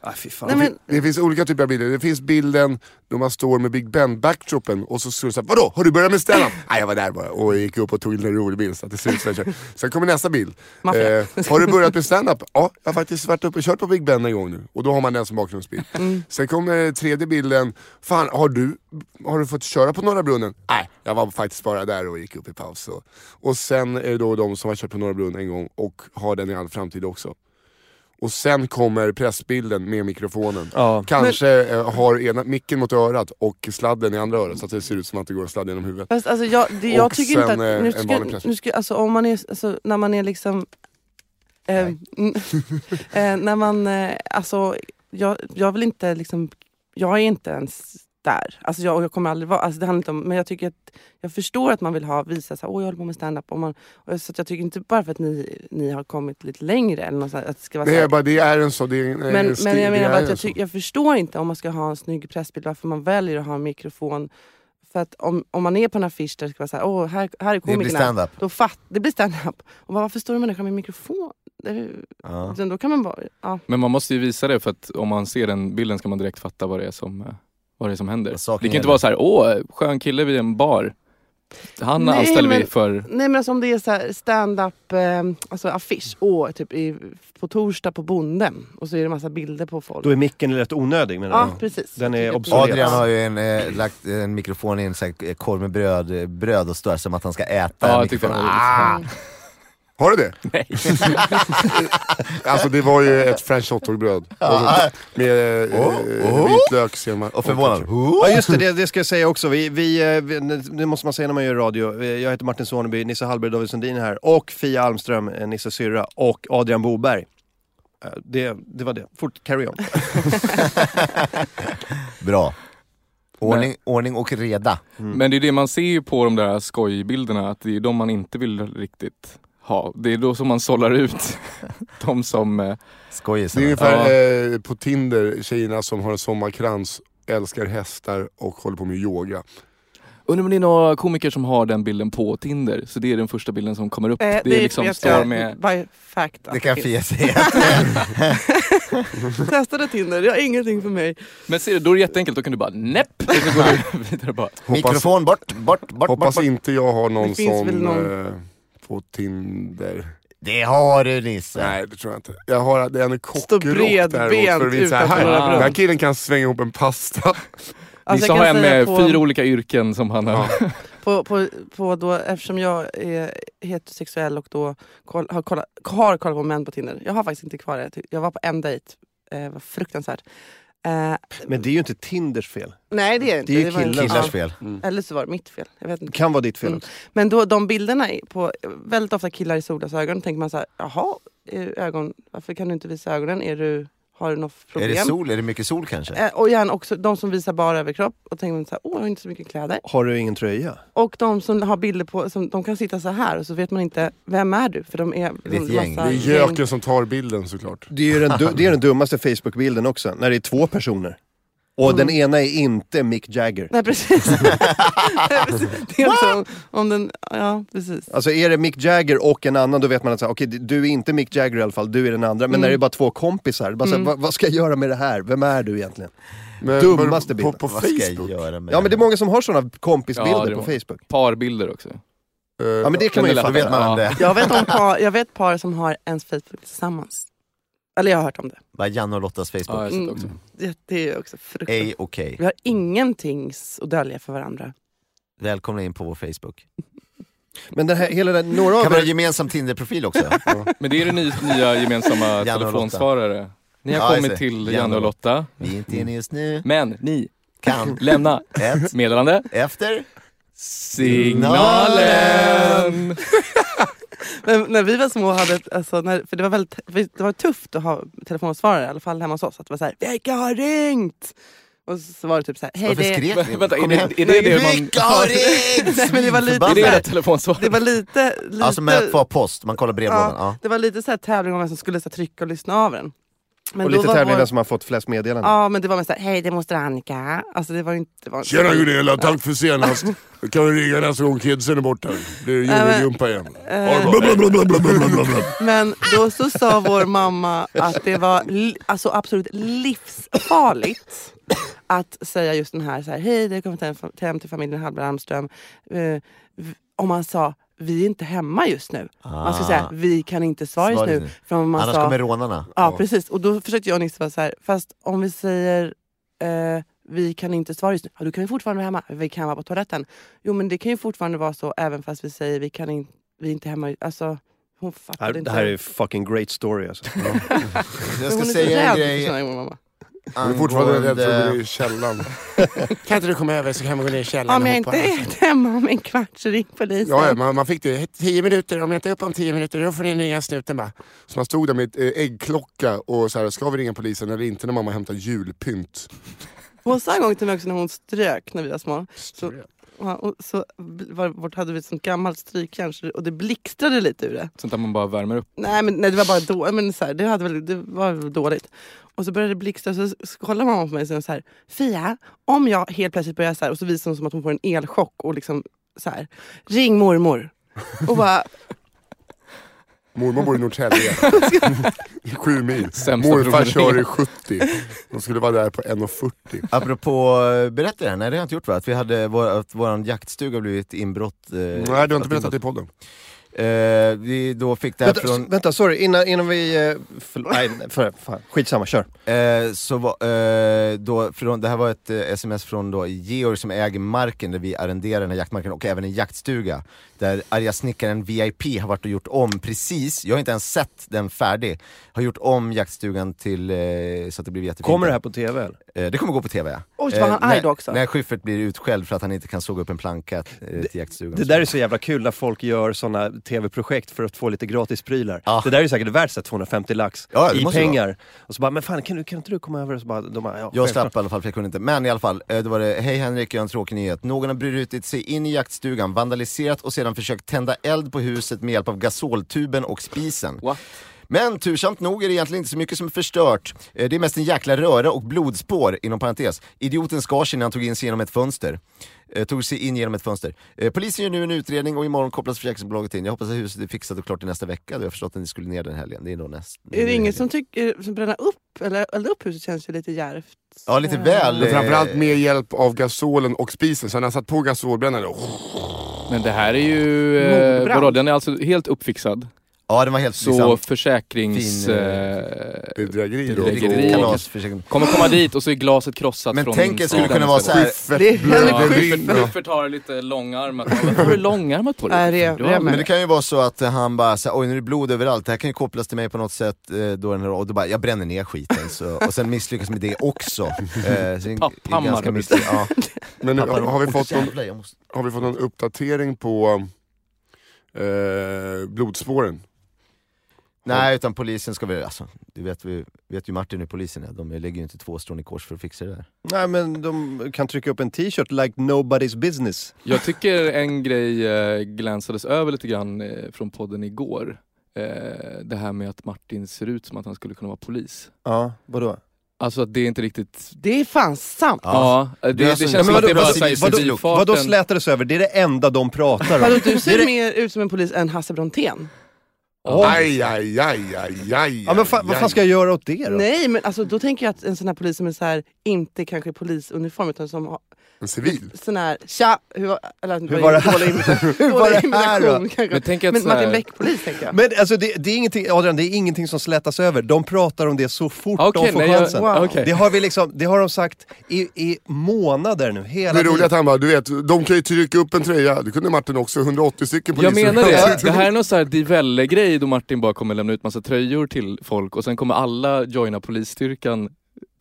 Speaker 4: Ah, fy fan.
Speaker 5: Nej, men,
Speaker 3: Det finns olika typer av bilder. Det finns bilden då man står med Big Ben backdropen och så står det såhär, vadå har du börjat med stand-up? Nej jag var där bara och gick upp och tog en liten rolig bild så att det ser ut såhär. Sen kommer nästa bild. Eh,
Speaker 5: Maffia.
Speaker 3: har du börjat med stand-up? Ja, jag har faktiskt varit uppe och kört på Big Ben en gång nu. Och då har man den som bakgrundsbild. Sen kommer tredje bilden, fan har du, har du fått köra på Norra Brunnen? Nej, jag var faktiskt bara där och gick upp i paus. Och, och sen är det då de som har kört på Norra Brunnen en gång och har den i all framtid också. Och sen kommer pressbilden med mikrofonen.
Speaker 4: Ja.
Speaker 3: Kanske eh, har ena, micken mot örat och sladden i andra örat så att det ser ut som att det går en sladd genom huvudet.
Speaker 5: fast alltså jag, det, jag
Speaker 3: Och
Speaker 5: tycker
Speaker 3: sen,
Speaker 5: inte
Speaker 3: eh,
Speaker 5: att...
Speaker 3: en
Speaker 5: Nu
Speaker 3: vanlig
Speaker 5: ska,
Speaker 3: press.
Speaker 5: nu ska, alltså om man är, alltså, när man är liksom... Eh, n- eh, när man, eh, alltså jag, jag vill inte liksom... Jag är inte ens där. Alltså jag, jag kommer aldrig vara... Alltså det handlar inte om, men jag tycker att jag förstår att man vill ha, visa så här, åh jag håller på med stand-up. Och man, och, så att jag tycker inte bara för att ni, ni har kommit lite längre eller något, så här, att det ska vara
Speaker 3: Det
Speaker 5: så
Speaker 3: är
Speaker 5: här,
Speaker 3: bara, det är en så, det är en, en
Speaker 5: Men,
Speaker 3: stil,
Speaker 5: men jag
Speaker 3: det
Speaker 5: menar
Speaker 3: är
Speaker 5: bara att
Speaker 3: en
Speaker 5: jag,
Speaker 3: så.
Speaker 5: ty- jag förstår inte om man ska ha en snygg pressbild varför man väljer att ha en mikrofon. För att om, om man är på en affisch där det ska vara såhär, åh här, här är
Speaker 2: Det blir
Speaker 5: komikerna.
Speaker 2: stand-up.
Speaker 5: då fatt, det blir stand-up. Och bara, varför står det en människa med en mikrofon? Det är-
Speaker 2: Ja.
Speaker 5: Utan Då kan man bara, ja.
Speaker 7: Men man måste ju visa det för att om man ser den bilden ska man direkt fatta vad det är som, eh, vad det är som händer.
Speaker 2: Vad saken
Speaker 7: Det kan inte
Speaker 2: gäller.
Speaker 7: vara så här, åh, skön kille vid en bar. Han
Speaker 5: Nej,
Speaker 7: anställer vi
Speaker 5: men-
Speaker 7: för...
Speaker 5: Nej men alltså om det är så här stand-up eh, alltså affisch, åh, typ i, på torsdag på Bonden. Och så är det massa bilder på folk.
Speaker 4: Då är micken rätt onödig menar
Speaker 5: ja
Speaker 4: du?
Speaker 5: precis.
Speaker 4: Den är
Speaker 5: Jag tycker att-
Speaker 4: obsolet.
Speaker 2: Adrian har ju en, eh, lagt en mikrofon i en sån här korv med bröd, eh, bröd och stör som att han ska äta
Speaker 7: Ja, jag tyckte
Speaker 2: mikrofonen.
Speaker 7: han var
Speaker 2: ah,
Speaker 3: Mm. Har du det? Nej. alltså det var ju ett french hotdog-bröd. Och- Med eh,
Speaker 2: Oh,
Speaker 3: eh,
Speaker 2: oh.
Speaker 3: vitlök, senap
Speaker 2: och förvånad.
Speaker 4: Ja just det, det, det ska jag säga också. Vi, vi, eh, vi, det måste man säga när man gör radio. Eh, Jag heter Martin Soneby, Nisse Hallberg, David Sundin är här. Och Fia Almström, eh, Nisses syrra. Och Adrian Boberg. Eh, Det, det var det. Fort, carry on.
Speaker 2: Bra. Ordning, ordning och reda.
Speaker 7: Men det är det man ser ju på de där skojbilderna, att det är de man inte vill riktigt ha. Det är då som man sållar ut de som... eh,
Speaker 3: Det är
Speaker 2: Skojisarna.
Speaker 3: ungefär eh, på Tinder, tjejerna som har en sommarkrans, älskar hästar och håller på med yoga.
Speaker 7: Undrar om det är några komiker som har den bilden på Tinder, så det är den första bilden som kommer upp.
Speaker 5: Eh,
Speaker 7: det är liksom
Speaker 5: vet
Speaker 7: står
Speaker 5: jag
Speaker 7: med...
Speaker 5: By fact att
Speaker 2: Det kan
Speaker 5: finns.
Speaker 2: Fia säga.
Speaker 5: Testade Tinder, det har ingenting för mig.
Speaker 7: Men ser du, då är det jätteenkelt. Då kan du bara näpp! Och så går du vidare bara.
Speaker 2: Mikrofon bort, bort, bort, bort,
Speaker 3: Hoppas
Speaker 2: bort.
Speaker 3: inte jag har någon
Speaker 5: Det finns
Speaker 3: sån
Speaker 5: väl någon-
Speaker 3: Eh, på Tinder.
Speaker 2: Det har du Nisse.
Speaker 3: Nej det tror jag inte. Jag har det är en
Speaker 5: Står
Speaker 3: kockrock
Speaker 5: bredbent
Speaker 3: däremot. För det finns så
Speaker 5: utanför
Speaker 3: här,
Speaker 7: några brunn."
Speaker 3: den här killen kan svänga ihop en pasta.
Speaker 5: Alltså,
Speaker 7: Nisse
Speaker 5: jag
Speaker 7: har
Speaker 5: kan
Speaker 7: en
Speaker 5: säga
Speaker 7: med
Speaker 5: på-
Speaker 7: fyra olika yrken som han har.
Speaker 5: på, på, på då, eftersom jag är heterosexuell och då koll, har, kollat, har kollat på män på Tinder. Jag har faktiskt inte kvar det. Jag var på en dejt. Eh, var fruktansvärt. Eh,
Speaker 4: Men det är ju inte Tinders fel.
Speaker 5: nej det är det inte.
Speaker 4: Det är ju
Speaker 5: var-
Speaker 4: killars
Speaker 2: Killars
Speaker 5: ja.
Speaker 2: fel.
Speaker 5: Eller så var det mitt fel. Jag vet inte.
Speaker 4: Kan vara ditt fel
Speaker 5: Mm.
Speaker 4: också.
Speaker 5: Men då, de bilderna är på väldigt ofta killar i solglasögon. Då tänker man så här, jaha, är ögon, varför kan du inte visa ögonen? Är du, har du något
Speaker 2: Är
Speaker 5: problem?
Speaker 2: det sol? Är det mycket sol kanske?
Speaker 5: Eh, och gärna också de som visar bara överkropp. Och tänker man så här, åh jag har inte så mycket kläder.
Speaker 4: Har du ingen tröja?
Speaker 5: Och de som har bilder på, som, de kan sitta så här och så vet man inte, vem är du? För de är...
Speaker 2: Det är ett gäng.
Speaker 3: Det är göken som tar bilden såklart.
Speaker 4: Det är ju den, du- det är den dummaste Facebook-bilden också, när det är två personer. Och den ena är inte Mick Jagger.
Speaker 5: Mm. Nej precis. Nej, precis. det är också, om, om den, ja precis.
Speaker 4: Alltså är det Mick Jagger och en annan, då vet man att så här, okej, du är inte Mick Jagger i alla fall, du är den andra. Men när det är bara två kompisar, bara så här, vad, vad ska jag göra med det här? Vem är du egentligen?
Speaker 3: Men,
Speaker 4: Dummaste
Speaker 3: på,
Speaker 4: bilden.
Speaker 3: på
Speaker 2: Vad ska jag
Speaker 3: Facebook.
Speaker 2: göra med
Speaker 4: Ja men det är många som har sådana
Speaker 7: Ja,
Speaker 4: kompisbilder
Speaker 7: det är
Speaker 4: på
Speaker 7: många.
Speaker 4: Facebook.
Speaker 7: Parbilder också.
Speaker 3: Eh,
Speaker 4: Ja men det kan man ju
Speaker 7: Den
Speaker 2: Då
Speaker 4: fatta.
Speaker 7: är
Speaker 2: vet man om det.
Speaker 5: Jag vet, om par, jag vet par som har ens Facebook tillsammans. Eller jag har hört om det.
Speaker 2: Bara Janne och Lottas
Speaker 7: Ja, jag har
Speaker 2: Facebook.
Speaker 5: Mm.
Speaker 7: sett också.
Speaker 5: Det, det är också fruktansvärt.
Speaker 2: Ej okej.
Speaker 5: Vi har ingenting s- att dölja för varandra.
Speaker 2: Välkomna in på vår Facebook.
Speaker 4: Men den här, hela den, några av
Speaker 2: Kan man ha
Speaker 4: er,
Speaker 2: gemensam Tinder-profil också?
Speaker 7: Men det är det ny- nya gemensamma
Speaker 2: Janne och Lotta.
Speaker 7: telefonsvarare. Ni har
Speaker 2: Ja, jag ser.
Speaker 7: kommit till
Speaker 2: Janne
Speaker 7: Janne
Speaker 2: och
Speaker 7: och Lotta,
Speaker 2: Vi är inte inne just nu.
Speaker 7: men ni
Speaker 2: Kan.
Speaker 7: lämna
Speaker 2: Ett.
Speaker 7: meddelande.
Speaker 2: Efter.
Speaker 7: Signalen!
Speaker 5: Men, när vi var små hade, ett- alltså, när, för det var, väldigt, det var tufft att ha telefonsvarare, i alla fall hemma hos oss. Att det var såhär, vilka har ringt? Och så var det typ såhär, hej
Speaker 2: Varför
Speaker 5: det
Speaker 2: skrek ni?
Speaker 7: Vänta, är
Speaker 2: Kom
Speaker 7: det-
Speaker 2: igen.
Speaker 7: är det det man-
Speaker 2: Vilka har ringt?
Speaker 5: Nej, men det var lite-
Speaker 7: Är det
Speaker 2: Förbannat.
Speaker 7: ert telefonsvarare?
Speaker 5: Det var lite... lite
Speaker 4: Alltså,
Speaker 2: Alltså med att få post, man kollar brevlådan.
Speaker 5: ja,
Speaker 2: Ja.
Speaker 5: Det var lite så här tävling om vem som skulle så här, trycka och lyssna av den. Men
Speaker 4: och
Speaker 5: då
Speaker 4: lite
Speaker 5: var
Speaker 4: tävlingar
Speaker 5: vår-
Speaker 4: som har fått flest meddelanden.
Speaker 5: Ja, men det var mest såhär, hej det är moster Annika. Alltså det var ju inte... Det var...
Speaker 3: Tjena Gunilla, tack för senast. Kan vi ringa nästa gång kidsen är borta? Blir det djungeljumpa igen?
Speaker 5: Eh,
Speaker 3: Ha det bra.
Speaker 5: Men då så sa vår mamma att det var li- alltså absolut livsfarligt att säga just den här, så här hej det har kommit hem, hem till familjen Hallberg Almström. Eh, v- om man sa vi är inte hemma just nu. Man skulle säga vi kan inte svara just
Speaker 2: Svar
Speaker 5: nu.
Speaker 2: Ah. just nu.
Speaker 5: För om man
Speaker 2: Annars
Speaker 5: sa,
Speaker 2: kommer rånarna.
Speaker 5: Ja, precis. Och då försökte jag och Nisse vara så här, fast om vi säger eh, vi kan inte svara just nu, ja, då kan vi fortfarande vara hemma, vi kan vara på toaletten. Jo men det kan ju fortfarande vara så även fast vi säger vi kan in, vi är inte hemma, alltså hon
Speaker 4: Det här,
Speaker 5: fattade
Speaker 4: det
Speaker 5: inte.
Speaker 4: här är fucking great story alltså.
Speaker 2: Jag
Speaker 5: Men
Speaker 2: ska
Speaker 5: hon är så
Speaker 2: säga en
Speaker 5: rädd för
Speaker 2: grej
Speaker 5: såna här, vår mamma.
Speaker 3: Jag är fortfarande rädd för att gå
Speaker 2: angående...
Speaker 3: ner i källaren.
Speaker 9: Kan inte du komma över så kan vi gå ner i källaren
Speaker 5: Om jag
Speaker 9: och
Speaker 5: inte
Speaker 9: hoppa?
Speaker 5: är hemma om en kvart så ring polisen.
Speaker 3: Ja, ja,
Speaker 5: Ja,
Speaker 3: man, man fick det.
Speaker 9: Tio minuter, om jag inte är uppe om tio minuter då får ni ringa snuten bara.
Speaker 3: Så man stod där med ett eh, äggklocka och så här, ska vi ringa polisen eller inte när mamma hämtar julpynt?
Speaker 5: hon sa en gång till mig också när hon strök när vi var små. Så, ja, och så var, vårt hade vi ett sånt gammalt strykjärn så- och det blixtrade lite ur det.
Speaker 7: Sånt där man bara värmer upp.
Speaker 5: Nej, men, nej det var bara dåligt. Men så här, det, hade väl, det var väl dåligt. Och så började det blixtra så, så kollar mamma på mig och säger så här. Fia, om jag helt plötsligt börjar så här och så visar hon som att hon får en elchock och liksom så här. Ring mormor. Och bara,
Speaker 3: Mormor bor i Norrtälje. Sju mil.
Speaker 7: Sämsta
Speaker 3: Morfar
Speaker 7: provningen.
Speaker 3: kör i 70. De skulle vara där på 1.40.
Speaker 2: Apropå, eh, berätta det här, nej det har jag inte gjort va? Att vi hade, vår, att våran jaktstuga blivit inbrott. eh,
Speaker 3: Nej, du har
Speaker 2: inbrott.
Speaker 3: inte berättat det i podden.
Speaker 2: Eh, vi då fick det här
Speaker 4: vänta,
Speaker 2: från,
Speaker 4: vänta, sorry, innan, innan vi... eh, Förlåt, nej, nej, för, fan, skitsamma, kör.
Speaker 2: eh, så var, eh, då, från, det här var ett eh, sms från då Georg som äger marken där vi arrenderar den här jaktmarken och även en jaktstuga. Där arga snickaren VIP har varit och gjort om precis, jag har inte ens sett den färdig, har gjort om jaktstugan till eh, så att det blir jättefint.
Speaker 4: Kommer det här på TV? Eller?
Speaker 2: Eh, det kommer gå på TV ja.
Speaker 5: Oj, så var han
Speaker 2: Eh,
Speaker 5: arg
Speaker 2: när-
Speaker 5: då också?
Speaker 2: När Schyffert blir utskälld för att han inte kan såga upp en planka eh, till jaktstugan.
Speaker 4: Det där är så jävla kul när folk gör såna TV-projekt för att få lite gratis prylar.
Speaker 2: Ja.
Speaker 4: Det där är säkert värt så här 250 lax
Speaker 2: Ja, ja, det
Speaker 4: i
Speaker 2: måste det
Speaker 4: pengar. Och så bara, men fan kan, du, kan inte du komma över? Och så bara, de bara, ja,
Speaker 2: Jag
Speaker 4: självklart.
Speaker 2: slapp i alla fall för jag kunde inte. Men i alla fall, eh, då var det Hej Henrik, jag har en tråkig nyhet. Någon har brutit sig in i jaktstugan, vandaliserat och sedan försökt tända eld på huset med hjälp av gasoltuben och spisen.
Speaker 7: What?
Speaker 2: Men tursamt nog är det egentligen inte så mycket som är förstört. Eh, Det är mest en jäkla röra och blodspår, inom parentes. Idioten skar sig när han tog in sig genom ett fönster. Eh, Tog sig in genom ett fönster. Eh, Polisen gör nu en utredning och imorgon kopplas försäkringsbolaget in. Jag hoppas att huset är fixat och klart till nästa vecka. Jag har förstått att ni skulle ner den helgen. Det är nog näst.
Speaker 5: är det ingen som tycker, som bränner upp eller eldar upp huset känns ju lite djärvt.
Speaker 2: Ja, lite väl.
Speaker 3: Men
Speaker 2: eh,
Speaker 3: framförallt med hjälp av gasolen och spisen. Så när han satt på gasolbrännaren, oh,
Speaker 7: Men det här är ju... Eh,
Speaker 5: Mordbrand.
Speaker 7: vadå, den är alltså helt uppfixad.
Speaker 2: Ja, den var helt
Speaker 7: Så
Speaker 2: liksom,
Speaker 7: försäkrings...
Speaker 2: Fin, eh,
Speaker 7: Eh,
Speaker 3: bedrägeri då.
Speaker 7: Bedrägeri.
Speaker 2: riktigt kalasförsäkring.
Speaker 7: kommer komma dit och så är glaset krossat
Speaker 2: Men
Speaker 7: från
Speaker 2: tänk er skulle
Speaker 7: sidan
Speaker 2: kunna vara
Speaker 7: istället.
Speaker 2: så här-
Speaker 3: Schyffert
Speaker 5: Det är
Speaker 3: blöder,
Speaker 7: Ja,
Speaker 3: det
Speaker 7: Schyffert-
Speaker 3: rinner.
Speaker 7: Schyffert har lite långarmat. Varför har du långarmat på
Speaker 5: Nej,
Speaker 7: dig?
Speaker 5: det är-
Speaker 7: Du
Speaker 5: det är
Speaker 7: har-
Speaker 5: med.
Speaker 2: Men det kan ju vara så att han bara så här, oj nu är det blod överallt, det här kan ju kopplas till mig på något sätt. eh, Då den här, och då bara, jag bränner ner skiten. Så, och sen misslyckas med det också. Eh, så det är en-
Speaker 7: Papphammar
Speaker 2: ganska
Speaker 7: har
Speaker 2: mystiskt. Ja.
Speaker 3: Men nu, har, har vi
Speaker 2: Åh,
Speaker 3: fått någon,
Speaker 2: jävlar, jag måste-
Speaker 3: har vi fått någon uppdatering på eh, blodspåren?
Speaker 2: Nej utan polisen ska väl, alltså, du vet, vi, vet ju Martin hur polisen är, de lägger ju inte två strån i kors för att fixa det där.
Speaker 4: Nej, men de kan trycka upp en t-shirt like nobody's business.
Speaker 7: Jag tycker en grej eh, glänsades över lite grann eh, från podden igår. Eh, det här med att Martin ser ut som att han skulle kunna vara polis.
Speaker 4: Ja, vadå?
Speaker 7: Alltså att det är inte riktigt...
Speaker 5: Det är fan sant!
Speaker 7: Ja, eh, det, det,
Speaker 2: är så-
Speaker 7: känns
Speaker 2: Ja, men
Speaker 7: som att det
Speaker 2: vadå-
Speaker 7: bara
Speaker 2: vadå-
Speaker 7: såhär i
Speaker 2: vadå-
Speaker 7: förbifarten.
Speaker 4: Vadå slätades över? Det är det enda de pratar om.
Speaker 5: Vadå, du ser mer ut som en polis än Hasse Brontén.
Speaker 3: Aj, aj, aj, aj, aj.
Speaker 4: Ja, men fan, vad fan ska jag göra åt det då?
Speaker 5: Nej men alltså då tänker jag att en sån här polis som är så här, inte kanske polisuniform utan som har
Speaker 3: En civil?
Speaker 5: sån här tja, hur var, eller,
Speaker 4: Hur var det här?
Speaker 5: Dålig,
Speaker 4: Hur var det här då?
Speaker 7: Men tänk att
Speaker 5: Men
Speaker 7: så här-
Speaker 5: Martin Beck-polis tänker jag.
Speaker 4: Men alltså det, det är ingenting, Adrian, det är ingenting som slätas över. De pratar om det så fort
Speaker 7: Okej,
Speaker 4: de får
Speaker 7: nej, jag-
Speaker 4: chansen.
Speaker 7: wow. okej.
Speaker 4: Det, har vi liksom, det har de sagt i, i månader nu, hela
Speaker 3: Det är roligt
Speaker 4: tiden.
Speaker 3: att han bara, du vet, de kan ju trycka upp en tröja. Det kunde Martin också, 180 stycken
Speaker 7: Jag
Speaker 3: poliser.
Speaker 7: menar det. Det här är någon sån här Divelle-grej då Martin bara kommer lämna ut massa tröjor till folk och sen kommer alla joina
Speaker 2: Alltså,
Speaker 7: polisstyrkan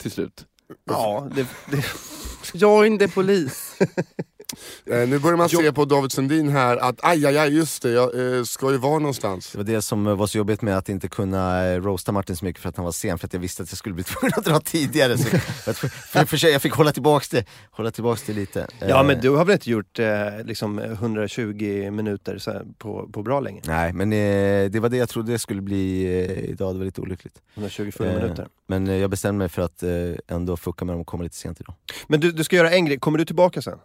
Speaker 7: till slut.
Speaker 4: Ja, det, det,
Speaker 5: Alltså, Join the police.
Speaker 3: Eh, nu börjar man se på David Sundin här att aj, aj, aj just det, jag eh, ska ju vara någonstans.
Speaker 2: Det var det som eh, var så jobbigt med att inte kunna eh, roasta Martin så mycket för att han var sen, för att jag visste att jag skulle bli tvungen att dra tidigare. Så för, att- för, för sig, jag fick hålla tillbaks det, hålla tillbaks det lite.
Speaker 4: Ja,
Speaker 2: Eh,
Speaker 4: men du har väl inte gjort eh, liksom 120 minuter så här, på, på bra länge?
Speaker 2: Nej, men eh, det var det jag trodde det skulle bli eh, idag, det var lite olyckligt.
Speaker 4: 120 fulla
Speaker 2: Eh,
Speaker 4: minuter.
Speaker 2: Men eh, jag bestämde mig för att eh, ändå fucka med dem och komma lite sent idag.
Speaker 4: Men du, du ska göra en grej, kommer du tillbaka sen?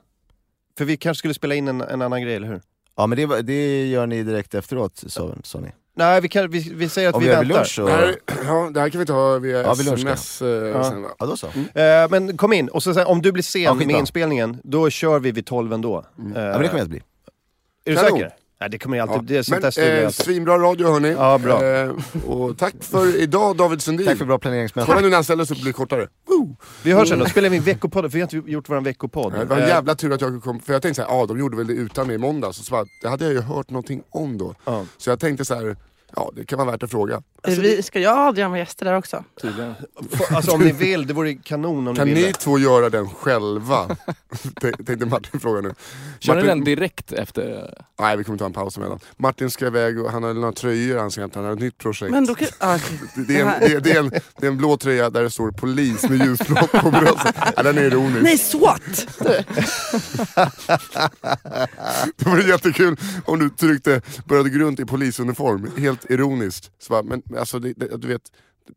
Speaker 4: För vi kanske skulle spela in en, en annan grej, eller hur?
Speaker 2: Ja men det, var- det gör ni direkt efteråt, sa, sa ni.
Speaker 4: Nej, vi, kan, vi, vi säger att
Speaker 2: Om
Speaker 4: vi,
Speaker 2: vi gör vid
Speaker 4: väntar.
Speaker 2: lunch så...
Speaker 3: Det här, ja, det här kan vi ta via
Speaker 2: Ja, vi lunchar.
Speaker 3: sms eh, sen va?
Speaker 2: Ja då så.
Speaker 4: Eh, men kom in, och så, så här, om du blir sen
Speaker 2: Ja, skitbra. Mm.
Speaker 4: med inspelningen, då kör vi vid 12 ändå. Eh,
Speaker 2: Ja men det kommer jag att bli.
Speaker 4: Är du
Speaker 3: Kanon.
Speaker 4: säker? Nej, det kommer ju alltid,
Speaker 3: Ja.
Speaker 4: det är sånt
Speaker 3: Men
Speaker 4: där studier
Speaker 3: eh,
Speaker 4: alltid.
Speaker 3: svinbra radio hörni.
Speaker 4: Ja, bra.
Speaker 3: Eh, och tack för idag David Sundin.
Speaker 2: Tack för bra
Speaker 3: Kolla
Speaker 2: planeringsmöte.
Speaker 3: nu när han ställer sig upp blir det kortare. Woo!
Speaker 4: Vi hörs
Speaker 2: eh.
Speaker 4: sen, då spelar vi en veckopodd, för vi har inte gjort våran veckopodd.
Speaker 3: Det var en
Speaker 4: Eh,
Speaker 3: jävla tur att jag kom, för jag tänkte såhär, ja de gjorde väl det utan mig i måndags. Och så bara, det hade jag ju hört någonting om då.
Speaker 4: Ja.
Speaker 3: Så jag tänkte så här, ja det kan vara värt att fråga.
Speaker 5: Alltså, vi, ska jag och Adrian vara gäster där också?
Speaker 7: Tydligen.
Speaker 4: Alltså om ni vill, det vore kanon om
Speaker 3: Kan
Speaker 4: ni ville.
Speaker 3: ni två göra den själva? Tänk- Tänkte Martin fråga nu.
Speaker 7: Kör ni
Speaker 3: Martin-
Speaker 7: den direkt efter?
Speaker 3: Nej vi kommer ta en paus emellan. Martin ska iväg och han har några tröjor han ska hämta, han har ett nytt projekt.
Speaker 5: Men då kan... Ah, okej.
Speaker 3: Det är, en, det, är, det, är en, det är en blå tröja där det står polis med ljusblått på bröstet. Ja, den är ironisk.
Speaker 5: Nej, SWAT!
Speaker 3: Det vore jättekul om du tryckte, började gå runt i polisuniform, helt ironiskt. Så bara, men men alltså, det, det, du vet,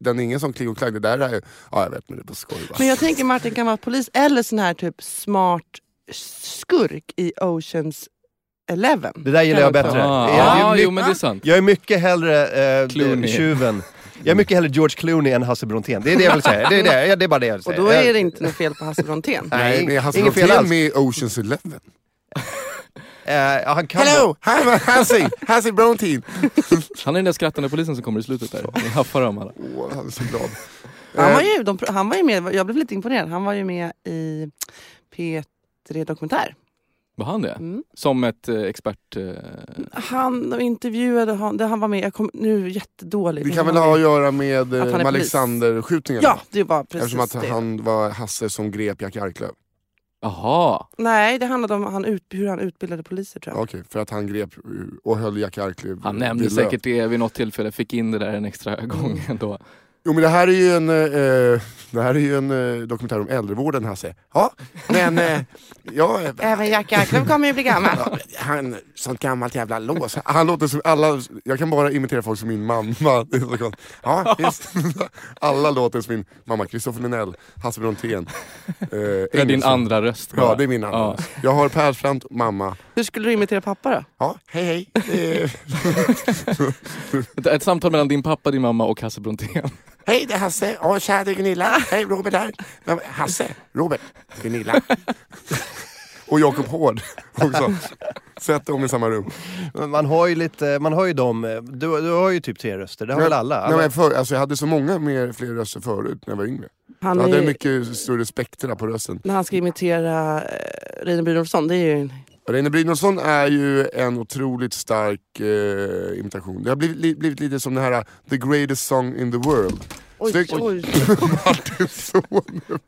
Speaker 3: den är ingen som kling och klang. Det där är, ja jag vet men det är på skoj bara.
Speaker 5: Men jag tänker Martin kan vara polis eller sån här typ smart skurk i Oceans Eleven.
Speaker 4: Det där gillar jag
Speaker 5: Kan
Speaker 4: bättre.
Speaker 7: Ah,
Speaker 4: Jag- jag-
Speaker 7: ah,
Speaker 4: jag-
Speaker 7: jo men det är sant.
Speaker 4: Jag är mycket hellre eh,
Speaker 7: Clooney.
Speaker 4: tjuven. Jag är mycket hellre George Clooney än Hasse Brontén. Det är det jag vill säga. Det är, det. Ja, det är bara det jag vill
Speaker 5: Och
Speaker 4: säga.
Speaker 5: då är det inte något fel på Hasse Brontén.
Speaker 4: Nej,
Speaker 3: Nej, men Hasse
Speaker 4: inget fel
Speaker 3: Brontén
Speaker 4: alls.
Speaker 3: med i Oceans Eleven.
Speaker 4: Eh, ja, han kan vara-
Speaker 3: Hello! I'm Hasse! Hasse Brontén!
Speaker 7: Han är den där skrattande polisen som kommer i slutet där. Ni haffar dem alla.
Speaker 3: Åh, han är så glad.
Speaker 5: Han var, ju, de, han var ju med, jag blev lite imponerad, han var ju med i P3 Dokumentär.
Speaker 7: Var han det?
Speaker 5: Mm.
Speaker 7: Som ett eh, expert... Eh,
Speaker 5: Han de intervjuade, han, det han var med, jag kom, nu är jag jättedålig.
Speaker 3: Det
Speaker 5: men
Speaker 3: kan
Speaker 5: han
Speaker 3: väl ha
Speaker 5: var
Speaker 3: att göra med, eh,
Speaker 5: Att han är
Speaker 3: med
Speaker 5: polis.
Speaker 3: Alexander-skjutningen?
Speaker 5: Ja, det var precis
Speaker 3: Eftersom att
Speaker 5: det.
Speaker 3: han var Hasse som grep Jack Arklöv.
Speaker 7: aha!
Speaker 5: Nej, det handlade om han ut, hur han utbildade poliser tror jag.
Speaker 3: Okej, för att han grep uh, och höll Jack Arklöv
Speaker 7: Han
Speaker 3: vid
Speaker 7: nämnde
Speaker 3: löp.
Speaker 7: säkert det vid något tillfälle, fick in det där en extra gång ändå.
Speaker 3: Jo men Mm. det här är ju en, eh, det här är ju en eh, dokumentär om äldrevården Hasse. Ja, men eh, ja, eh,
Speaker 5: Även Jack Arklöv kommer ju bli gammal.
Speaker 3: han, sånt gammalt jävla lås. Han låter som alla, jag kan bara imitera folk som min mamma. Det är så konstigt. ja, just. Alla låter som min mamma, Kristoffer Lindell, Hasse Brontén. Eh,
Speaker 7: Det är din
Speaker 3: Engelsson.
Speaker 7: andra röst.
Speaker 3: Ja, det är min andra.
Speaker 7: Ja.
Speaker 3: Jag har Persbrandt, mamma.
Speaker 5: Hur skulle du imitera pappa då?
Speaker 3: Ja, hej hej. Eh,
Speaker 7: Ett, ett samtal mellan din pappa, din mamma och Hasse Brontén.
Speaker 9: Hej, det är Hasse. Åh, tja, det är Gunilla. Hej, Robert här. Men, Hasse,
Speaker 3: Robert, Gunilla. Och Jakob Hård också. Sätt dem i samma rum.
Speaker 4: Men Man har ju lite, man har ju dem, eh, du, du har ju typ tre röster, det har väl alla?
Speaker 3: Nej,
Speaker 4: alla.
Speaker 3: men för, alltså, jag hade så många mer, fler röster förut när jag var yngre.
Speaker 5: Han
Speaker 3: Jag hade
Speaker 5: är,
Speaker 3: en mycket större spektra på rösten.
Speaker 5: När han ska imitera eh, Reine Brynolfsson, det är ju...
Speaker 3: Reine Brynolfsson är ju en otroligt stark eh, imitation. Det har blivit, li, blivit lite som den här eh, The greatest song in the world.
Speaker 5: Oj,
Speaker 3: Snyggt.
Speaker 5: oj.
Speaker 3: Martin Soneby.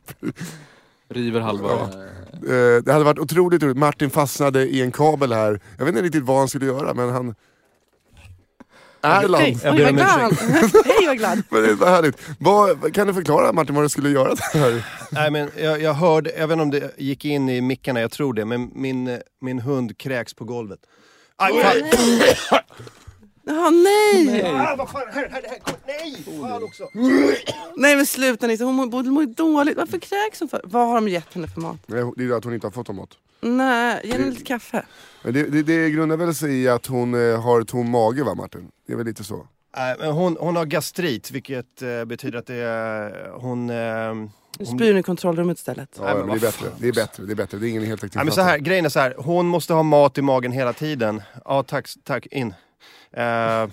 Speaker 7: River halva...
Speaker 3: Ja. Eh, det hade varit otroligt roligt. Martin fastnade i en kabel här. Jag vet inte riktigt vad han skulle göra men han... Erland!
Speaker 5: Hej,
Speaker 4: Jag
Speaker 5: oj
Speaker 4: ber
Speaker 5: vad
Speaker 4: om
Speaker 5: glad han Hej vad glad!
Speaker 3: Men det var härligt. Vad, kan du förklara Martin vad du skulle göra där?
Speaker 4: Nej, men jag, jag hörde, jag vet inte om det gick in i mickarna, jag tror det, men min, eh, min hund kräks på golvet. Aj, fan.
Speaker 5: Jaha, nej! nej!
Speaker 4: Ah, vad fan, här, här, här, kom, nej! Fan också.
Speaker 5: men sluta Nisse, hon mår, mår ju dåligt. Varför kräks hon för? Vad har de gett henne för mat?
Speaker 3: Nej, Det är ju att hon inte har fått någon mat.
Speaker 5: Nej, ge henne lite kaffe.
Speaker 3: Men det, det, det grundar väl sig i att hon eh, har tom mage va Martin? Det är väl lite så?
Speaker 4: Nej, men hon, hon har gastrit, vilket eh, betyder att det är, hon... Eh,
Speaker 5: Nu spyr hon i kontrollrummet istället.
Speaker 3: Ja,
Speaker 4: Nej, men
Speaker 3: men det, är
Speaker 4: vad
Speaker 3: bättre. det är bättre, det är bättre. Det är ingen heltäckning.
Speaker 4: Ja, men så här, grejen är så här, hon måste ha mat i magen hela tiden. Ja, tack, tack, in. Eh,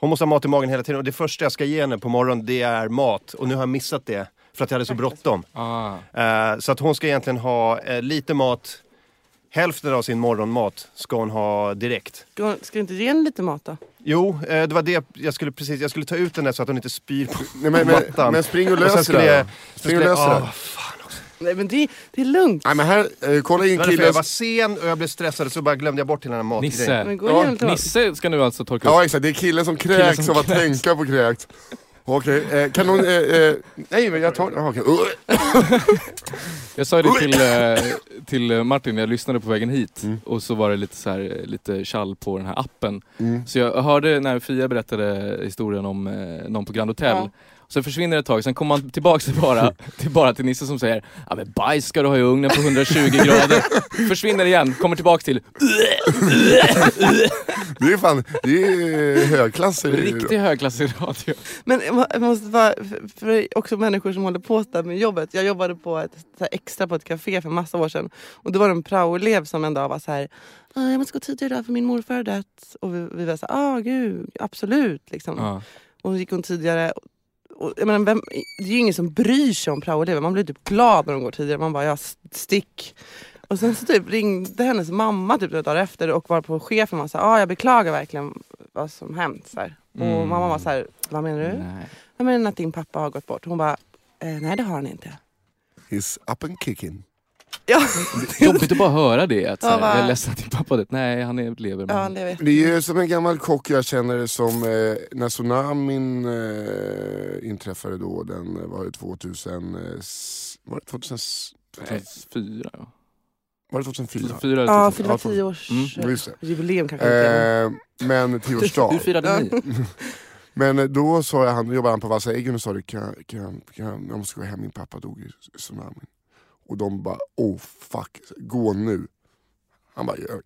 Speaker 4: hon måste ha mat i magen hela tiden och det första jag ska ge henne på morgonen det är mat. Och nu har jag missat det för att jag hade så bråttom.
Speaker 7: Ah.
Speaker 4: Eh, så att hon ska egentligen ha eh, lite mat. Hälften av sin morgonmat ska hon ha direkt.
Speaker 5: Ska hon- ska du inte ge henne lite mat då?
Speaker 4: Jo, eh, det var det jag skulle precis, jag skulle ta ut henne så att hon inte spyr på
Speaker 3: Nej, men, men,
Speaker 4: mattan.
Speaker 3: men spring och
Speaker 4: Och sen
Speaker 3: lös det
Speaker 4: skulle jag-
Speaker 3: där.
Speaker 4: sen
Speaker 3: Spring och
Speaker 4: skulle
Speaker 3: lös
Speaker 4: jag-
Speaker 3: det
Speaker 4: ah,
Speaker 3: där.
Speaker 4: vad fan också.
Speaker 5: Nej men det, det är lugnt.
Speaker 3: Nej men här, eh, kolla in
Speaker 4: Det var därför jag var
Speaker 3: killens...
Speaker 4: sen och jag blev stressad så bara glömde jag bort hela den här matgrejen.
Speaker 7: Ah, Nisse.
Speaker 5: Men gå
Speaker 3: Ja,
Speaker 5: igenom till
Speaker 7: Nisse ska nu alltså torka upp.
Speaker 3: Ja exakt, det är killen som kräks
Speaker 7: Killen som
Speaker 3: av att
Speaker 7: kräks.
Speaker 3: tänka på kräkt. Okej, eh, kan någon... Eh, eh, nej men jag tar... ah, Okej. Uh,
Speaker 7: Jag sa ju det till, eh, till eh, Martin när jag lyssnade på vägen hit och så var det lite så här, eh, lite tjall på den här appen. Så jag hörde när Fia berättade historien om eh, någon på Grand Hotel.
Speaker 5: Ja.
Speaker 7: Så försvinner det ett tag, sen kommer man tillbaks till bara, till bara till Nisse som säger ja men bajs ska du ha i ugnen på 120 grader. försvinner igen, kommer tillbaks till
Speaker 3: det är fan, det är eh, högklass. i det.
Speaker 7: riktig högklassig radio.
Speaker 5: Men jag må- jag måste bara, för- för också människor som håller på sådär med jobbet. Jag jobbade på ett så här extra på ett café för massa år sedan. Och då var det en praoelev som en dag var så här. "Ah, Jag måste gå tidigare idag för min morfar har dött. Och vi, vi var så här, ah gud, absolut. Liksom.
Speaker 7: Ja.
Speaker 5: Och så gick hon tidigare. Och, jag menar, vem, det är ju ingen som bryr sig om praoelever. Man blir typ glad när de går tidigare. Man bara, ja stick. Och sen så typ ringde hennes mamma typ några dagar efter och var på chefen var så här, ah, jag beklagar verkligen vad som hänt. Så här.
Speaker 3: Mm.
Speaker 5: Och mamma var så här, vad menar du?
Speaker 7: Nej.
Speaker 5: Jag menar att din pappa har gått bort. Hon bara, eh, nej det har han inte.
Speaker 3: Mm. He's up and kicking.
Speaker 5: Ja,
Speaker 7: Jobbigt att bara höra det. Att, så
Speaker 5: Ja, va?
Speaker 7: här, jag är ledsen att din pappa dött. Nej, han är, lever.
Speaker 5: ja
Speaker 7: Men...
Speaker 5: det vet
Speaker 3: Det är ju som en gammal kock jag känner som eh, när tsunamin eh, inträffade då, den eh, var det 2000, eh, s- var det 2000,
Speaker 7: Nej, typ Fyra, ja.
Speaker 3: var det 2004?
Speaker 7: Fyra eller
Speaker 5: Ja,
Speaker 7: två.
Speaker 5: fyllde
Speaker 3: Ja,
Speaker 5: tio års eh,
Speaker 3: Mm, just det.
Speaker 5: jubileum kanske. inte.
Speaker 3: Eh, men tioårsdag.
Speaker 7: Hur firade ni?
Speaker 3: Men eh, då sa jag, han, jobbade han på Vassa Äggen och sa det, kan, kan, kan, jag måste gå hem, min pappa dog i tsunamin. Och de bara, oh fuck, gå nu. Han bara ljög.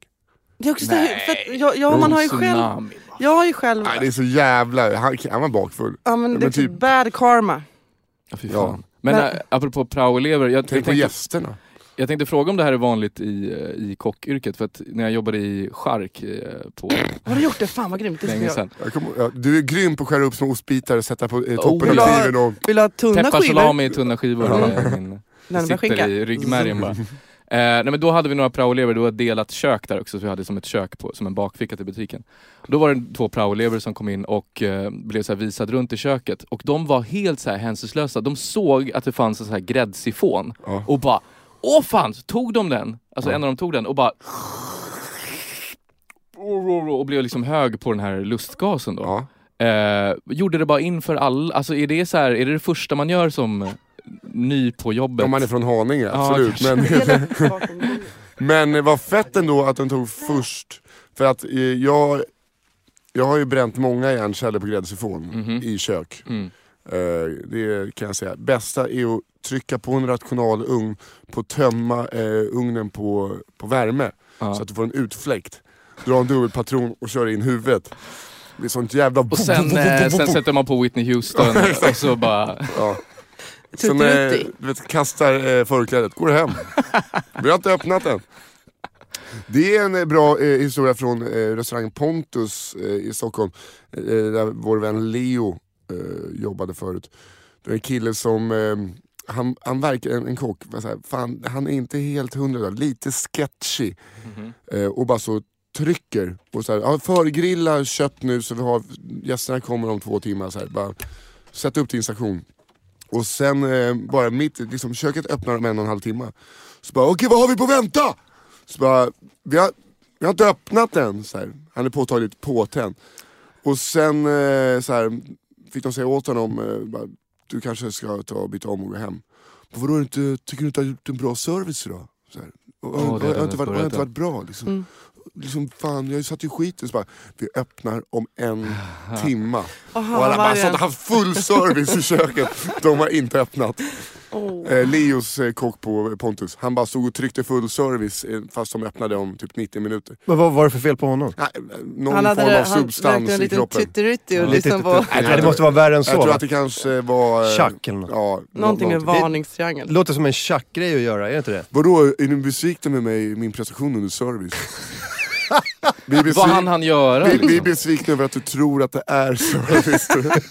Speaker 5: Det är också så här, för att jag, ja, man har ju själv,
Speaker 7: Tsunami.
Speaker 5: jag har ju själv,
Speaker 3: Nej det är så jävla, han, han var bakfull.
Speaker 5: ja, men det är
Speaker 3: men
Speaker 5: typ
Speaker 3: typ-
Speaker 5: bad karma.
Speaker 7: Ja, fy
Speaker 3: Ja.
Speaker 7: fan. Men
Speaker 5: Men-
Speaker 7: äh, apropå praoelever, jag, jag,
Speaker 3: Tänk på
Speaker 7: tänkte,
Speaker 3: gästerna.
Speaker 7: jag tänkte fråga om det här är vanligt i, eh, i kockyrket. För att när jag jobbade i chark eh, på
Speaker 5: Har du gjort det? Fan vad grymt. Det ska
Speaker 7: länge
Speaker 5: jag. göra.
Speaker 7: sedan.
Speaker 3: Jag kommer- ja, du är grym på att skära upp små ostbitar och sätta på eh, toppen
Speaker 5: ja.
Speaker 3: av kniven. Och,
Speaker 5: Vill du ha tunna
Speaker 7: Teppa
Speaker 5: skivor?
Speaker 7: salami i tunna skivor. eh, min- Det
Speaker 5: Lärmeskinka.
Speaker 7: sitter i ryggmärgen bara. Eh, nej men då hade vi några praoelever, det var ett delat kök där också, så vi hade som ett kök, på, som en bakficka till butiken. Då var det två praoelever som kom in och eh, blev så här visad runt i köket och de var helt så här hänsynslösa. De såg att det fanns en så här gräddsifon
Speaker 3: Ja.
Speaker 7: och bara Åh fan! Så tog de den? Alltså en av dem tog den och bara och blev liksom hög på den här lustgasen då.
Speaker 3: ja.
Speaker 7: Eh, gjorde det bara inför alla, alltså är det så här, är det det första man gör som eh, ny på jobbet?
Speaker 3: Om man är från Haninge,
Speaker 7: Ja,
Speaker 3: absolut.
Speaker 7: kanske.
Speaker 3: men,
Speaker 5: Hela bakom bordet.
Speaker 3: men eh, vad fett ändå att den tog först. För att eh, jag, jag har ju bränt många järnceller på gräddsifon i kök.
Speaker 7: Mm.
Speaker 3: Eh, det kan jag säga. Bästa är att trycka på en rational ugn, på att tömma eh, ugnen på, på värme.
Speaker 7: Ja.
Speaker 3: Så att du får en utfläkt. Dra en dubbelpatron och köra in huvudet. Det är sånt jävla...
Speaker 7: Och sen, eh, sen sätter man på Whitney Houston och så bara...
Speaker 3: Ja. Sen eh,
Speaker 5: Tutti.
Speaker 3: du vet, kastar eh, förklädet, går hem. Vi har inte öppnat den. Det är en eh, bra eh, historia från eh, restaurang Pontus eh, i Stockholm. Eh, där vår vän Leo eh, jobbade förut. Det är en kille som, eh, han, han verkar, en, en kock, vad säger jag, fan, han är inte helt hundra, där, lite sketchy. Eh, och bara så trycker. Och så här, ja, förgrilla kött nu så vi har, gästerna kommer om två timmar. Så här, bara, sätt upp din station. Och sen eh, bara mitt, liksom köket öppnar om en och en halv timme. Så bara, okej vad har vi på vänta? Så bara, vi har, vi har inte öppnat den. Så här. Han är påtagligt påtänd. Och sen eh, så här, fick de säga åt honom, eh, bara, du kanske ska ta och byta om och gå hem. Men vadå, är det inte, tycker du inte att jag har gjort en bra service idag? Så här. Och,
Speaker 7: det
Speaker 3: har-
Speaker 7: hade
Speaker 3: har
Speaker 7: jag
Speaker 3: jag inte varit- har jag
Speaker 7: börjat
Speaker 3: inte varit bra? Liksom. Liksom, fan, jag satt ju skiten. Så bara, vi öppnar om en timma.
Speaker 5: Och han
Speaker 3: Och alla
Speaker 5: var
Speaker 3: bara, så
Speaker 5: vargen.
Speaker 3: hade haft full service i köket. De har inte öppnat.
Speaker 5: Åh.
Speaker 3: Eh, Leos eh, kock på Pontus, han bara stod och tryckte full service eh, fast de öppnade om typ 90 minuter.
Speaker 10: Men vad var det för fel på honom?
Speaker 3: Nej, eh, någon
Speaker 5: Han hade
Speaker 3: form av
Speaker 5: han rökte
Speaker 3: substans
Speaker 5: en
Speaker 3: i
Speaker 5: liten
Speaker 3: kroppen.
Speaker 5: tuttirutti och liksom
Speaker 10: Lite
Speaker 5: lyssnade på
Speaker 3: jag
Speaker 10: Nej, det
Speaker 3: tror-
Speaker 10: måste vara värre än så.
Speaker 3: Jag tror
Speaker 10: va?
Speaker 3: att det kanske var... eh,
Speaker 10: Tjack eller något.
Speaker 3: Ja, nå-
Speaker 5: någonting med
Speaker 3: någonting.
Speaker 5: varningstriangel.
Speaker 10: Låter som en tjackgrej att göra, är det inte det?
Speaker 3: Vadå, är ni besvikna med mig, min prestation under service? vi, är
Speaker 7: Vad liksom.
Speaker 3: besvik-
Speaker 7: han han göra
Speaker 3: vi, vi är
Speaker 7: liksom?
Speaker 3: besvikna över att du tror att det är service.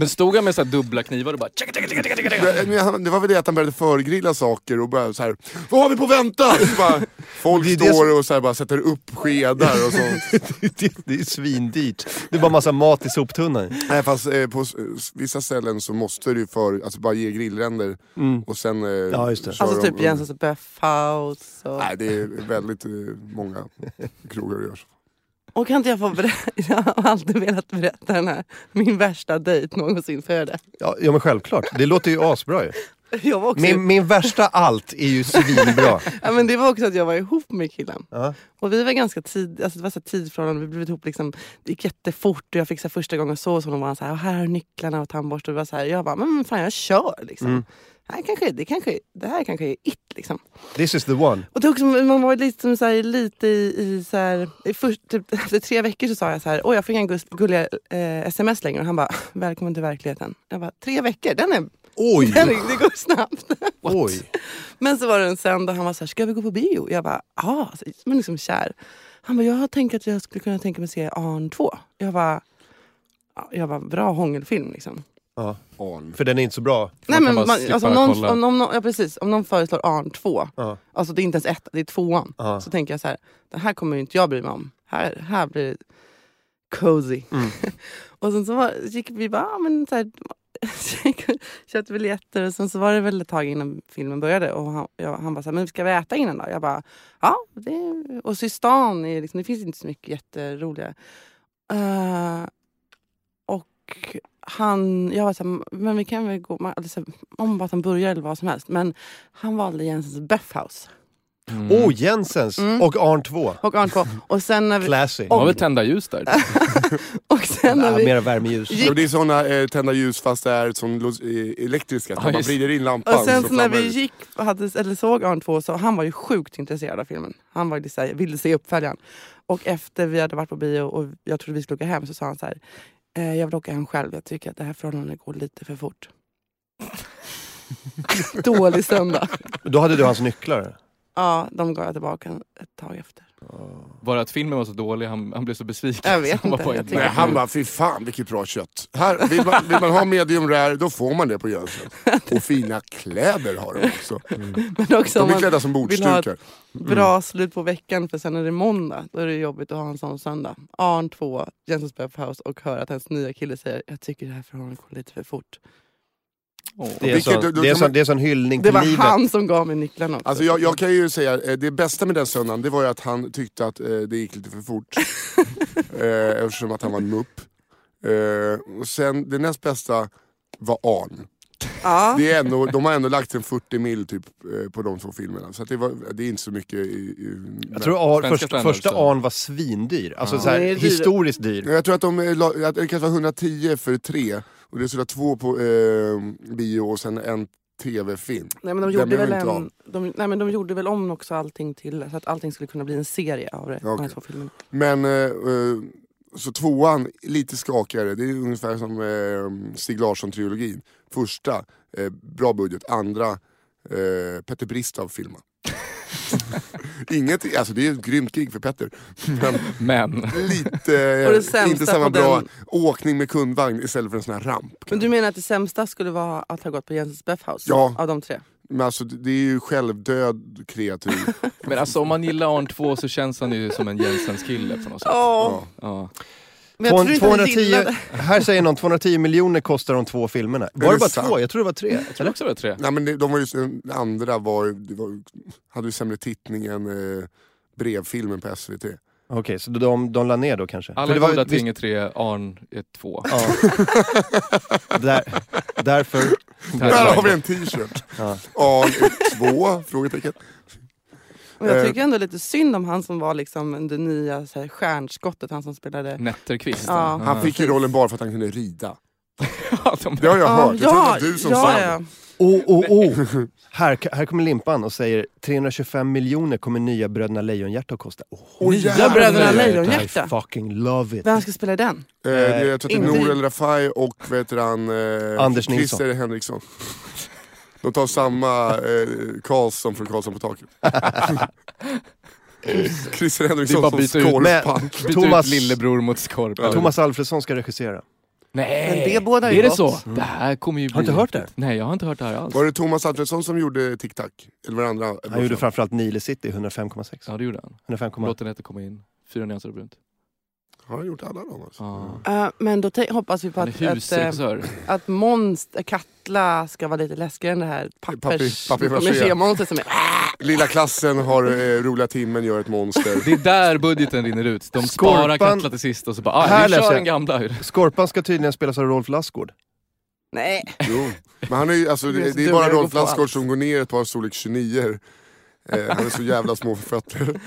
Speaker 7: Men stod han med så här dubbla knivar och bara... tjacka, tjacka, tjacka, tjacka, tjacka?
Speaker 3: Det, men han- det var väl det att han började förgrilla saker och började så här. Vad har vi på väntan? Så bara, folk
Speaker 10: Det är det
Speaker 3: står och så här bara sätter upp skedar och sånt.
Speaker 10: det, det är svindyrt. Det är bara massa mat i soptunnan.
Speaker 3: Nej fast eh, på s- s- vissa ställen så måste du för, alltså bara ge grillränder
Speaker 10: Mm.
Speaker 3: och sen eh,
Speaker 10: Ja, just det.
Speaker 3: kör
Speaker 5: Alltså
Speaker 3: de-
Speaker 5: typ Jensens Böfhaus och...
Speaker 3: Nej det är väldigt eh, många krogar det görs.
Speaker 5: Och kan inte jag få berätta? Jag har alltid velat berätta den här, min värsta dejt någonsin. För det.
Speaker 10: Ja, ja men självklart. Det låter ju asbra ju.
Speaker 5: Jag var också...
Speaker 10: Min, min värsta allt är ju svinbra.
Speaker 5: Ja, men det var också att jag var ihop med killen.
Speaker 10: Ja.
Speaker 5: Och vi var ganska tid, alltså det var så här tidsförhållande, vi blev ihop liksom, det gick jättefort och jag fick så här första gången jag såg hos honom var han så här, "Ah, här har du nycklarna och tandborsten. Och det var så här, jag bara, men fan jag kör liksom.
Speaker 10: Mm.
Speaker 5: Det, här kanske, det, kanske, det här kanske är it liksom.
Speaker 10: This is the one.
Speaker 5: Och det också, man var liksom så här, lite i... i, så här, i först, typ, efter tre veckor så sa jag så här, åh jag får inga gus- gulliga eh, sms längre. Och han bara, välkommen till verkligheten. Jag bara, tre veckor, den är,
Speaker 10: Oj!
Speaker 5: den är, det går snabbt.
Speaker 10: Oj!
Speaker 5: Men så var det en söndag han var så här, ska vi gå på bio? Jag bara, ja. Så- Men liksom kär. Han bara, jag har tänkt att jag skulle kunna tänka mig se Arn 2. Jag bara, ja, jag bara bra hångelfilm liksom.
Speaker 10: För den är inte så bra.
Speaker 5: Nej,
Speaker 7: kan
Speaker 5: men
Speaker 7: bara
Speaker 5: man,
Speaker 7: slippa
Speaker 5: alltså, om, någon,
Speaker 7: kolla.
Speaker 5: om, om, någon- ja, precis, om någon föreslår Arn 2,
Speaker 10: Ja.
Speaker 5: alltså det är inte ens ett, det är tvåan.
Speaker 10: Ja.
Speaker 5: Så tänker jag så här, det här kommer ju inte jag bry mig om. Här, här blir det cozy. och sen så var, gick vi bara, ah, men så här, köpte biljetter och sen så var det väl ett tag innan filmen började och han, jag, han bara så här, men ska vi äta innan då? Jag bara, ja. Det, och Systan, är liksom, det finns inte så mycket jätteroliga. Eh, och han, jag var så här, men vi kan väl gå, man, eller så här, om att han börjar eller vad som helst. Men han valde Jensens Böffhaus
Speaker 4: Mm.
Speaker 5: Mm.
Speaker 10: Åh, oh, Jensens och Arn 2.
Speaker 5: och Arn 2. Och sen när vi,
Speaker 10: Classy.
Speaker 7: De har väl tända ljus där?
Speaker 5: och sen när
Speaker 10: Ah,
Speaker 5: vi
Speaker 10: mera värmeljus.
Speaker 5: Gick-
Speaker 3: Och det är såna eh, tända ljus fast det är som lo- eh, elektriska, att
Speaker 7: Ja,
Speaker 3: man
Speaker 7: just-
Speaker 3: vrider in lampan.
Speaker 5: Och sen så när
Speaker 3: flammar
Speaker 5: vi
Speaker 3: det.
Speaker 5: gick, hade, eller såg Arn 2, så han var ju sjukt intresserad av filmen. Han var ju så här, ville se uppföljaren. Och efter vi hade varit på bio och jag trodde vi skulle åka hem så sa han så här, eh, jag vill åka hem själv, jag tycker att det här förhållandet går lite för fort. Dålig söndag.
Speaker 10: Då hade du hans nycklar.
Speaker 5: Ja, de gav jag tillbaka ett tag efter.
Speaker 7: Bara att filmen var så dålig, han, han blev så besviken.
Speaker 5: Jag vet
Speaker 7: så han var
Speaker 5: inte,
Speaker 7: på
Speaker 5: jag
Speaker 7: en-
Speaker 5: tycker-
Speaker 3: Nej, han bara, fy fan vilket bra kött. Här, vill, man, vill man ha medium rare, då får man det på Jönsson. Och fina kläder har de också.
Speaker 5: Men också om
Speaker 3: De är
Speaker 5: man
Speaker 3: klädda som
Speaker 5: vill ha ett
Speaker 3: bordsdukar.
Speaker 5: bra slut på veckan, för sen är det måndag, då är det jobbigt att ha en sån söndag. Arn 2, Jensens Böffhaus och höra att hennes nya kille säger, jag tycker det här förhållandet går lite för fort.
Speaker 10: Det är,
Speaker 3: Vilket-
Speaker 10: så,
Speaker 3: då- då
Speaker 10: det, är
Speaker 3: kan
Speaker 10: så,
Speaker 3: man-
Speaker 10: det är så en hyllning
Speaker 5: Det
Speaker 10: till
Speaker 5: var
Speaker 10: livet.
Speaker 5: han som gav mig nycklarna också.
Speaker 3: Alltså jag, jag kan ju säga, eh, det bästa med den söndagen det var ju att han tyckte att eh, det gick lite för fort. eh, eftersom att han var en mupp. Eh, och sen det näst bästa var Arn.
Speaker 5: ja.
Speaker 3: Det är ändå, de har ändå lagt en 40 mil typ, eh, på de två filmerna. Så att det, var, det är inte så mycket. I, i,
Speaker 10: Jag tror Arn,
Speaker 7: Svenska
Speaker 10: först,
Speaker 7: standard,
Speaker 10: första
Speaker 7: så.
Speaker 10: Arn var svindyr. Alltså
Speaker 5: Ja.
Speaker 10: så här,
Speaker 5: Den är dyr.
Speaker 10: historiskt dyr.
Speaker 3: jag tror att de, eh, la- att det kanske var 110 för tre och det skulle vara två på eh, bio och sen en tv-film.
Speaker 5: nej, men de
Speaker 3: Den
Speaker 5: gjorde
Speaker 3: blev
Speaker 5: väl
Speaker 3: inte av.
Speaker 5: en, de, nej men de gjorde väl om också allting till så att allting skulle kunna bli en serie av det, de här
Speaker 3: Okej.
Speaker 5: två filmerna.
Speaker 3: Men eh, eh, så tvåan, lite skakigare. Det är ungefär som eh, Stig Larsson-trilogin. Första, eh, bra budget. Andra, eh, Petter Bristav filmen. Inget, alltså det är ett grymt gig för Petter. Men
Speaker 7: Men,
Speaker 3: lite, eh,
Speaker 5: Och det sämsta
Speaker 3: inte samma
Speaker 5: på
Speaker 3: bra
Speaker 5: den-
Speaker 3: åkning med kundvagn istället för en sån här ramp.
Speaker 5: Men du menar att det sämsta skulle vara att ha gått på Jensens Böffhaus?
Speaker 3: Ja.
Speaker 5: Av de tre?
Speaker 3: Men alltså det det är ju självdöd kreatur.
Speaker 7: men alltså om man gillar Arn 2 så känns han ju som en Jensens-kille på något sätt.
Speaker 5: Ja.
Speaker 7: Ja.
Speaker 5: Men jag tror inte han
Speaker 10: 210
Speaker 5: gillade...
Speaker 10: här säger någon 210 miljoner kostar de två filmerna. Var
Speaker 3: det
Speaker 10: det bara
Speaker 3: sant?
Speaker 10: två? Jag tror det var tre.
Speaker 7: Jag tror också det var tre.
Speaker 3: Nej men det- de var ju, den andra var, ju- det var, hade ju sämre tittning än eh, brevfilmen på SVT.
Speaker 10: Okej, så de, de la ner då kanske? För
Speaker 7: Alla
Speaker 10: det var-
Speaker 7: goda
Speaker 10: visst-
Speaker 7: ting är tre, Arn är två.
Speaker 10: Ja. Där, därför...
Speaker 3: Där har vi en t-shirt!
Speaker 10: Ja.
Speaker 3: A2? Frågetecken.
Speaker 5: Och jag
Speaker 3: Eh.
Speaker 5: tycker ändå lite synd om han som var liksom det nya så här, stjärnskottet, han som spelade...
Speaker 7: Nätterqvist.
Speaker 5: Ja.
Speaker 3: Han fick ju rollen bara för att han kunde rida.
Speaker 7: Ja, de-
Speaker 3: Det har jag
Speaker 5: Ja,
Speaker 3: hört, jag tror det var du som sa
Speaker 5: ja,
Speaker 3: det.
Speaker 5: ja.
Speaker 10: Oh, oh, oh. Här, här kommer Limpan och säger 325 miljoner kommer nya Bröderna Lejonhjärta att kosta. Oh,
Speaker 3: Åh, jävlar.
Speaker 5: Bröderna
Speaker 10: I
Speaker 5: Lejonhjärta.
Speaker 10: fucking love it!
Speaker 5: Vem ska spela den?
Speaker 3: Eh, det är, jag tror att det är
Speaker 5: Inte-
Speaker 3: Norel Rafai och vad heter han, eh,
Speaker 10: Anders Nilsson.
Speaker 3: Christer Henriksson. De tar samma eh, Karlsson från Karlsson på taket. Christer
Speaker 7: Det är
Speaker 3: Henriksson
Speaker 7: bara
Speaker 3: som
Speaker 7: byta ut-
Speaker 3: skorpan.
Speaker 7: Byt
Speaker 10: Thomas-
Speaker 7: ut lillebror mot skorp.
Speaker 10: Thomas Alfredsson ska regissera.
Speaker 7: Nej,
Speaker 11: Men det bådar ju
Speaker 7: är det
Speaker 11: gott.
Speaker 7: så? Det här kommer ju bli...
Speaker 4: Har du inte hört det?
Speaker 7: häftigt. Nej, jag har inte hört det här alls.
Speaker 3: Var det Thomas Alfredsson som gjorde Tic Tac? Eller var det andra?
Speaker 4: Han gjorde framförallt Nile City 105,6.
Speaker 7: Ja, det gjorde han.
Speaker 4: 105,8.
Speaker 7: Låten heter Komma in. Fyra nyanser av brunt.
Speaker 3: Har han gjort alla dem? Alltså.
Speaker 4: Mm.
Speaker 7: Ja.
Speaker 5: Eh, men då te- hoppas vi på
Speaker 7: Han
Speaker 5: att,
Speaker 7: är
Speaker 5: att, eh,
Speaker 7: husregissör.
Speaker 5: att monster, Katla ska vara lite läskigare än det här pappers...
Speaker 3: Papi- papi-
Speaker 5: papi, som är...
Speaker 3: Lilla klassen har eh, roliga timmen, gör ett monster.
Speaker 7: Det är där budgeten rinner ut. De sparar
Speaker 4: Skorpan-
Speaker 7: Katla till sist och så bara, ah,
Speaker 4: Här
Speaker 7: vi
Speaker 4: läser
Speaker 7: kör
Speaker 4: jag.
Speaker 7: den gamla.
Speaker 4: Skorpan ska tydligen spelas av Rolf Lassgård.
Speaker 5: Nej,
Speaker 3: Jo. Men han är ju, alltså,
Speaker 5: Det är
Speaker 3: det,
Speaker 5: så
Speaker 3: det är
Speaker 5: dumt
Speaker 3: bara
Speaker 5: att gå
Speaker 3: Rolf
Speaker 5: på
Speaker 3: Lassgård
Speaker 5: allt.
Speaker 3: som går ner ett par storlek 29 eh, Han är så jävla små för fötter.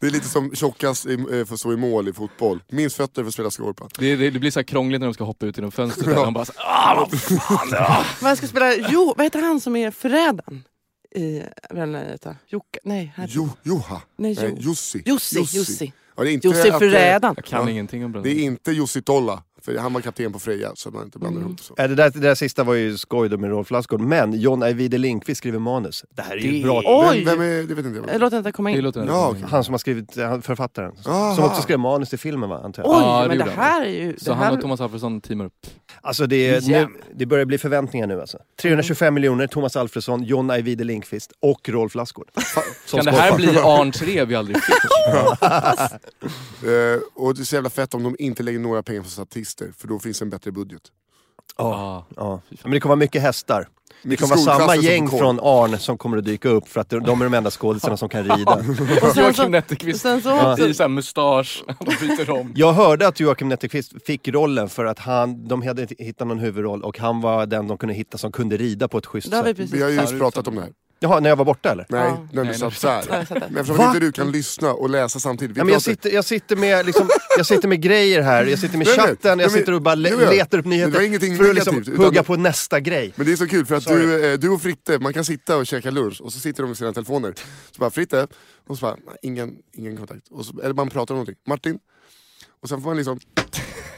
Speaker 3: Det är lite som tjockast i, eh, för att stå i mål i fotboll. Minst fötter för att spela skorpa.
Speaker 7: Det, det, det blir så här krångligt när de ska hoppa ut genom fönstret. Och de bara, "Ah, så-
Speaker 5: vad ska spela? Jo, vad heter han som är förrädaren? I Bröderna Lejonhjärta? Jocke? Nej, här...
Speaker 3: Jo, Joha.
Speaker 5: nej,
Speaker 3: Nej,
Speaker 5: jo.
Speaker 3: Jussi.
Speaker 5: Jussi.
Speaker 3: Jussi.
Speaker 5: Jussi.
Speaker 3: Ja, det är inte
Speaker 5: Jussi
Speaker 3: att, eh,
Speaker 5: förrädaren.
Speaker 7: jag kan
Speaker 3: Ja.
Speaker 7: ingenting om
Speaker 3: Det är
Speaker 7: bröderna.
Speaker 3: inte Jussi Tolla, för han var kapten på Freja så man inte blandar ihop
Speaker 5: Mm.
Speaker 3: så.
Speaker 4: Äh, det, där, det där sista var ju skoj då med Rolf Lassgård, men John Ajvide Lindqvist skriver manus. Det här är ju
Speaker 7: Det-
Speaker 4: bra.
Speaker 5: Oj!
Speaker 3: Vem, vem är, det vet inte
Speaker 5: Eh,
Speaker 3: jag.
Speaker 5: Låt den inte komma
Speaker 7: Det
Speaker 5: in.
Speaker 7: låter
Speaker 3: Ja,
Speaker 7: nästan-
Speaker 4: Han som har skrivit, eh, han- författaren,
Speaker 3: Aha.
Speaker 4: som också skrev manus till filmen va, antar jag.
Speaker 5: Oj,
Speaker 7: Ja, det
Speaker 5: men det
Speaker 7: gjorde han.
Speaker 5: här är ju...
Speaker 7: Så
Speaker 5: det
Speaker 7: han
Speaker 5: här...
Speaker 7: och Thomas Alfredsson teamar upp.
Speaker 4: Alltså det, är,
Speaker 5: Yeah.
Speaker 4: nu, det börjar bli förväntningar nu alltså. 325 miljoner, Thomas Alfredsson, John Ajvide Lindqvist och Rolf Lassgård. Som
Speaker 7: Kan det här
Speaker 4: skådespelare.
Speaker 7: bli Arn 3 vi aldrig fick?
Speaker 3: Eh, och det är så jävla fett om de inte lägger några pengar på statister, för då finns en bättre budget.
Speaker 4: Ja.
Speaker 7: Ja.
Speaker 4: Ja. Men det kommer vara mycket hästar. Det
Speaker 3: Mycket
Speaker 4: kommer vara samma
Speaker 3: skolklasser som
Speaker 4: gäng
Speaker 3: går.
Speaker 4: från Arn som kommer att dyka upp för att de är de enda skådisarna som kan rida.
Speaker 5: och sen
Speaker 7: Joakim
Speaker 5: så, och
Speaker 7: Nettequist
Speaker 5: sen så
Speaker 4: Ja.
Speaker 5: också,
Speaker 7: i såhär mustasch. De byter om.
Speaker 4: Jag hörde att Joakim Nettequist fick rollen för att han, de hade inte hittat någon huvudroll och han var den de kunde hitta som kunde rida på ett schysst
Speaker 5: Då har vi
Speaker 4: sätt.
Speaker 5: precis...
Speaker 3: Vi har ju
Speaker 7: Ja,
Speaker 3: just
Speaker 7: det är
Speaker 3: pratat
Speaker 7: sant.
Speaker 3: om det här.
Speaker 4: Jaha, när jag var borta eller?
Speaker 3: Nej,
Speaker 5: Ja.
Speaker 3: när du
Speaker 7: Nej,
Speaker 3: satt
Speaker 5: Ja,
Speaker 7: när
Speaker 5: jag
Speaker 3: såhär.
Speaker 5: har sett det.
Speaker 3: Men eftersom
Speaker 4: Va?
Speaker 3: inte du kan lyssna och läsa samtidigt. Vi
Speaker 4: Ja, men jag,
Speaker 3: pratar-
Speaker 4: sitter, jag, sitter med, liksom, jag sitter med grejer här, jag sitter med
Speaker 3: Nej, nej.
Speaker 4: chatten,
Speaker 3: Nej,
Speaker 4: jag
Speaker 3: men-
Speaker 4: sitter och bara
Speaker 3: Jo, ja.
Speaker 4: le- letar upp nyheter
Speaker 3: Det var ingenting
Speaker 4: för att liksom
Speaker 3: negativt, utan
Speaker 4: hugga
Speaker 3: det-
Speaker 4: på nästa grej.
Speaker 3: Men det är så kul för att
Speaker 4: Sorry.
Speaker 3: du, eh, du och Fritte, man kan sitta och käka lunch och så sitter de med sina telefoner. Så bara Fritte, och så bara ingen, ingen kontakt. Och så, eller man pratar om någonting. Martin, och sen får man liksom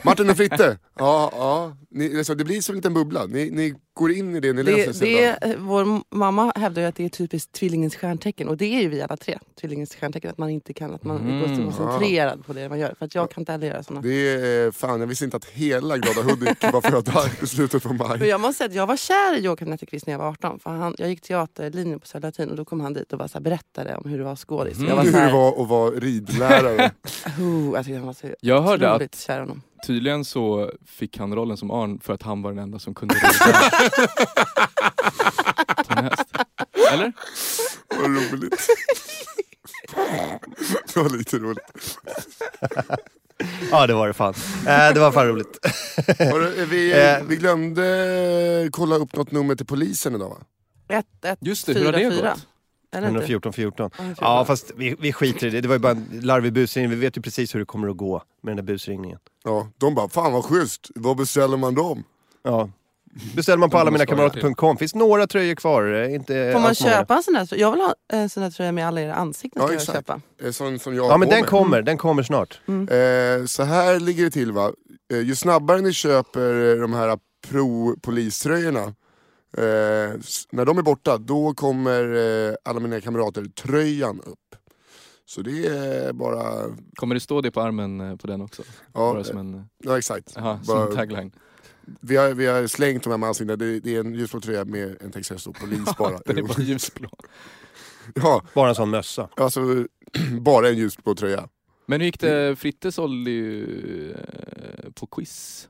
Speaker 3: Martin och Fritte, ja, ja. Ni, alltså, det blir som en liten bubbla. Ni, ni går in i det ni läser.
Speaker 5: Det, det,
Speaker 3: sedan.
Speaker 5: är- vår mamma hävdar ju att det är typiskt tvillingens stjärntecken och det är ju vi alla tre. Tvillingens stjärntecken, att man inte kan, att
Speaker 7: Mm,
Speaker 5: man går så koncentrerad på det man gör. För att jag kan inte heller göra sådana.
Speaker 3: Det är eh, fan, jag visste inte att hela Glada Hudik var födda i slutet på
Speaker 5: Men
Speaker 3: maj.
Speaker 5: jag måste säga att jag var kär i Joakim Nettequist när jag var 18. För han, jag gick teaterlinjen på Södra Latin och då kom han dit och bara så här, berättade om hur det var att skådis.
Speaker 7: Mm.
Speaker 5: Jag var
Speaker 3: Hur
Speaker 5: så
Speaker 3: det
Speaker 5: här,
Speaker 3: var att vara ridlärare.
Speaker 5: oh, jag tyckte han var så
Speaker 7: Jag hörde att
Speaker 5: otroligt kär i honom.
Speaker 7: tydligen så fick han rollen som Arn för att han var den enda som kunde rida. Till en häst. Eller?
Speaker 3: Vad roligt. Det var lite roligt.
Speaker 4: Ja, det var det fan. Eh, det var fan roligt.
Speaker 3: Hörru, vi, vi glömde kolla upp något nummer till polisen idag va?
Speaker 5: 1, 1,
Speaker 7: Just det, hur har det gått?
Speaker 5: Eller inte?
Speaker 4: 114 14.
Speaker 5: Ja, 114.
Speaker 4: Ja, fast vi, vi skiter i det. Det var ju bara en larvig busringning. Vi vet ju precis hur det kommer att gå med den där busringningen.
Speaker 3: Ja, de bara, fan vad schysst, var beställer man dem?
Speaker 4: Ja. Beställer man på allaminakamrater.com. Finns några tröjor kvar. eh, Inte
Speaker 5: Får man
Speaker 4: allt många.
Speaker 5: köpa en sån där tröja? Jag vill ha en sån där tröja med alla era ansikten.
Speaker 3: Ja,
Speaker 5: ska jag
Speaker 3: exakt.
Speaker 5: köpa.
Speaker 3: Eh, Sån som jag har
Speaker 4: Ja, men
Speaker 3: på
Speaker 4: den
Speaker 3: mig.
Speaker 4: kommer. Den kommer snart.
Speaker 3: Eh, så här ligger det till va, eh, ju snabbare ni köper eh, de här pro-poliströjorna, eh, s- när de är borta då kommer eh, alla mina kamrater tröjan upp. Så det är bara,
Speaker 7: Kommer det stå det på armen eh, på den också?
Speaker 3: ja,
Speaker 7: Bara som en, eh,
Speaker 3: ja exakt.
Speaker 4: eh,
Speaker 7: aha,
Speaker 3: bara-
Speaker 7: som tagline.
Speaker 3: Vi har, vi har slängt de här med ansiktena, det, det är en ljusblå tröja med en text där det står polis bara.
Speaker 7: Den är bara ljusblå.
Speaker 3: ja,
Speaker 4: Bara en sån mössa.
Speaker 3: alltså bara en ljusblå tröja.
Speaker 7: Men hur gick det?
Speaker 4: Mm.
Speaker 7: Fritte sålde ju eh, på quiz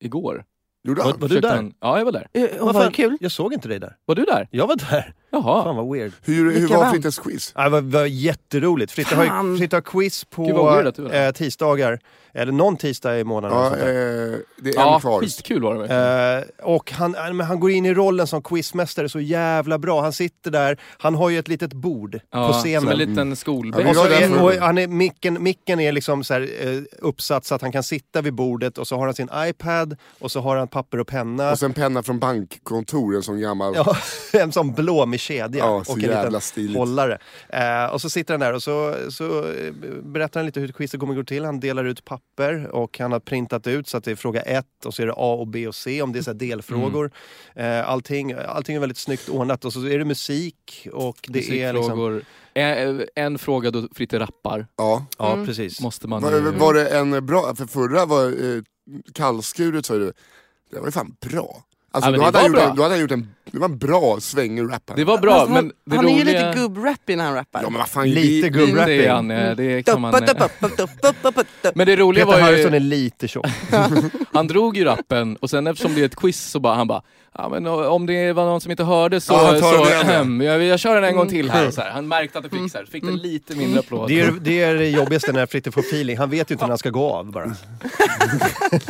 Speaker 7: igår.
Speaker 3: Gjorde han?
Speaker 4: Var du
Speaker 7: Försökte
Speaker 4: där?
Speaker 7: Han, ja, jag var där.
Speaker 5: Eh, Och
Speaker 4: Vad
Speaker 5: vad
Speaker 4: fan?
Speaker 5: kul.
Speaker 4: Jag såg inte dig där.
Speaker 7: Var du där?
Speaker 4: Jag var där. Fan
Speaker 7: Jaha.
Speaker 4: vad weird.
Speaker 3: Hur, hur
Speaker 5: Vilka
Speaker 3: var
Speaker 5: vann?
Speaker 3: Frittes quiz?
Speaker 4: Ja, det var, var jätteroligt. Fritte har, ju-
Speaker 5: Fan.
Speaker 4: Fritte har quiz på
Speaker 7: Gud, vad weird att du var där.
Speaker 4: eh, tisdagar. Eller någon tisdag i månaden. eller
Speaker 3: Ja,
Speaker 4: sånt där.
Speaker 3: eh, det är en
Speaker 7: Ja,
Speaker 3: kvar.
Speaker 7: skitkul var det. verkligen.
Speaker 4: Eh, och han, eh, men han går in i rollen som quizmästare så jävla bra. Han sitter där, han har ju ett litet bord
Speaker 7: Ja,
Speaker 4: på
Speaker 7: Som en
Speaker 4: scenen. Mm.
Speaker 7: liten
Speaker 3: Ja,
Speaker 4: Och
Speaker 7: skolbänk.
Speaker 4: så
Speaker 3: Jag var där
Speaker 4: är,
Speaker 3: för-
Speaker 4: och han är, micken, micken är liksom så här, eh, uppsatt så att han kan sitta vid bordet och så har han sin iPad och så har han papper och penna.
Speaker 3: Och sen penna från bankkontoren som gammal.
Speaker 4: Ja, en sån blå med kedja
Speaker 3: Ja, så
Speaker 4: och en
Speaker 3: jävla
Speaker 4: liten
Speaker 3: stiligt.
Speaker 4: hållare. Eh, och så sitter han där och så, så eh, berättar han lite hur quizet kommer att gå till. Han delar ut papper och han har printat ut så att det är fråga 1 och så är det A och B och C om det är så här delfrågor.
Speaker 7: Mm.
Speaker 4: Eh, allting, allting är väldigt snyggt ordnat och så är det musik och det är liksom...
Speaker 7: Musikfrågor. En, en fråga då Fritte rappar.
Speaker 3: Ja.
Speaker 4: Ja, precis.
Speaker 7: Mm. Måste man
Speaker 3: Var,
Speaker 7: ju...
Speaker 3: var det en bra, för förra var eh, kallskuret sa du, det var ju fan bra. Alltså,
Speaker 7: Ja, men
Speaker 3: då, hade
Speaker 7: det var
Speaker 3: han gjort
Speaker 7: bra.
Speaker 3: en, då hade han gjort en, det var en bra svängig rap här.
Speaker 7: Det var bra,
Speaker 5: Fast Alltså, han,
Speaker 7: men det
Speaker 5: han är ju
Speaker 7: roliga...
Speaker 5: lite gubbrappig när han rappar.
Speaker 3: Ja men vad fan,
Speaker 4: Lite
Speaker 7: Det är
Speaker 4: gubbrapping.
Speaker 7: han, eh, det
Speaker 5: Mm.
Speaker 7: kan man... eh.
Speaker 5: Men
Speaker 7: Men det roliga
Speaker 4: Peter
Speaker 7: var
Speaker 4: Harrison är
Speaker 7: ju,
Speaker 4: lite tjock.
Speaker 7: han drog ju rappen och sen eftersom det är ett quiz så bara han bara, ja men om det var någon som inte hörde så,
Speaker 3: Ja, han tar
Speaker 7: så
Speaker 3: den igen.
Speaker 7: ehm, jag, jag kör den en gång till här. Så här. Han märkte att det fick så här, fick det lite mindre applåd.
Speaker 4: Det är, det är det jobbigaste när Fritte får feeling. Han vet ju inte när han ska gå av bara.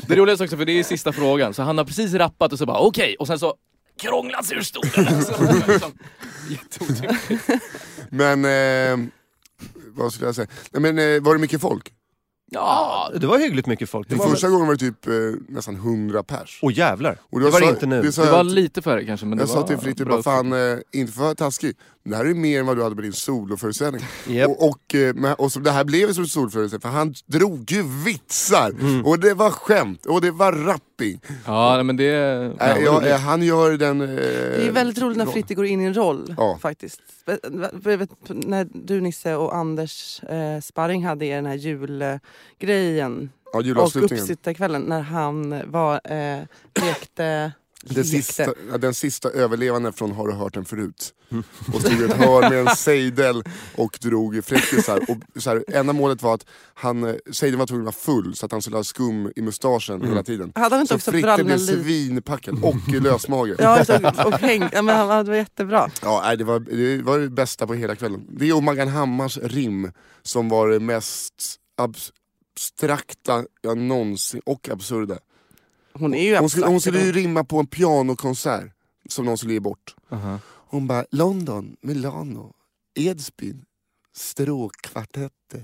Speaker 7: Det roligaste också, för det är sista frågan, så han har precis rappat och så bara okej, och sen så krånglas ur stolen. Så det var liksom Jätteotympligt.
Speaker 3: men eh, vad skulle jag säga? Nej, men, eh, var det mycket folk?
Speaker 7: Ja,
Speaker 4: Det var hyggligt mycket folk. Det
Speaker 3: Den
Speaker 4: var
Speaker 3: första gången var det typ eh, nästan 100 pers.
Speaker 4: Åh jävlar.
Speaker 3: Och
Speaker 4: det var det
Speaker 3: sa-
Speaker 4: inte nu.
Speaker 3: Det sa
Speaker 7: det
Speaker 3: jag
Speaker 7: var
Speaker 3: till-
Speaker 7: lite färre kanske men det
Speaker 3: jag sa
Speaker 7: var
Speaker 3: till Fritte,
Speaker 7: bra
Speaker 3: bara fan, eh, inte för att vara taskig, men det här är ju mer än vad du hade på din soloföreställning.
Speaker 4: Japp.
Speaker 3: Och, och, eh, men- och så, det här blev ju som en soloföreställning, för han drog ju vitsar!
Speaker 7: Mm.
Speaker 3: Och det var skämt, och det var rapping.
Speaker 7: Ja, nej, men det...
Speaker 3: Eh,
Speaker 7: ja,
Speaker 3: jag-
Speaker 7: det-
Speaker 3: eh, han gör den... Eh,
Speaker 5: Det är väldigt roligt när Fritte går in i en roll
Speaker 3: Ja.
Speaker 5: faktiskt. Spe- jag vet, När du Nisse och Anders eh, Sparring hade er den här julgrejen
Speaker 3: ja,
Speaker 5: och
Speaker 3: julavslutningen.
Speaker 5: uppsittarkvällen när han var, eh, lekte...
Speaker 3: Den sista, ja, den sista överlevanden från Har du hört den förut? Och stod i ett hörn med en sejdel och drog fräckisar. Och så här, enda målet var att han, eh, sejdeln var tvungen att vara full så att han skulle ha skum i mustaschen hela tiden.
Speaker 5: Hade han inte
Speaker 3: Så
Speaker 5: Mm. också
Speaker 3: Fritte
Speaker 5: brallorna
Speaker 3: blev
Speaker 5: lite?
Speaker 3: svinpackad och lösmage.
Speaker 5: Ja, jag såg- och häng, ja, men han, han var jättebra.
Speaker 3: Ja, nej, det, var, det var det bästa på hela kvällen. Det och Maggan Hammars rim som var det mest abs- abstrakta jag någonsin, och absurda.
Speaker 5: Hon är ju
Speaker 3: Hon skulle,
Speaker 5: abstrakt.
Speaker 3: hon skulle ju rimma på en pianokonsert som någon skulle ge bort.
Speaker 7: Aha.
Speaker 3: Hon bara, London, Milano, Edsbyn, stråkkvartetter.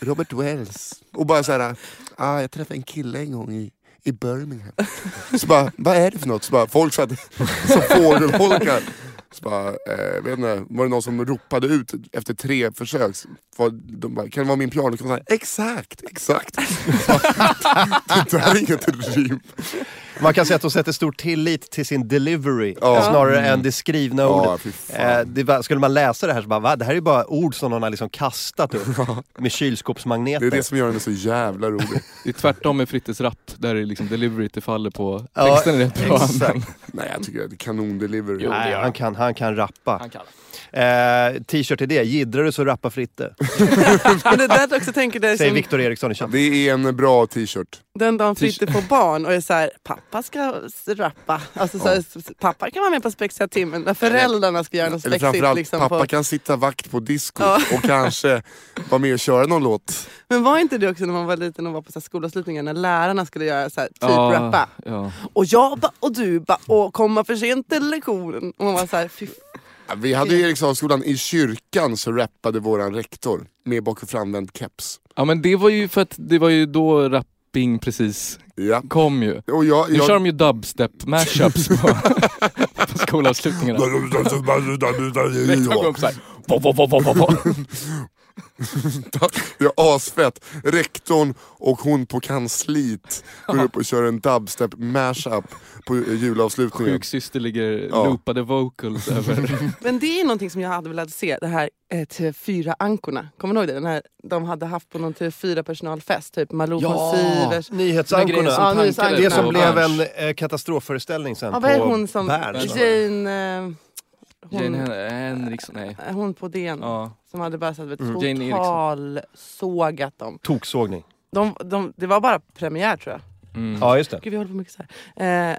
Speaker 3: Robert Wells. Och bara såhär, ah, jag träffade en kille en gång i, i Birmingham. Så bara, vad är det för något? Så bara, folk satt som fågelholkar. Så bara, eh, vet inte, var det någon som ropade ut efter tre försök? Så var- De bara, kan det vara min pianokonsert? Exakt, exakt. Så bara, Det där är inget rim.
Speaker 4: Man kan säga att de sätter stor tillit till sin delivery
Speaker 3: Ja.
Speaker 4: snarare än det skrivna
Speaker 3: Mm. Ja,
Speaker 4: ordet.
Speaker 3: fy
Speaker 4: Eh,
Speaker 3: fan.
Speaker 4: det var, skulle man läsa det här så bara, va? Det här är ju bara ord som någon har liksom kastat upp med kylskåpsmagneter.
Speaker 3: Det är det som gör henne så jävla rolig.
Speaker 7: Det är tvärtom med Frittes rapp, där det liksom delivery det faller på
Speaker 4: Ja,
Speaker 7: texten är rätt bra.
Speaker 4: exakt.
Speaker 7: men-
Speaker 3: Nej, jag tycker det är kanon-delivery.
Speaker 7: Jo, det
Speaker 4: Nej,
Speaker 7: gör
Speaker 4: han kan, han kan rappa.
Speaker 7: han. kallar.
Speaker 4: Eh, T-shirt är det, jiddrar du så rappa Fritte.
Speaker 5: Men det där också tänker det
Speaker 4: Säger
Speaker 5: som
Speaker 4: Viktor Eriksson i chatten.
Speaker 3: Det är en bra t-shirt.
Speaker 5: den dagen Fritte får barn och är så här, pappa ska s- rappa. Alltså, så här, s- s- pappa kan vara med på spexiga timmen när föräldrarna ska göra något
Speaker 3: Eller
Speaker 5: spexigt.
Speaker 3: framförallt,
Speaker 5: Liksom,
Speaker 3: pappa
Speaker 5: på...
Speaker 3: kan sitta vakt på disco
Speaker 5: Ja.
Speaker 3: och kanske vara med och köra någon låt.
Speaker 5: Men var inte det också när man var liten och var på så här skolavslutningar när lärarna skulle göra så här, typ
Speaker 7: Ja,
Speaker 5: rappa?
Speaker 7: Ja.
Speaker 5: Och jag ba, och du ba, och komma för sent till lektionen. Och man var så här, fy
Speaker 3: Vi hade ju Eriksdalsskolan, i kyrkan så rappade våran rektor med bak och framvänd keps.
Speaker 7: ja, men det var ju för att det var ju då rapping precis
Speaker 3: Ja.
Speaker 7: kom ju.
Speaker 3: Och jag,
Speaker 7: Nu
Speaker 3: jag,
Speaker 7: kör de ju dubstep mashups på, på skolavslutningarna. Rektorn går upp såhär.
Speaker 3: det är asfett. Rektorn och hon på kansliet går upp och kör en dubstep mashup på eh, julavslutningen.
Speaker 7: Sjuksyster ligger
Speaker 3: Ja.
Speaker 7: loopade vocals över.
Speaker 5: Men det är någonting som jag hade velat se, det här eh, TV4-ankorna. Kommer ni ihåg det? Den här, de hade haft på någon TV4-personalfest, typ Malou von Sivers.
Speaker 4: nyhetsankorna.
Speaker 5: Ja,
Speaker 7: tankade
Speaker 5: nyhetsankorna.
Speaker 7: på
Speaker 4: Det som
Speaker 5: Och
Speaker 4: blev en
Speaker 7: Berns.
Speaker 4: eh, katastrofföreställning sen
Speaker 5: Ja,
Speaker 4: på
Speaker 5: vad är hon som...
Speaker 4: Berns.
Speaker 5: Jane... Eh, hon,
Speaker 7: Jane Hen- Henriksson, nej.
Speaker 5: eh, hon på DN.
Speaker 7: Ja.
Speaker 5: Som hade bara så här, vet,
Speaker 7: Mm. Jane Eriksson.
Speaker 5: totalsågat dem.
Speaker 4: Toksågning.
Speaker 5: De, de, det var bara premiär tror jag.
Speaker 7: Mm.
Speaker 4: Ja, just det.
Speaker 5: Gud, vi håller på mycket så här. Eh,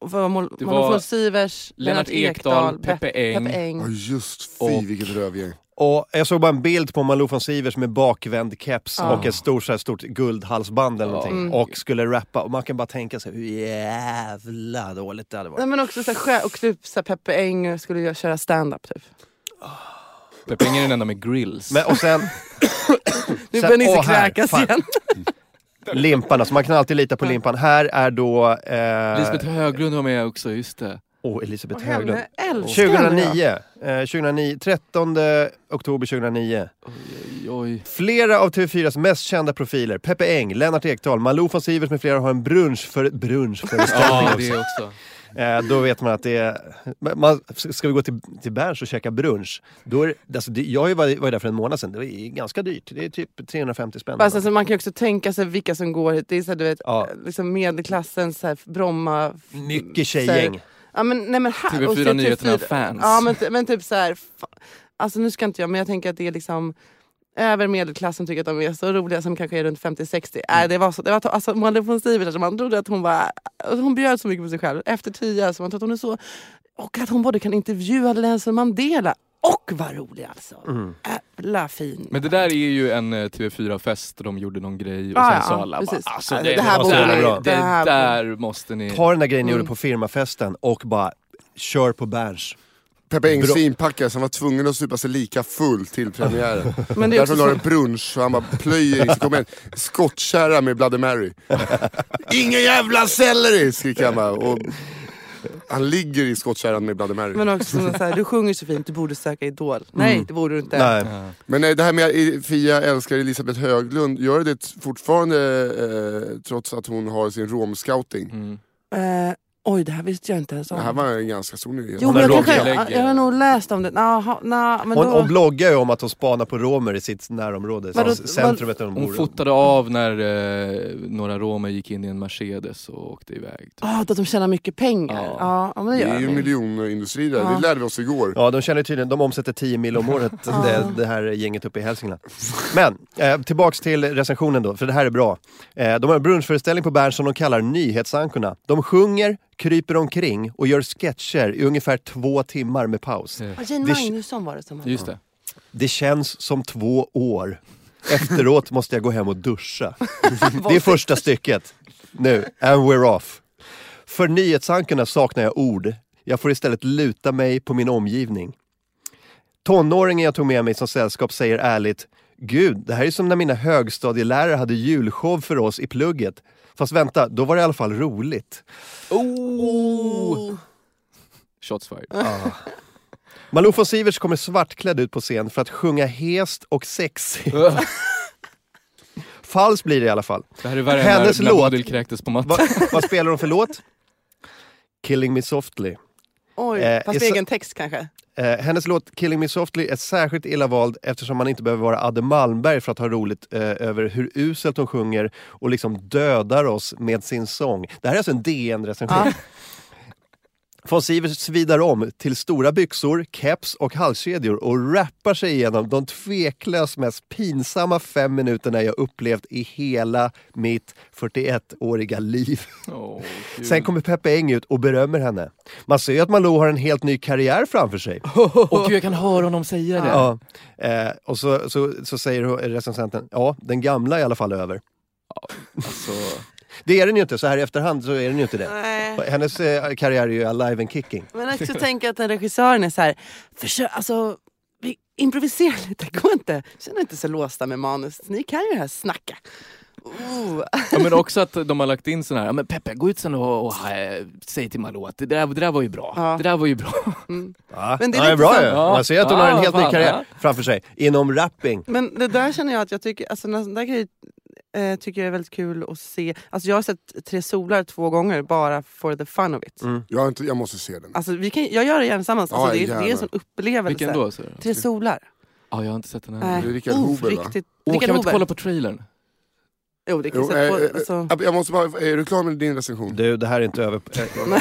Speaker 5: och vad var Mal-
Speaker 7: Det
Speaker 5: Malou
Speaker 7: var
Speaker 5: von Sivers,
Speaker 7: Lennart Ekdal, Peppe Eng.
Speaker 5: Peppe Eng.
Speaker 3: Ja just fy
Speaker 7: Och-
Speaker 3: vilket rövgäng.
Speaker 4: Och jag såg bara en bild på Malou von Sivers med bakvänd keps
Speaker 5: Ja. Mm.
Speaker 4: och ett stort, så här, stort guldhalsband eller
Speaker 7: Ja.
Speaker 4: någonting. Och skulle rappa. Och man kan bara tänka sig hur jävla dåligt det hade
Speaker 5: Nej,
Speaker 4: varit.
Speaker 5: men också så här, sjö- och typ så här, Peppe Eng skulle ju köra stand-up typ.
Speaker 7: Peppe Eng är den enda med grills.
Speaker 4: Men, och sen
Speaker 5: Nu
Speaker 4: Sen-
Speaker 5: börjar Nisse
Speaker 4: åh, här,
Speaker 5: kräkas
Speaker 4: fan.
Speaker 5: igen.
Speaker 4: limpan, alltså man kan alltid lita på limpan. Här är då... Eh,
Speaker 7: Lisbeth Höglund var med också, just det.
Speaker 4: oh, Elisabeth
Speaker 5: Och henne
Speaker 4: Höglund.
Speaker 5: älskar jag.
Speaker 4: 2009, eh, 2009, 13 oktober 2009.
Speaker 7: Oj, oj.
Speaker 4: Flera av TV4s mest kända profiler, Peppe Eng, Lennart Ekdal, Malou von Sivers med flera har en brunch för, brunchföreställning.
Speaker 7: Ja, det också.
Speaker 4: Eh, då vet man att det är... men Man, ska vi gå till, till Berns och käka brunch? Då är, det- alltså, det, jag var ju var- var ju där för en månad sedan. Det är ganska dyrt. Det är typ 350 spänn.
Speaker 5: Fast alltså, man kan ju också tänka sig vilka som går hit. Det är så här, du vet,
Speaker 4: Ja.
Speaker 5: liksom medelklassens så här, Bromma...
Speaker 4: Mycket
Speaker 5: så här-
Speaker 4: tjejgäng.
Speaker 5: Ja, men, nej, men här,
Speaker 7: TV4
Speaker 5: och så är
Speaker 7: Nyheterna
Speaker 5: typ-
Speaker 7: fans.
Speaker 5: Ja men, ty- men typ så här, fa- alltså nu ska inte jag men jag tänker att det är liksom över medelklass som tycker att de är så roliga som kanske är runt 50-60.
Speaker 7: Mm.
Speaker 5: Äh, det var så, det var, to- alltså, man hade på en stil där man trodde att hon var, alltså, hon bjöd så mycket på sig själv. Efter tio alltså, man trodde att hon är så, och att hon både kan intervjua Nelson Mandela och vara rolig alltså. Jävla fin.
Speaker 7: Men det där är ju en eh, TV4-fest där de gjorde någon grej och
Speaker 5: Ja,
Speaker 7: sen
Speaker 5: ja,
Speaker 7: sa alla bara,
Speaker 5: precis.
Speaker 7: alltså, det,
Speaker 5: Alltså, det här
Speaker 7: måste-
Speaker 4: borde ni-
Speaker 7: där,
Speaker 5: det här
Speaker 7: det där måste ni...
Speaker 4: Ta den där grejen ni gjorde
Speaker 5: Mm.
Speaker 4: på firmafesten och bara kör på Berns.
Speaker 3: Peppe Eng
Speaker 4: Bra.
Speaker 3: svinpackad så han var tvungen att supa sig lika full till premiären.
Speaker 5: Men det är
Speaker 3: Därför
Speaker 5: också
Speaker 3: la det
Speaker 5: så,
Speaker 3: brunch så han bara plöjer in, så kom en skottkärra med Bloody Mary. Ingen jävla selleri! skriker han bara. Och han ligger i skottkärran med Bloody Mary.
Speaker 5: men också som så här, du sjunger så fint, du borde söka Idol. Nej, det borde du inte.
Speaker 4: Nej.
Speaker 3: Men eh, det här med eh, Fia älskar Elisabeth Höglund, gör det fortfarande eh, trots att hon har sin romscouting?
Speaker 7: Mm.
Speaker 5: Eh, oj, det här visste jag inte ens om.
Speaker 3: Det här var en ganska stor nyhet.
Speaker 5: Jo,
Speaker 4: Hon
Speaker 5: men
Speaker 4: har
Speaker 5: jag, kanske,
Speaker 7: rådlägg,
Speaker 5: jag, jag har nog läst om det. Naha, na, men
Speaker 4: Hon,
Speaker 5: då,
Speaker 4: hon bloggar ju om att hon spanar på romer i sitt närområde.
Speaker 5: Vadå-
Speaker 4: s- centrumet där de
Speaker 7: Hon
Speaker 4: bor.
Speaker 7: fotade av när eh, några romer gick in i en Mercedes och åkte iväg.
Speaker 5: Ah, att de tjänar mycket pengar.
Speaker 7: Ja.
Speaker 5: Ja, ja men det
Speaker 3: Det
Speaker 5: gör
Speaker 3: är ju
Speaker 5: de.
Speaker 3: miljonindustri där,
Speaker 5: Ja.
Speaker 3: det lärde vi oss igår.
Speaker 4: Ja, de känner tydligen, de omsätter 10 mil om året, det, det här gänget uppe i Hälsingland. Men, eh, tillbaks till recensionen då, för det här är bra. Eh, de har en brunchföreställning på Bern som de kallar Nyhetsankorna. De sjunger, kryper omkring och gör sketcher i ungefär två timmar med paus.
Speaker 7: Ja.
Speaker 5: Och Jane
Speaker 4: Det-
Speaker 5: Magnusson var det som var
Speaker 7: Just det.
Speaker 4: Det känns som två år. Efteråt måste jag gå hem och duscha. Det är första stycket. Nu, and we're off. För nyhetsankorna saknar jag ord. Jag får istället luta mig på min omgivning. Tonåringen jag tog med mig som sällskap säger ärligt Gud, det här är som när mina högstadielärare hade julshow för oss i plugget. Fast vänta, då var det i alla fall roligt.
Speaker 7: Oh! Shots fired.
Speaker 4: Malou von Sivers kommer svartklädd ut på scen för att sjunga hest och sexigt. Falskt blir det i alla fall.
Speaker 7: Det här är värre
Speaker 4: Hennes
Speaker 7: än när,
Speaker 4: låt-
Speaker 7: när Bodil kräktes på mattan.
Speaker 4: Va, vad spelar de för låt? Killing Me Softly.
Speaker 5: Oj,
Speaker 4: Eh,
Speaker 5: fast
Speaker 4: är så-
Speaker 5: egen text kanske.
Speaker 4: Eh, hennes låt Killing Me Softly är särskilt illa vald eftersom man inte behöver vara Adde Malmberg för att ha roligt eh, över hur uselt hon sjunger och liksom dödar oss med sin sång. Det här är alltså en DN-recension. Von Sivers svidar om till stora byxor, keps och halskedjor och rappar sig igenom de tveklöst mest pinsamma fem minuterna jag upplevt i hela mitt 41-åriga liv.
Speaker 7: Åh, gud.
Speaker 4: Sen kommer Peppe Eng ut och berömmer henne. Man ser ju att Malou har en helt ny karriär framför sig.
Speaker 7: Åh, gud, jag kan höra honom säga det.
Speaker 4: Ja. Eh, och så, så, så säger hon- recensenten, ja, den gamla är i alla fall över.
Speaker 7: Alltså,
Speaker 4: Det är den ju inte, så här i efterhand så är den ju inte det.
Speaker 5: Nej.
Speaker 4: Hennes eh, karriär är ju alive and kicking.
Speaker 5: Men jag också tänka att den regissören är så här, försök, alltså, vi improviserar lite, gå inte, känn er inte så låsta med manus. Ni kan ju det här snacka. Oh.
Speaker 7: ja, men också att de har lagt in sån här, ja, men Peppe gå ut sen och, och eh, säg till Malou att det där, det där var ju bra.
Speaker 5: Ja.
Speaker 7: Det där var ju bra.
Speaker 4: Ja,
Speaker 5: Men det är
Speaker 4: ja,
Speaker 5: lite
Speaker 4: bra
Speaker 5: som-
Speaker 4: ju.
Speaker 7: Ja.
Speaker 4: Man ser att hon har en
Speaker 7: Ja,
Speaker 4: helt ny
Speaker 7: fan,
Speaker 4: karriär framför sig. Inom rapping.
Speaker 5: Men det där känner jag att jag tycker, alltså den där grejen eh, tycker jag är väldigt kul att se. Alltså jag har sett Tre solar två gånger bara for the fun of it.
Speaker 3: Jag, har inte, jag måste se den.
Speaker 5: Alltså vi kan, jag gör det gärna tillsammans, alltså,
Speaker 3: Ja,
Speaker 5: det, är, det är
Speaker 3: gärna.
Speaker 5: en sån upplevelse.
Speaker 7: Vilken då? Så?
Speaker 5: Tre solar.
Speaker 7: Ja, jag har inte sett den
Speaker 5: Nej.
Speaker 7: här.
Speaker 3: Det är Richard
Speaker 5: Oh,
Speaker 3: Huber, va?
Speaker 5: riktigt.
Speaker 7: Åh,
Speaker 5: Richard
Speaker 7: kan
Speaker 5: Huber.
Speaker 7: vi inte kolla på trailern?
Speaker 5: Jo, det kan
Speaker 3: Jo,
Speaker 5: vi sätta
Speaker 3: eh,
Speaker 5: på.
Speaker 3: eh,
Speaker 5: Alltså.
Speaker 3: Jag måste bara, är du klar med din recension?
Speaker 4: Du, det här är inte över. Eh,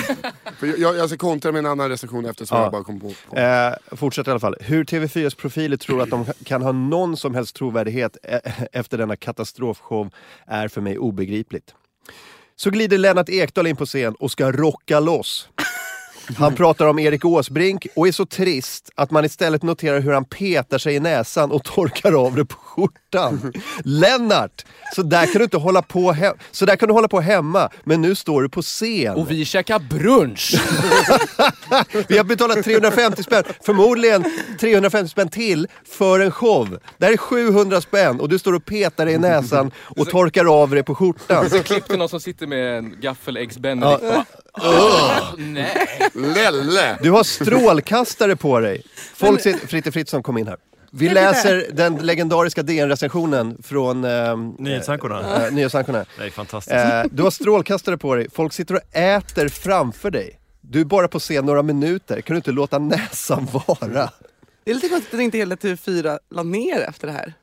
Speaker 3: För jag- jag, jag ska kontra med en annan recension efter som
Speaker 4: Ja.
Speaker 3: jag bara kom på. på.
Speaker 4: Eh, fortsätt i alla fall. Hur TV4s profiler tror att de kan ha någon som helst trovärdighet eh, efter denna katastrofshow är för mig obegripligt. Så glider Lennart Ekdal in på scen och ska rocka loss. Han pratar om Erik Åsbrink och är så trist att man istället noterar hur han petar sig i näsan och torkar av det på skjortan. Lennart! Så där kan du inte hålla på, he- så där kan du hålla på hemma, men nu står du på scen.
Speaker 7: Och vi käkar brunch!
Speaker 4: Vi har betalat 350 spänn, förmodligen 350 spänn till, för en show. Det här är 700 spänn och du står och petar dig i näsan och torkar av dig på skjortan.
Speaker 7: Klipp till någon som sitter med en gaffeläggs-Benedict och bara, "Åh, nej.
Speaker 3: Lelle!
Speaker 4: Du har strålkastare på dig. Folk ser... Fritte Fritzson, kom in här. Vi läser den legendariska DN-recensionen från ehm,
Speaker 12: Nyhetsankorna?
Speaker 4: eh, Nyhetsankorna.
Speaker 12: Det är fantastiskt.
Speaker 4: Eh, du har strålkastare på dig, folk sitter och äter framför dig. Du är bara på scen några minuter, kan du inte låta näsan vara?
Speaker 5: Det är lite konstigt att inte hela TV4 la ner efter det här.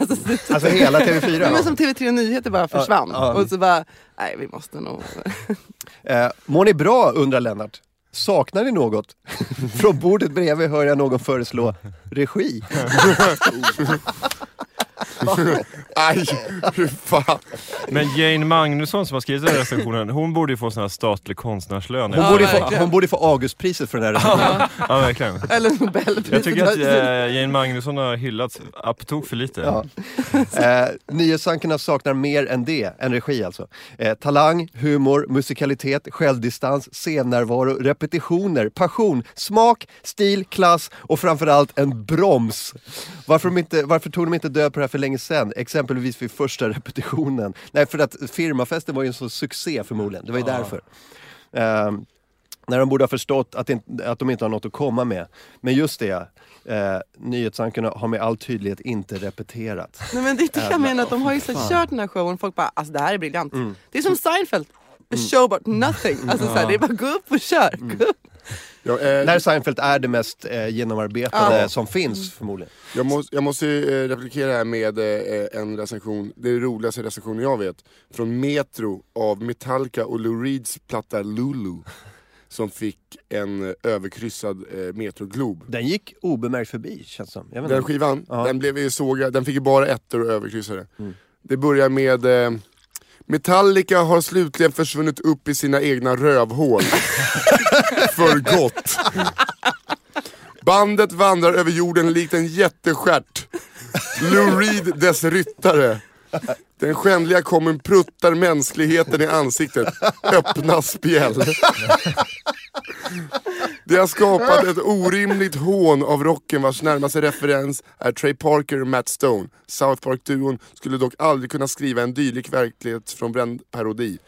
Speaker 5: Alltså, det-
Speaker 4: Alltså hela TV4.
Speaker 5: Nej, men som TV3 Nyheter bara försvann.
Speaker 4: ja.
Speaker 5: Och så bara, nej vi måste nog...
Speaker 4: Eh, mår ni bra, undrar Lennart. Saknar ni något? Från bordet bredvid hör jag någon föreslå regi.
Speaker 3: Aj, fy fan.
Speaker 13: Men Jane Magnusson som har skrivit den här recensionen, hon borde ju få sån här statlig konstnärslön.
Speaker 4: Hon,
Speaker 5: Ja,
Speaker 4: borde, få,
Speaker 5: verkligen.
Speaker 4: hon borde få Augustpriset för den här recensionen.
Speaker 13: Ja, verkligen.
Speaker 5: Eller Nobelpriset.
Speaker 13: Jag tycker att eh, Jane Magnusson har hyllats apptok för lite.
Speaker 4: Ja. Eh, Nyhetsankarna saknar mer än det, än regi alltså. Eh, talang, humor, musikalitet, självdistans, scennärvaro, repetitioner, passion, smak, stil, klass och framförallt en broms. Varför, de inte, varför tog de inte död på det här för länge sedan? Exempelvis vid första repetitionen. Nej, för att firmafesten var ju en sån succé förmodligen. Det var ju därför. Eh, när de borde ha förstått att, inte- att de inte har något att komma med. Men just det, eh, nyhetsankarna har med all tydlighet inte repeterat.
Speaker 5: Nej, men det är det jag menar, att de har ju så här, kört den här showen och folk bara, alltså det här är briljant. Det är som Seinfeld. A show about nothing. Alltså, så här, det är bara gå upp och kör. Gå upp.
Speaker 3: Ja, eh,
Speaker 4: När Seinfeld är det mest eh, genomarbetade
Speaker 5: Ja.
Speaker 4: som finns förmodligen.
Speaker 3: Jag måste, jag måste ju, eh, replikera här med eh, en recension, det är den roligaste recensionen jag vet. Från Metro av Metallica och Lou Reeds platta Lulu. Som fick en eh, överkryssad eh, Metro-glob.
Speaker 4: Den gick obemärkt förbi känns som. Jag vet
Speaker 3: Den
Speaker 4: inte.
Speaker 3: skivan,
Speaker 4: Ja.
Speaker 3: den blev ju sågad, den fick ju bara ettor och överkryssade. Det börjar med eh, Metallica har slutligen försvunnit upp i sina egna rövhål. För gott. Bandet vandrar över jorden likt en jättestjärt. Lou Reed dess ryttare. Den skändliga kommun pruttar mänskligheten i ansiktet. Öppna spjäll. Det har skapat ett orimligt hån av rocken vars närmaste referens är Trey Parker och Matt Stone. South Park-duon skulle dock aldrig kunna skriva en dylik verklighetsfrånvänd parodi.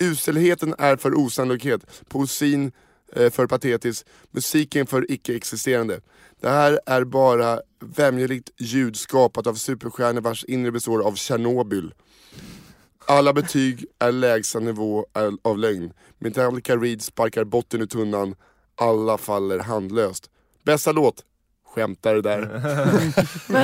Speaker 3: Uselheten är för osannoliket, poesin eh, för patetisk, musiken för icke-existerande. Det här är bara vämjeligt ljud skapat av superstjärnor vars inre består av Tjernobyl. Alla betyg är lägsta nivå är- av lögn. Metallica Reed sparkar botten ur tunnan. Alla faller handlöst. Bästa låt? Skämtar där.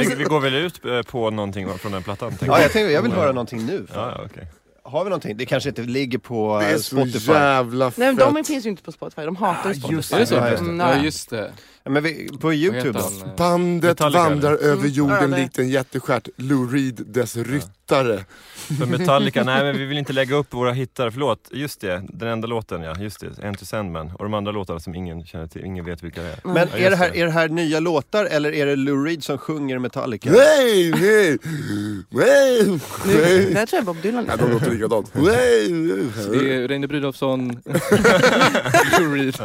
Speaker 13: Vi, vi går väl ut eh, på någonting va, från den plattan? tänker
Speaker 4: Ja, jag, tänkte, jag vill höra någonting nu.
Speaker 13: Ja, ja, okej.
Speaker 4: Har vi någonting? Det kanske inte ligger på
Speaker 3: Det är
Speaker 4: eh,
Speaker 3: så
Speaker 4: Spotify.
Speaker 3: jävla
Speaker 5: Nej,
Speaker 3: fett.
Speaker 5: men de finns ju inte på Spotify. De hatar ju Spotify.
Speaker 7: Är det
Speaker 4: Ja, just
Speaker 7: så?
Speaker 5: Mm,
Speaker 7: Ja,
Speaker 5: ja.
Speaker 7: just det.
Speaker 4: Ja, Men vi, på
Speaker 7: Vad heter
Speaker 4: Youtube då?
Speaker 7: han?
Speaker 3: Bandet
Speaker 13: Metallica,
Speaker 3: vandrar över jorden
Speaker 5: ja, det-
Speaker 3: likt en jättestjärt. Lou Reed, dess ryttare.
Speaker 13: För Metallica, nej men vi vill inte lägga upp våra hittar, förlåt. Just det, den enda låten ja, just det. Enter Sandman. Och de andra låtarna som ingen känner till, ingen vet vilka det är.
Speaker 4: Men
Speaker 13: Ja,
Speaker 4: är det,
Speaker 13: just
Speaker 4: här,
Speaker 13: det.
Speaker 4: är det här nya låtar eller är det Lou Reed som sjunger Metallica?
Speaker 3: Nej, nej, nej,
Speaker 5: Det
Speaker 3: nej.
Speaker 5: här tror jag Bob Dylan liksom.
Speaker 3: Nej, de
Speaker 5: är.
Speaker 3: låter likadant. Nej,
Speaker 7: Så
Speaker 3: nej.
Speaker 7: Det är Reine Brydolfsson, Lou Reed.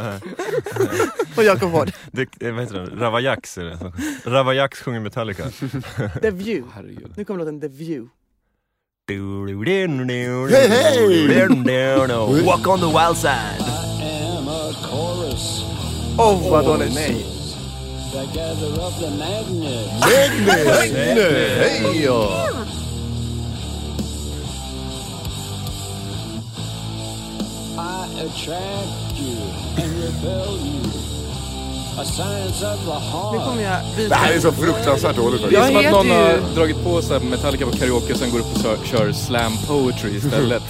Speaker 5: Och Jakob Hård.
Speaker 13: Det, eh, vad heter den? Ravajax är det. som- Ravajax sjunger Metallica.
Speaker 5: The View.
Speaker 7: Herregud.
Speaker 5: Nu kommer låten The View.
Speaker 3: Hey, hey!
Speaker 14: Walk on the wild side.
Speaker 4: Åh vad dåligt! Nej. Hej ja.
Speaker 5: Nu kommer jag
Speaker 3: Ah. Det här
Speaker 5: byta.
Speaker 3: är så fruktansvärt dåligt
Speaker 7: Det
Speaker 3: faktiskt.
Speaker 7: är
Speaker 5: Jag
Speaker 7: som att
Speaker 5: heter ju-
Speaker 7: någon har dragit på sig Metallica på karaoke och sen går upp och kör, kör slam poetry istället.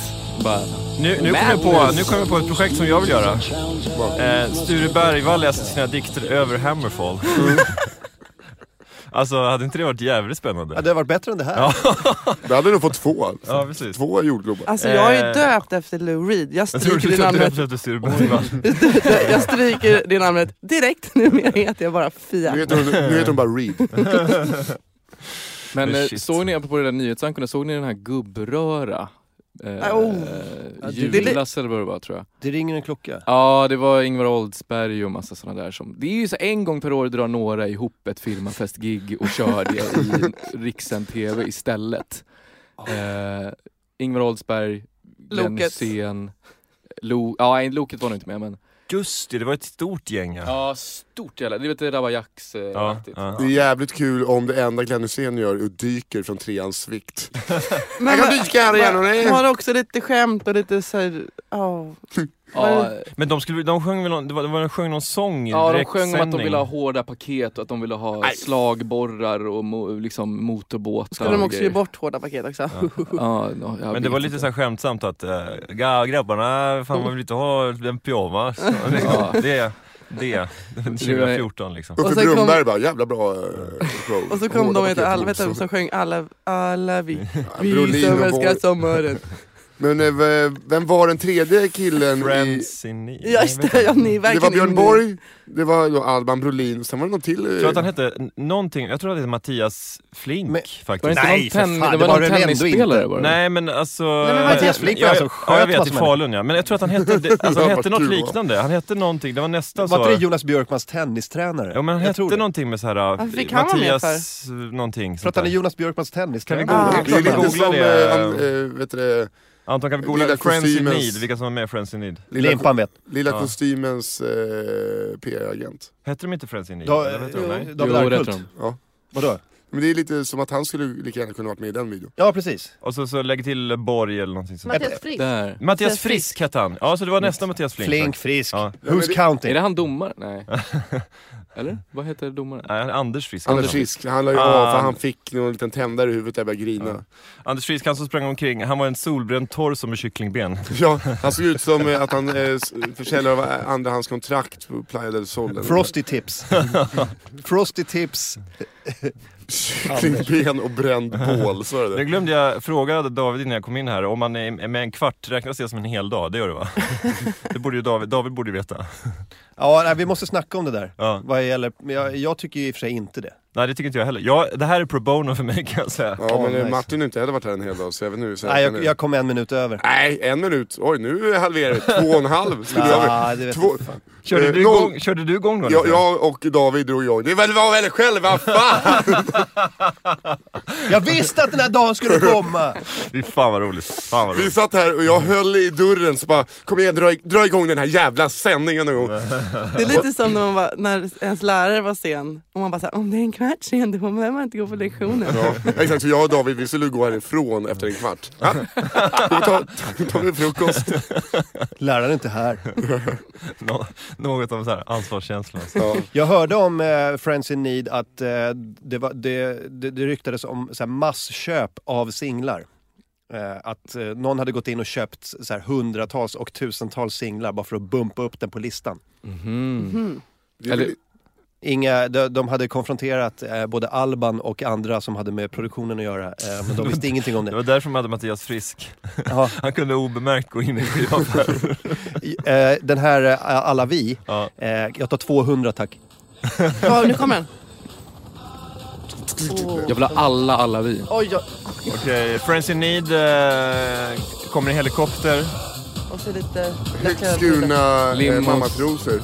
Speaker 7: Bara,
Speaker 13: Nu, nu kommer jag på, nu kom jag på ett projekt som jag vill göra. Eh, Sture Bergwall läste sina dikter över Hammerfall. Alltså, hade inte det varit jävligt
Speaker 4: Ja,
Speaker 13: spännande?
Speaker 4: det har varit bättre än det här.
Speaker 3: Vi hade nog fått två. Alltså.
Speaker 13: Ja, precis.
Speaker 3: Två jordglobar.
Speaker 5: Alltså jag är ju
Speaker 13: Eh.
Speaker 5: döpt efter Lou Reed. Jag
Speaker 13: Jag tror
Speaker 5: stryker
Speaker 13: du
Speaker 5: det
Speaker 13: tog
Speaker 5: namnet
Speaker 13: döpt efter Sture Bergwall.
Speaker 5: Jag stryker det namnet direkt, numera heter jag bara Fia.
Speaker 3: Nu heter hon, nu heter hon bara Reed.
Speaker 7: men
Speaker 13: Men
Speaker 7: eh,
Speaker 13: shit.
Speaker 7: såg ni, apropå det där nyhetsankorna, såg ni den här gubbröra? Eh,
Speaker 5: Oh.
Speaker 4: det-
Speaker 7: Julas eller vad det var tror jag.
Speaker 4: Det ringer en klocka.
Speaker 7: Ja, det var Ingvar Oldsberg och massa sådana där som... Det är ju så en gång per år drar några ihop ett firmafestgig och kör det i rikssänd TV istället. Eh, Ingvar Oldsberg, Glenn
Speaker 5: Loket.
Speaker 7: Hysén, Lo... Ja, nej, Loket var nog inte med men...
Speaker 13: Just det, det var ett stort gäng ja.
Speaker 7: Ja, stort jävla... Det vet det där var Jacks... Eh,
Speaker 13: Ja,
Speaker 7: aktigt.
Speaker 13: ja.
Speaker 3: Det är jävligt kul om det enda Glenn Hysén gör är att dyker från treans svikt.
Speaker 5: Men
Speaker 3: Jag kan dyka här igen. hörni.
Speaker 5: man har också lite skämt och lite såhär, ja.
Speaker 7: Ja,
Speaker 13: Men de, skulle, de sjöng väl någon, det var, det var, de sjöng någon sång i
Speaker 7: ja, de
Speaker 13: direktsändning.
Speaker 7: sjöng om att de ville ha hårda paket och att de ville ha slagborrar och mo, liksom motorbåtar.
Speaker 5: Skulle de
Speaker 7: och
Speaker 5: också ge
Speaker 7: grejer.
Speaker 5: bort hårda paket också?
Speaker 7: Ja, ja, jag
Speaker 13: Men det
Speaker 7: vet
Speaker 13: var lite
Speaker 7: inte.
Speaker 13: så här skämtsamt att äh, grabbarna, fan man vill inte ha en pyjamas.
Speaker 7: Ja.
Speaker 13: det, det, 2014 liksom.
Speaker 5: Och
Speaker 3: Uffe
Speaker 5: sen kom-
Speaker 3: Brunnberg bara, jävla bra eh, show.
Speaker 5: Och så kom
Speaker 3: Hårda
Speaker 5: de ett
Speaker 3: paket.
Speaker 5: helvete och så sjöng alla, alla vi, vi
Speaker 3: Brolin
Speaker 5: som
Speaker 3: och
Speaker 5: älskar
Speaker 3: Borg.
Speaker 5: sommaren.
Speaker 3: Men eh, v- vem var den tredje killen i...
Speaker 13: Friends in need.
Speaker 5: Ja just det, ja, ni är verkligen
Speaker 3: Det var Björn
Speaker 5: inne.
Speaker 3: Borg, det var då Alban Brolin, sen var det någon till. eh,
Speaker 13: Jag tror att han hette n- någonting, jag tror att det hette Mattias Flink
Speaker 4: Men-
Speaker 7: Var det
Speaker 13: faktiskt.
Speaker 7: inte
Speaker 4: Nej,
Speaker 7: någon,
Speaker 4: för
Speaker 7: ten,
Speaker 4: fan, det
Speaker 7: det var
Speaker 4: var
Speaker 7: någon
Speaker 4: det väl ändå
Speaker 7: tennisspelare? Var det?
Speaker 13: Nej men alltså...
Speaker 4: men Mattias Flink var
Speaker 13: jag,
Speaker 4: han som
Speaker 13: ja, jag
Speaker 4: sköt
Speaker 13: vet, i
Speaker 4: massor med
Speaker 13: Falun ja. Men jag tror att han hette, det, alltså, han
Speaker 3: Ja,
Speaker 13: hette
Speaker 3: vad
Speaker 13: något
Speaker 3: kul det var.
Speaker 13: liknande. Han hette någonting, det var nästan
Speaker 4: Var inte det
Speaker 13: så.
Speaker 4: Jonas Björkmans tennistränare?
Speaker 13: Ja, men han
Speaker 4: jag
Speaker 13: hette
Speaker 4: tror det.
Speaker 13: någonting med så här
Speaker 5: Varför fick han vara med
Speaker 13: Mattias någonting.
Speaker 4: För
Speaker 13: sånt
Speaker 4: att han är
Speaker 13: där.
Speaker 4: Jonas Björkmans tennistränare.
Speaker 13: Kan vi
Speaker 3: Det är
Speaker 4: Ah,
Speaker 13: googla?
Speaker 3: lite
Speaker 13: Googla
Speaker 3: som, eh,
Speaker 13: det.
Speaker 3: han, eh, vet du det,
Speaker 13: Anton kan vi googla
Speaker 3: Lilla
Speaker 13: Friends in
Speaker 3: kostymens-
Speaker 13: need, vilka som var med i Friends in need?
Speaker 3: lilla,
Speaker 4: Limpan vet.
Speaker 3: lilla
Speaker 13: Ja.
Speaker 3: kostymens eh, PR-agent.
Speaker 13: Hette de inte Friends in need?
Speaker 4: Da-
Speaker 13: Eller vad heter de? Nej.
Speaker 4: David
Speaker 7: Jo, det
Speaker 4: Arkult.
Speaker 7: tror de.
Speaker 4: Vadå?
Speaker 3: Men det är lite som att han skulle lika gärna kunna varit med i den videon.
Speaker 4: Ja, precis.
Speaker 13: Och så, så lägg till Borg eller någonting sånt.
Speaker 15: Mattias Frisk.
Speaker 7: Där.
Speaker 13: Mattias
Speaker 5: Mattias
Speaker 13: Frisk hette han. Ja, så det var nästan Mattias Flink.
Speaker 4: Flink, frisk.
Speaker 13: Ja.
Speaker 4: Who's
Speaker 7: Är
Speaker 4: counting?
Speaker 7: det han domaren? Nej. Eller? Vad heter domaren?
Speaker 13: Nej, Anders Frisk.
Speaker 3: Anders Frisk, han la ju
Speaker 13: Ah.
Speaker 3: av för han fick någon liten tändare i huvudet där jag började grina.
Speaker 13: Anders Frisk, han som sprang omkring, han var en solbränd torso med kycklingben.
Speaker 3: Ja, han såg ut som eh, att han eh, s- försäljare av eh, andrahandskontrakt på Playa del Sol.
Speaker 4: Frosty tips. Frosty tips.
Speaker 3: Kycklingben och bränd bål, så är
Speaker 13: Nu
Speaker 3: det.
Speaker 13: glömde jag fråga David innan jag kom in här, om man är med en kvart, räknas det som en hel dag? Det gör det va? Det borde ju David, David borde ju veta.
Speaker 4: Ja, nej, vi måste snacka om det där.
Speaker 13: Ja.
Speaker 4: Vad gäller, men jag, jag tycker ju i och för sig inte det.
Speaker 13: Nej, det tycker inte jag heller. Ja, det här är pro bono för mig kan jag säga.
Speaker 3: Ja, men
Speaker 4: Åh,
Speaker 3: eh,
Speaker 4: nice.
Speaker 3: Martin har inte heller varit här en hel dag, så jag vet inte hur
Speaker 4: Nej,
Speaker 3: säkert
Speaker 4: jag, jag kom en minut över.
Speaker 3: Nej, en minut. Oj, nu halverar vi. Två och en halv skulle jag vilja-
Speaker 4: Ah, det vet
Speaker 3: Två...
Speaker 4: jag fan.
Speaker 13: Körde
Speaker 3: Eh,
Speaker 13: du
Speaker 3: noll-
Speaker 13: igång, körde du igång då?
Speaker 3: Jag,
Speaker 13: lite?
Speaker 3: jag och David drog igång. Det är väl var väl själva fan!
Speaker 4: jag visste att den här dagen skulle komma!
Speaker 13: Fy fan vad roligt. Fan vad
Speaker 3: Vi
Speaker 13: roligt.
Speaker 3: satt här och jag höll i dörren så bara, kom igen dra, dra igång den här jävla sändningen någon gång.
Speaker 5: Det är lite som när, man var, när ens lärare var sen och man bara såhär, om det är en kvart sen då behöver man inte gå på lektionen.
Speaker 3: Ja, exakt, så jag och David vi skulle gå härifrån efter en kvart. Ja. Då tar, tar vi frukost.
Speaker 4: Läraren är inte här.
Speaker 13: Nå- något av så här ansvarskänsla. alltså.
Speaker 3: Ja.
Speaker 4: Jag hörde om eh, Friends in Need att eh, det, var, det, det, det ryktades om så här, massköp av singlar. Eh, att eh, någon hade gått in och köpt så här, hundratals och tusentals singlar bara för att bumpa upp den på listan.
Speaker 7: Mhm.
Speaker 3: Mm.
Speaker 5: Mhm.
Speaker 3: Det är
Speaker 7: Eller-
Speaker 3: väl-
Speaker 4: Inga, de, de hade konfronterat eh, både Alban och andra som hade med produktionen att göra, eh, men de visste ingenting om
Speaker 13: Det
Speaker 4: det.
Speaker 13: var därför man hade Mattias Frisk.
Speaker 4: Ja,
Speaker 13: Han kunde obemärkt gå in i skivaffären.
Speaker 4: eh, den här eh, Alla vi,
Speaker 13: Ja.
Speaker 4: eh, jag tar 200 tack.
Speaker 5: Ja, nu kommer den. Åh.
Speaker 7: Jag vill ha alla, alla vi.
Speaker 5: Oj, oj,
Speaker 13: Okej, Friends in need eh, kommer i helikopter.
Speaker 5: och så lite...
Speaker 3: Högt skurna eh,
Speaker 7: Limos.
Speaker 3: mammatrosor.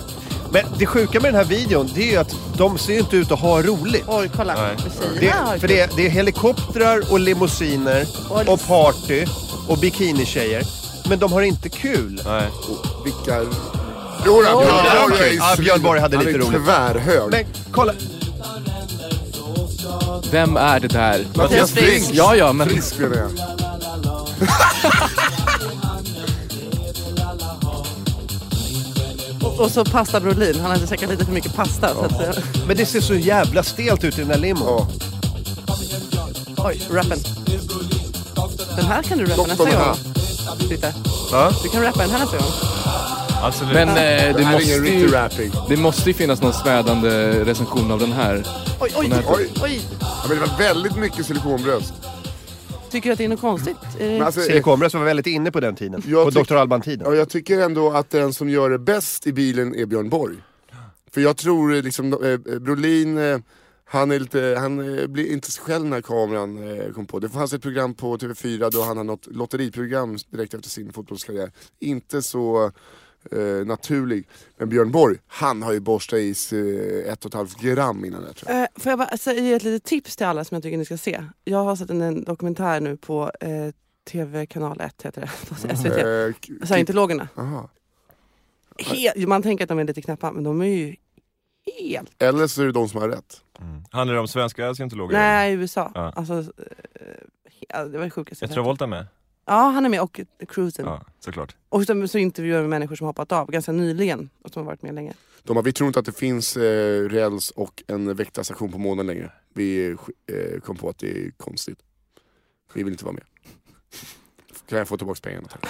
Speaker 4: Men det sjuka med den här videon, det är ju att de ser ju inte ut att ha roligt.
Speaker 5: Oj, kolla.
Speaker 13: Nej.
Speaker 5: Lucia har
Speaker 4: Det, för det, det är helikoptrar och limousiner
Speaker 5: Oj.
Speaker 4: och party och bikinitjejer. Men de har inte kul.
Speaker 13: Nej.
Speaker 3: Vilka... Jodå, Björn
Speaker 4: ja,
Speaker 3: Borg
Speaker 4: okej.
Speaker 3: är
Speaker 4: Ja, Björn Borg hade
Speaker 3: Han är
Speaker 4: lite roligt.
Speaker 3: tvärhög.
Speaker 4: Men kolla,
Speaker 7: Vem är det där?
Speaker 3: Mattias Frisk.
Speaker 7: Ja, ja, men...
Speaker 3: Frisk menar jag.
Speaker 5: Och, och så pasta Brolin, han hade säkert lite för mycket pasta. Så att, eh,
Speaker 4: men det ser så jävla stelt ut i den där limon.
Speaker 3: Ja.
Speaker 5: oj, rappen. Den här kan du rappa nästa
Speaker 3: den här.
Speaker 5: gång. Titta.
Speaker 13: Va?
Speaker 5: Du kan rappa den här nästa gång.
Speaker 13: Absolut.
Speaker 7: Men eh,
Speaker 3: Det
Speaker 7: det,
Speaker 3: här är
Speaker 7: måste
Speaker 3: ingen riktig
Speaker 7: ju,
Speaker 3: rapping.
Speaker 7: det måste ju finnas någon smädande recension av den här.
Speaker 5: Oj, oj,
Speaker 3: Oj.
Speaker 5: oj. oj.
Speaker 3: Ja, men det var väldigt mycket silikonbröst.
Speaker 5: Tycker du att det är något konstigt? Är det-
Speaker 3: Men alltså, eh,
Speaker 4: Silikonbröst var väldigt inne på den tiden.
Speaker 3: Jag
Speaker 4: på
Speaker 3: tyck-
Speaker 4: Dr. Alban-tiden.
Speaker 3: Ja, jag tycker ändå att den som gör det bäst i bilen är Björn Borg. För jag tror eh, liksom, eh, Brolin, eh, han, är lite, han eh, blir inte sig själv när kameran eh, kom på. Det fanns ett program på TV4 då han hade något lotteriprogram direkt efter sin fotbollskarriär. Inte så eh, naturlig. Men Björn Borg, han har ju borstat i sig eh, ett och ett halvt gram innan det här, tror jag.
Speaker 5: Eh, får jag bara säga ett litet tips till alla som jag tycker ni ska se? Jag har sett en, en dokumentär nu på eh, TV kanal 1, heter det. SVT.
Speaker 3: Eh, k-
Speaker 5: Scientologerna.
Speaker 3: Aha.
Speaker 5: He- Alltså, man tänker att de är lite knäppa, men de är ju helt...
Speaker 3: Eller så är det de som har rätt.
Speaker 13: Mm. Handlar det om svenska scientologer?
Speaker 5: Nej, USA.
Speaker 13: Ja.
Speaker 5: Alltså, eh, he- det var det sjukaste
Speaker 13: Är
Speaker 5: jag sett.
Speaker 13: Travolta med?
Speaker 5: Ja, han är med och Cruisen.
Speaker 13: Ja, såklart.
Speaker 5: Och så, så intervjuar vi människor som hoppat av ganska nyligen och som har varit med länge.
Speaker 3: De bara, vi tror inte att det finns eh, räls och en väktarstation på månen längre. Vi eh, kom på att det är konstigt. Vi vill inte vara med. Kan jag få tillbaka pengarna tack?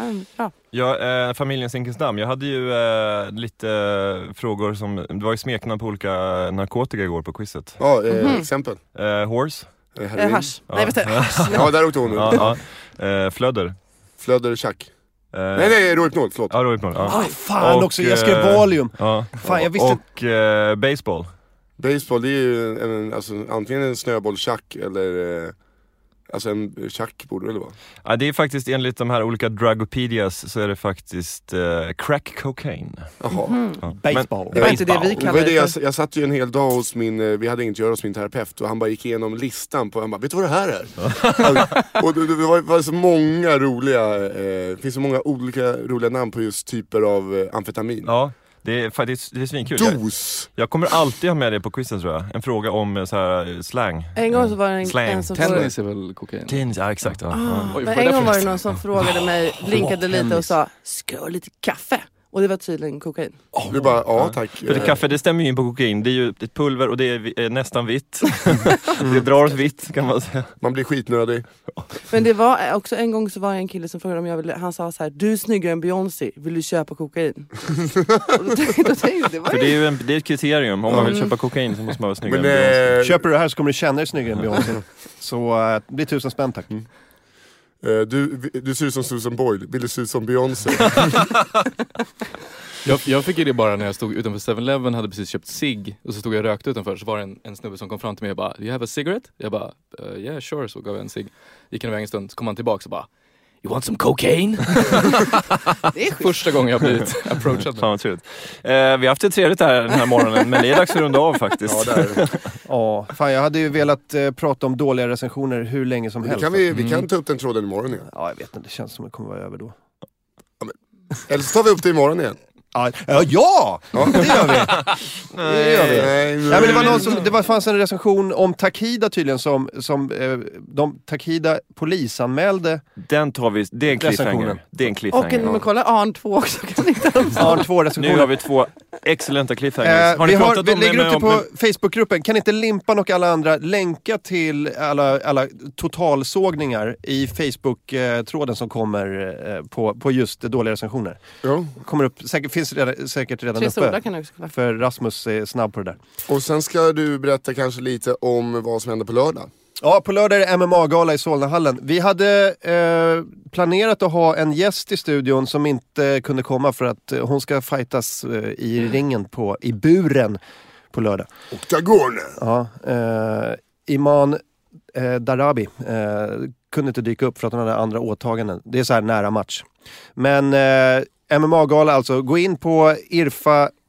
Speaker 5: Mm, bra.
Speaker 13: Ja, eh, familjen Zinkensdamm. Jag hade ju eh, lite eh, frågor som, det var ju smeknamn på olika narkotika igår på quizet.
Speaker 3: Ja, eh,
Speaker 5: Mhm.
Speaker 3: exempel.
Speaker 13: Eh, horse.
Speaker 3: Eh,
Speaker 5: Eh,
Speaker 3: heroin.
Speaker 5: hasch. Nej, vänta. hasch.
Speaker 3: Ja, där åkte hon nu.
Speaker 13: Ja, ja. Eh, flöder.
Speaker 3: Flöder tjack.
Speaker 13: Eh,
Speaker 3: Nej, nej, Rohypnol, förlåt.
Speaker 13: Ja, Rohypnol. Ja.
Speaker 4: Ah, fan
Speaker 13: Och,
Speaker 4: också, jag skrev
Speaker 13: eh,
Speaker 4: Valium.
Speaker 13: Ja.
Speaker 4: Fan, jag visste-
Speaker 13: Och eh, baseball.
Speaker 3: Baseball, det är ju en, alltså, antingen en snöbollschack eller eh, Alltså en tjack borde det väl vara?
Speaker 13: Ja, det är faktiskt enligt de här olika drugopedias så är det faktiskt eh, crack cocaine.
Speaker 3: Jaha.
Speaker 13: Ja.
Speaker 4: Baseball.
Speaker 5: Det var inte det vi
Speaker 3: Det var
Speaker 5: kallade
Speaker 3: det,
Speaker 5: det
Speaker 3: jag,
Speaker 5: för.
Speaker 3: jag satt ju en hel dag hos min, eh, vi hade inget att göra hos min terapeut och han bara gick igenom listan på, han bara, vet du vad det här är? Alltså, och det, det var, var så många roliga, eh, det finns så många olika roliga namn på just typer av eh, amfetamin.
Speaker 13: Ja, det är faktiskt det är svinkul. Jag,
Speaker 3: Dos!
Speaker 13: jag kommer alltid ha med det på quizen tror jag. En fråga om eh, så här, eh, slang.
Speaker 5: En gång så var det en,
Speaker 13: Slang. Ah,
Speaker 5: en som frågade, Ah,
Speaker 7: Tennis är väl kokain?
Speaker 13: Tins, ja exakt. Ja. Ja.
Speaker 7: Oj, vad
Speaker 5: men
Speaker 7: är det
Speaker 5: en gång
Speaker 7: för
Speaker 5: var det
Speaker 7: något?
Speaker 5: någon som frågade mig, blinkade lite och
Speaker 13: tennis.
Speaker 5: sa ska jag ha lite kaffe? Och det var tydligen kokain.
Speaker 3: Du bara, ja tack.
Speaker 13: För det, kaffe det stämmer ju in på kokain, det är ju ett pulver och det är vi- eh, nästan vitt. Mm. det drar åt vitt kan man säga.
Speaker 3: Eh, Man blir skitnödig.
Speaker 5: Men det var eh, också en gång så var det en kille som frågade om jag ville, han sa så här, du är snyggare än Beyoncé, vill du köpa kokain? och då tänkte då tänkte jag, det var
Speaker 13: För
Speaker 5: ju...
Speaker 13: det är ju en, det är ett kriterium, om man vill köpa kokain så måste man vara snyggare
Speaker 3: Men,
Speaker 13: än Beyoncé.
Speaker 3: eh,
Speaker 4: Köper du det här så kommer du känna dig snyggare än Beyoncé. Så eh, det blir tusen spänn tack.
Speaker 3: eh, du, du ser ut som Susan Boyle, vill du se ut som Beyoncé?
Speaker 7: Jag, jag fick ju det bara när jag stod utanför 7-Eleven, hade precis köpt cigg och så stod jag och rökte utanför så var det en, en snubbe som kom fram till mig och bara “Do you have a cigarette?” Jag bara "Eh, “Yeah sure” så gav jag en cigg. Gick han iväg en stund, så kom han tillbaka och bara “You want some cocaine?”
Speaker 5: Det är schysst.
Speaker 7: Första gången jag blivit approachad.
Speaker 13: Fan vad trevligt. Eh, vi har haft det trevligt här den här morgonen, men det är dags att runda av
Speaker 3: ja,
Speaker 13: faktiskt.
Speaker 3: där. är det.
Speaker 4: Ja, fan jag hade ju velat eh, prata om dåliga recensioner hur länge som
Speaker 3: Men det
Speaker 4: helst.
Speaker 3: kan vi, vi kan ta upp den tråden imorgon igen.
Speaker 4: Ja, jag vet inte. Det känns som att det kommer vara över då.
Speaker 3: Eller så tar vi upp det imorgon igen.
Speaker 4: Ja, ja! det gör vi. Det gör vi.
Speaker 3: Nej,
Speaker 4: Nej, men det, var
Speaker 3: Mm.
Speaker 4: någon som, det var, fanns en recension om Takida tydligen som, som eh, de, Takida polisanmälde
Speaker 13: Den tar vi, det är en
Speaker 4: Recensionen.
Speaker 13: cliffhanger. Det är en
Speaker 5: Och en,
Speaker 13: cliffhanger.
Speaker 5: men kolla Arn 2 också. Kan ni hitta dem?
Speaker 4: Arn 2
Speaker 13: Nu har
Speaker 4: recensioner.
Speaker 13: vi två excellenta cliffhangers.
Speaker 4: Eh,
Speaker 13: Har ni
Speaker 4: vi
Speaker 13: pratat
Speaker 4: har, vi
Speaker 13: om det
Speaker 4: lägger
Speaker 13: med,
Speaker 4: upp det
Speaker 13: om,
Speaker 4: på Facebookgruppen. Kan inte Limpan och alla andra länka till alla, alla totalsågningar i Facebook-tråden som kommer eh, på, på just dåliga recensioner?
Speaker 3: Ja.
Speaker 4: Kommer upp, säkert, finns redan, säkert redan
Speaker 5: Tre solar
Speaker 4: uppe.
Speaker 5: kan jag också kolla.
Speaker 4: För Rasmus är snabb på det där.
Speaker 3: Och sen ska du berätta kanske lite om vad som händer på lördag.
Speaker 4: Ja, på lördag är det MMA-gala i Solnahallen. Vi hade eh, planerat att ha en gäst i studion som inte kunde komma för att eh, hon ska fightas eh, i ringen på, i buren på lördag.
Speaker 3: Oktagon!
Speaker 4: Ja, eh, Iman eh, Darabi eh, kunde inte dyka upp för att hon hade andra åtaganden. Det är så här nära match. Men eh, MMA-gala alltså. Gå in på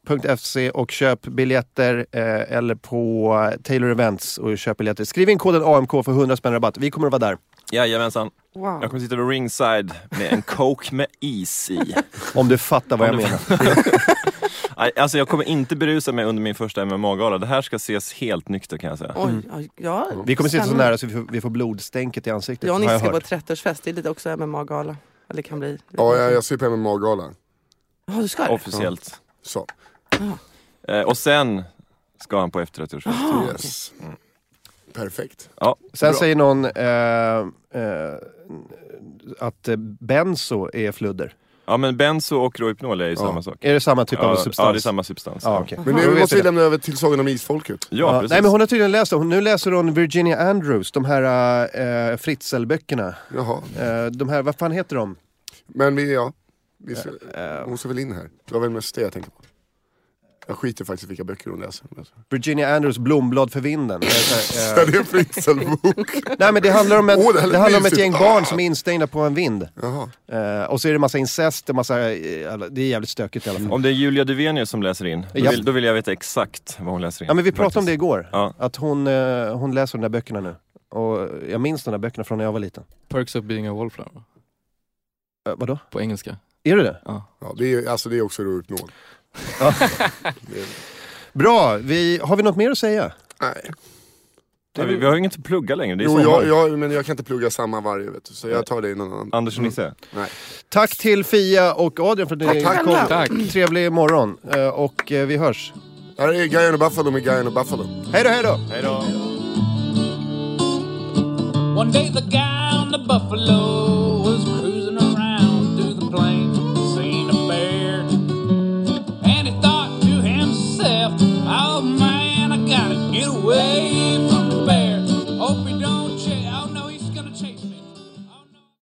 Speaker 4: irfa.se och köp biljetter eh, eller på eh, Taylor Events och köp biljetter. Skriv in koden AMK för 100 spänn rabatt. Vi kommer att vara där.
Speaker 13: Jajamensan.
Speaker 5: Wow.
Speaker 13: Jag kommer sitta vid ringside med en coke med is i.
Speaker 4: Om du fattar vad jag menar.
Speaker 13: Nej, Alltså jag kommer inte berusa mig under min första MMA-gala. Det här ska ses helt nykter kan jag säga.
Speaker 5: Oj, oj, ja.
Speaker 4: Mm. Vi kommer sitta så
Speaker 5: Spännande.
Speaker 4: nära så vi får, vi får blodstänket i ansiktet.
Speaker 5: Jag och
Speaker 4: har
Speaker 5: Nisse
Speaker 4: jag
Speaker 5: ska på
Speaker 4: hört.
Speaker 5: 30-årsfest, det är lite också MMA-gala. Eller kan bli.
Speaker 3: Ja, jag, jag ser på MMA-galan.
Speaker 5: Jaha, du ska det?
Speaker 13: Officiellt.
Speaker 3: Så,
Speaker 13: Eh, och sen ska han på efterrättsfest.
Speaker 4: Ah,
Speaker 3: yes. Perfekt.
Speaker 4: Sen
Speaker 3: Bra.
Speaker 4: säger någon eh, eh, att eh, benzo är fludder.
Speaker 13: Ja men benzo och rohypnol är ju samma sak.
Speaker 4: Är det samma typ av
Speaker 13: ja,
Speaker 4: substans?
Speaker 13: Ja, det är samma substans.
Speaker 4: Ja, okej.
Speaker 3: Men
Speaker 4: Då vet
Speaker 3: nu
Speaker 4: jag
Speaker 3: måste
Speaker 4: det.
Speaker 3: vi lämna över till Sagan om Isfolket.
Speaker 13: Ja,
Speaker 4: Ja,
Speaker 13: precis.
Speaker 4: nej men hon har tydligen läst dem. Nu läser hon Virginia Andrews, de här äh, Fritzl-böckerna.
Speaker 3: Jaha.
Speaker 4: Eh, de här, vad fan heter de?
Speaker 3: Men vi, ja. Vi ska,
Speaker 4: Eh,
Speaker 3: hon ska väl in här. Det var väl mest det jag tänkte på. Jag skiter faktiskt vilka böcker hon läser.
Speaker 4: Virginia Andrews Blomblad för vinden. Eh, så här, eh,
Speaker 3: Är det en Fritzl-bok?
Speaker 4: nej men det handlar om, en,
Speaker 3: Åh, det här
Speaker 4: det
Speaker 3: lät
Speaker 4: handlar om ett
Speaker 3: mysigt. Ah.
Speaker 4: gäng barn som är instängda på en vind.
Speaker 3: Jaha.
Speaker 4: Eh, och så är det massa incest, det är, massa, eh, alla- det är jävligt stökigt i alla fall.
Speaker 13: Om det är Julia Duvenius som läser in, då
Speaker 4: Ja.
Speaker 13: vill, då vill jag veta exakt vad hon läser in.
Speaker 4: Ja men vi pratade om det igår.
Speaker 13: Ja.
Speaker 4: Att hon, eh, hon läser de där böckerna nu. Och jag minns de där böckerna från när jag var liten.
Speaker 7: Perks of being a wallflower.
Speaker 4: Eh, vadå?
Speaker 7: På engelska.
Speaker 4: Är du det?
Speaker 3: Ja, det, är, alltså, det är också rohypnol.
Speaker 4: Bra! Vi, har vi något mer att säga?
Speaker 3: Nej.
Speaker 13: Ja, vi, vi har ju inget att plugga längre, det är
Speaker 3: Jo,
Speaker 13: sommar.
Speaker 3: jag, jag, men jag kan inte plugga samma varje vet du, så jag tar det i någon annan.
Speaker 13: Anders och Nisse.
Speaker 3: Nej.
Speaker 4: Tack till Fia och Adrian för att ni
Speaker 3: Tack, tack.
Speaker 4: kom.
Speaker 7: Tack.
Speaker 4: Trevlig morgon eh, och eh, vi hörs.
Speaker 3: Här är Guy and the Buffalo med Guy and the Buffalo.
Speaker 4: Hej då, hej då!
Speaker 13: Hej då.
Speaker 6: One day the guy on the buffalo was cruising around through the plains, seen a bear, and he thought to himself, "Oh man, I gotta get away." Oh,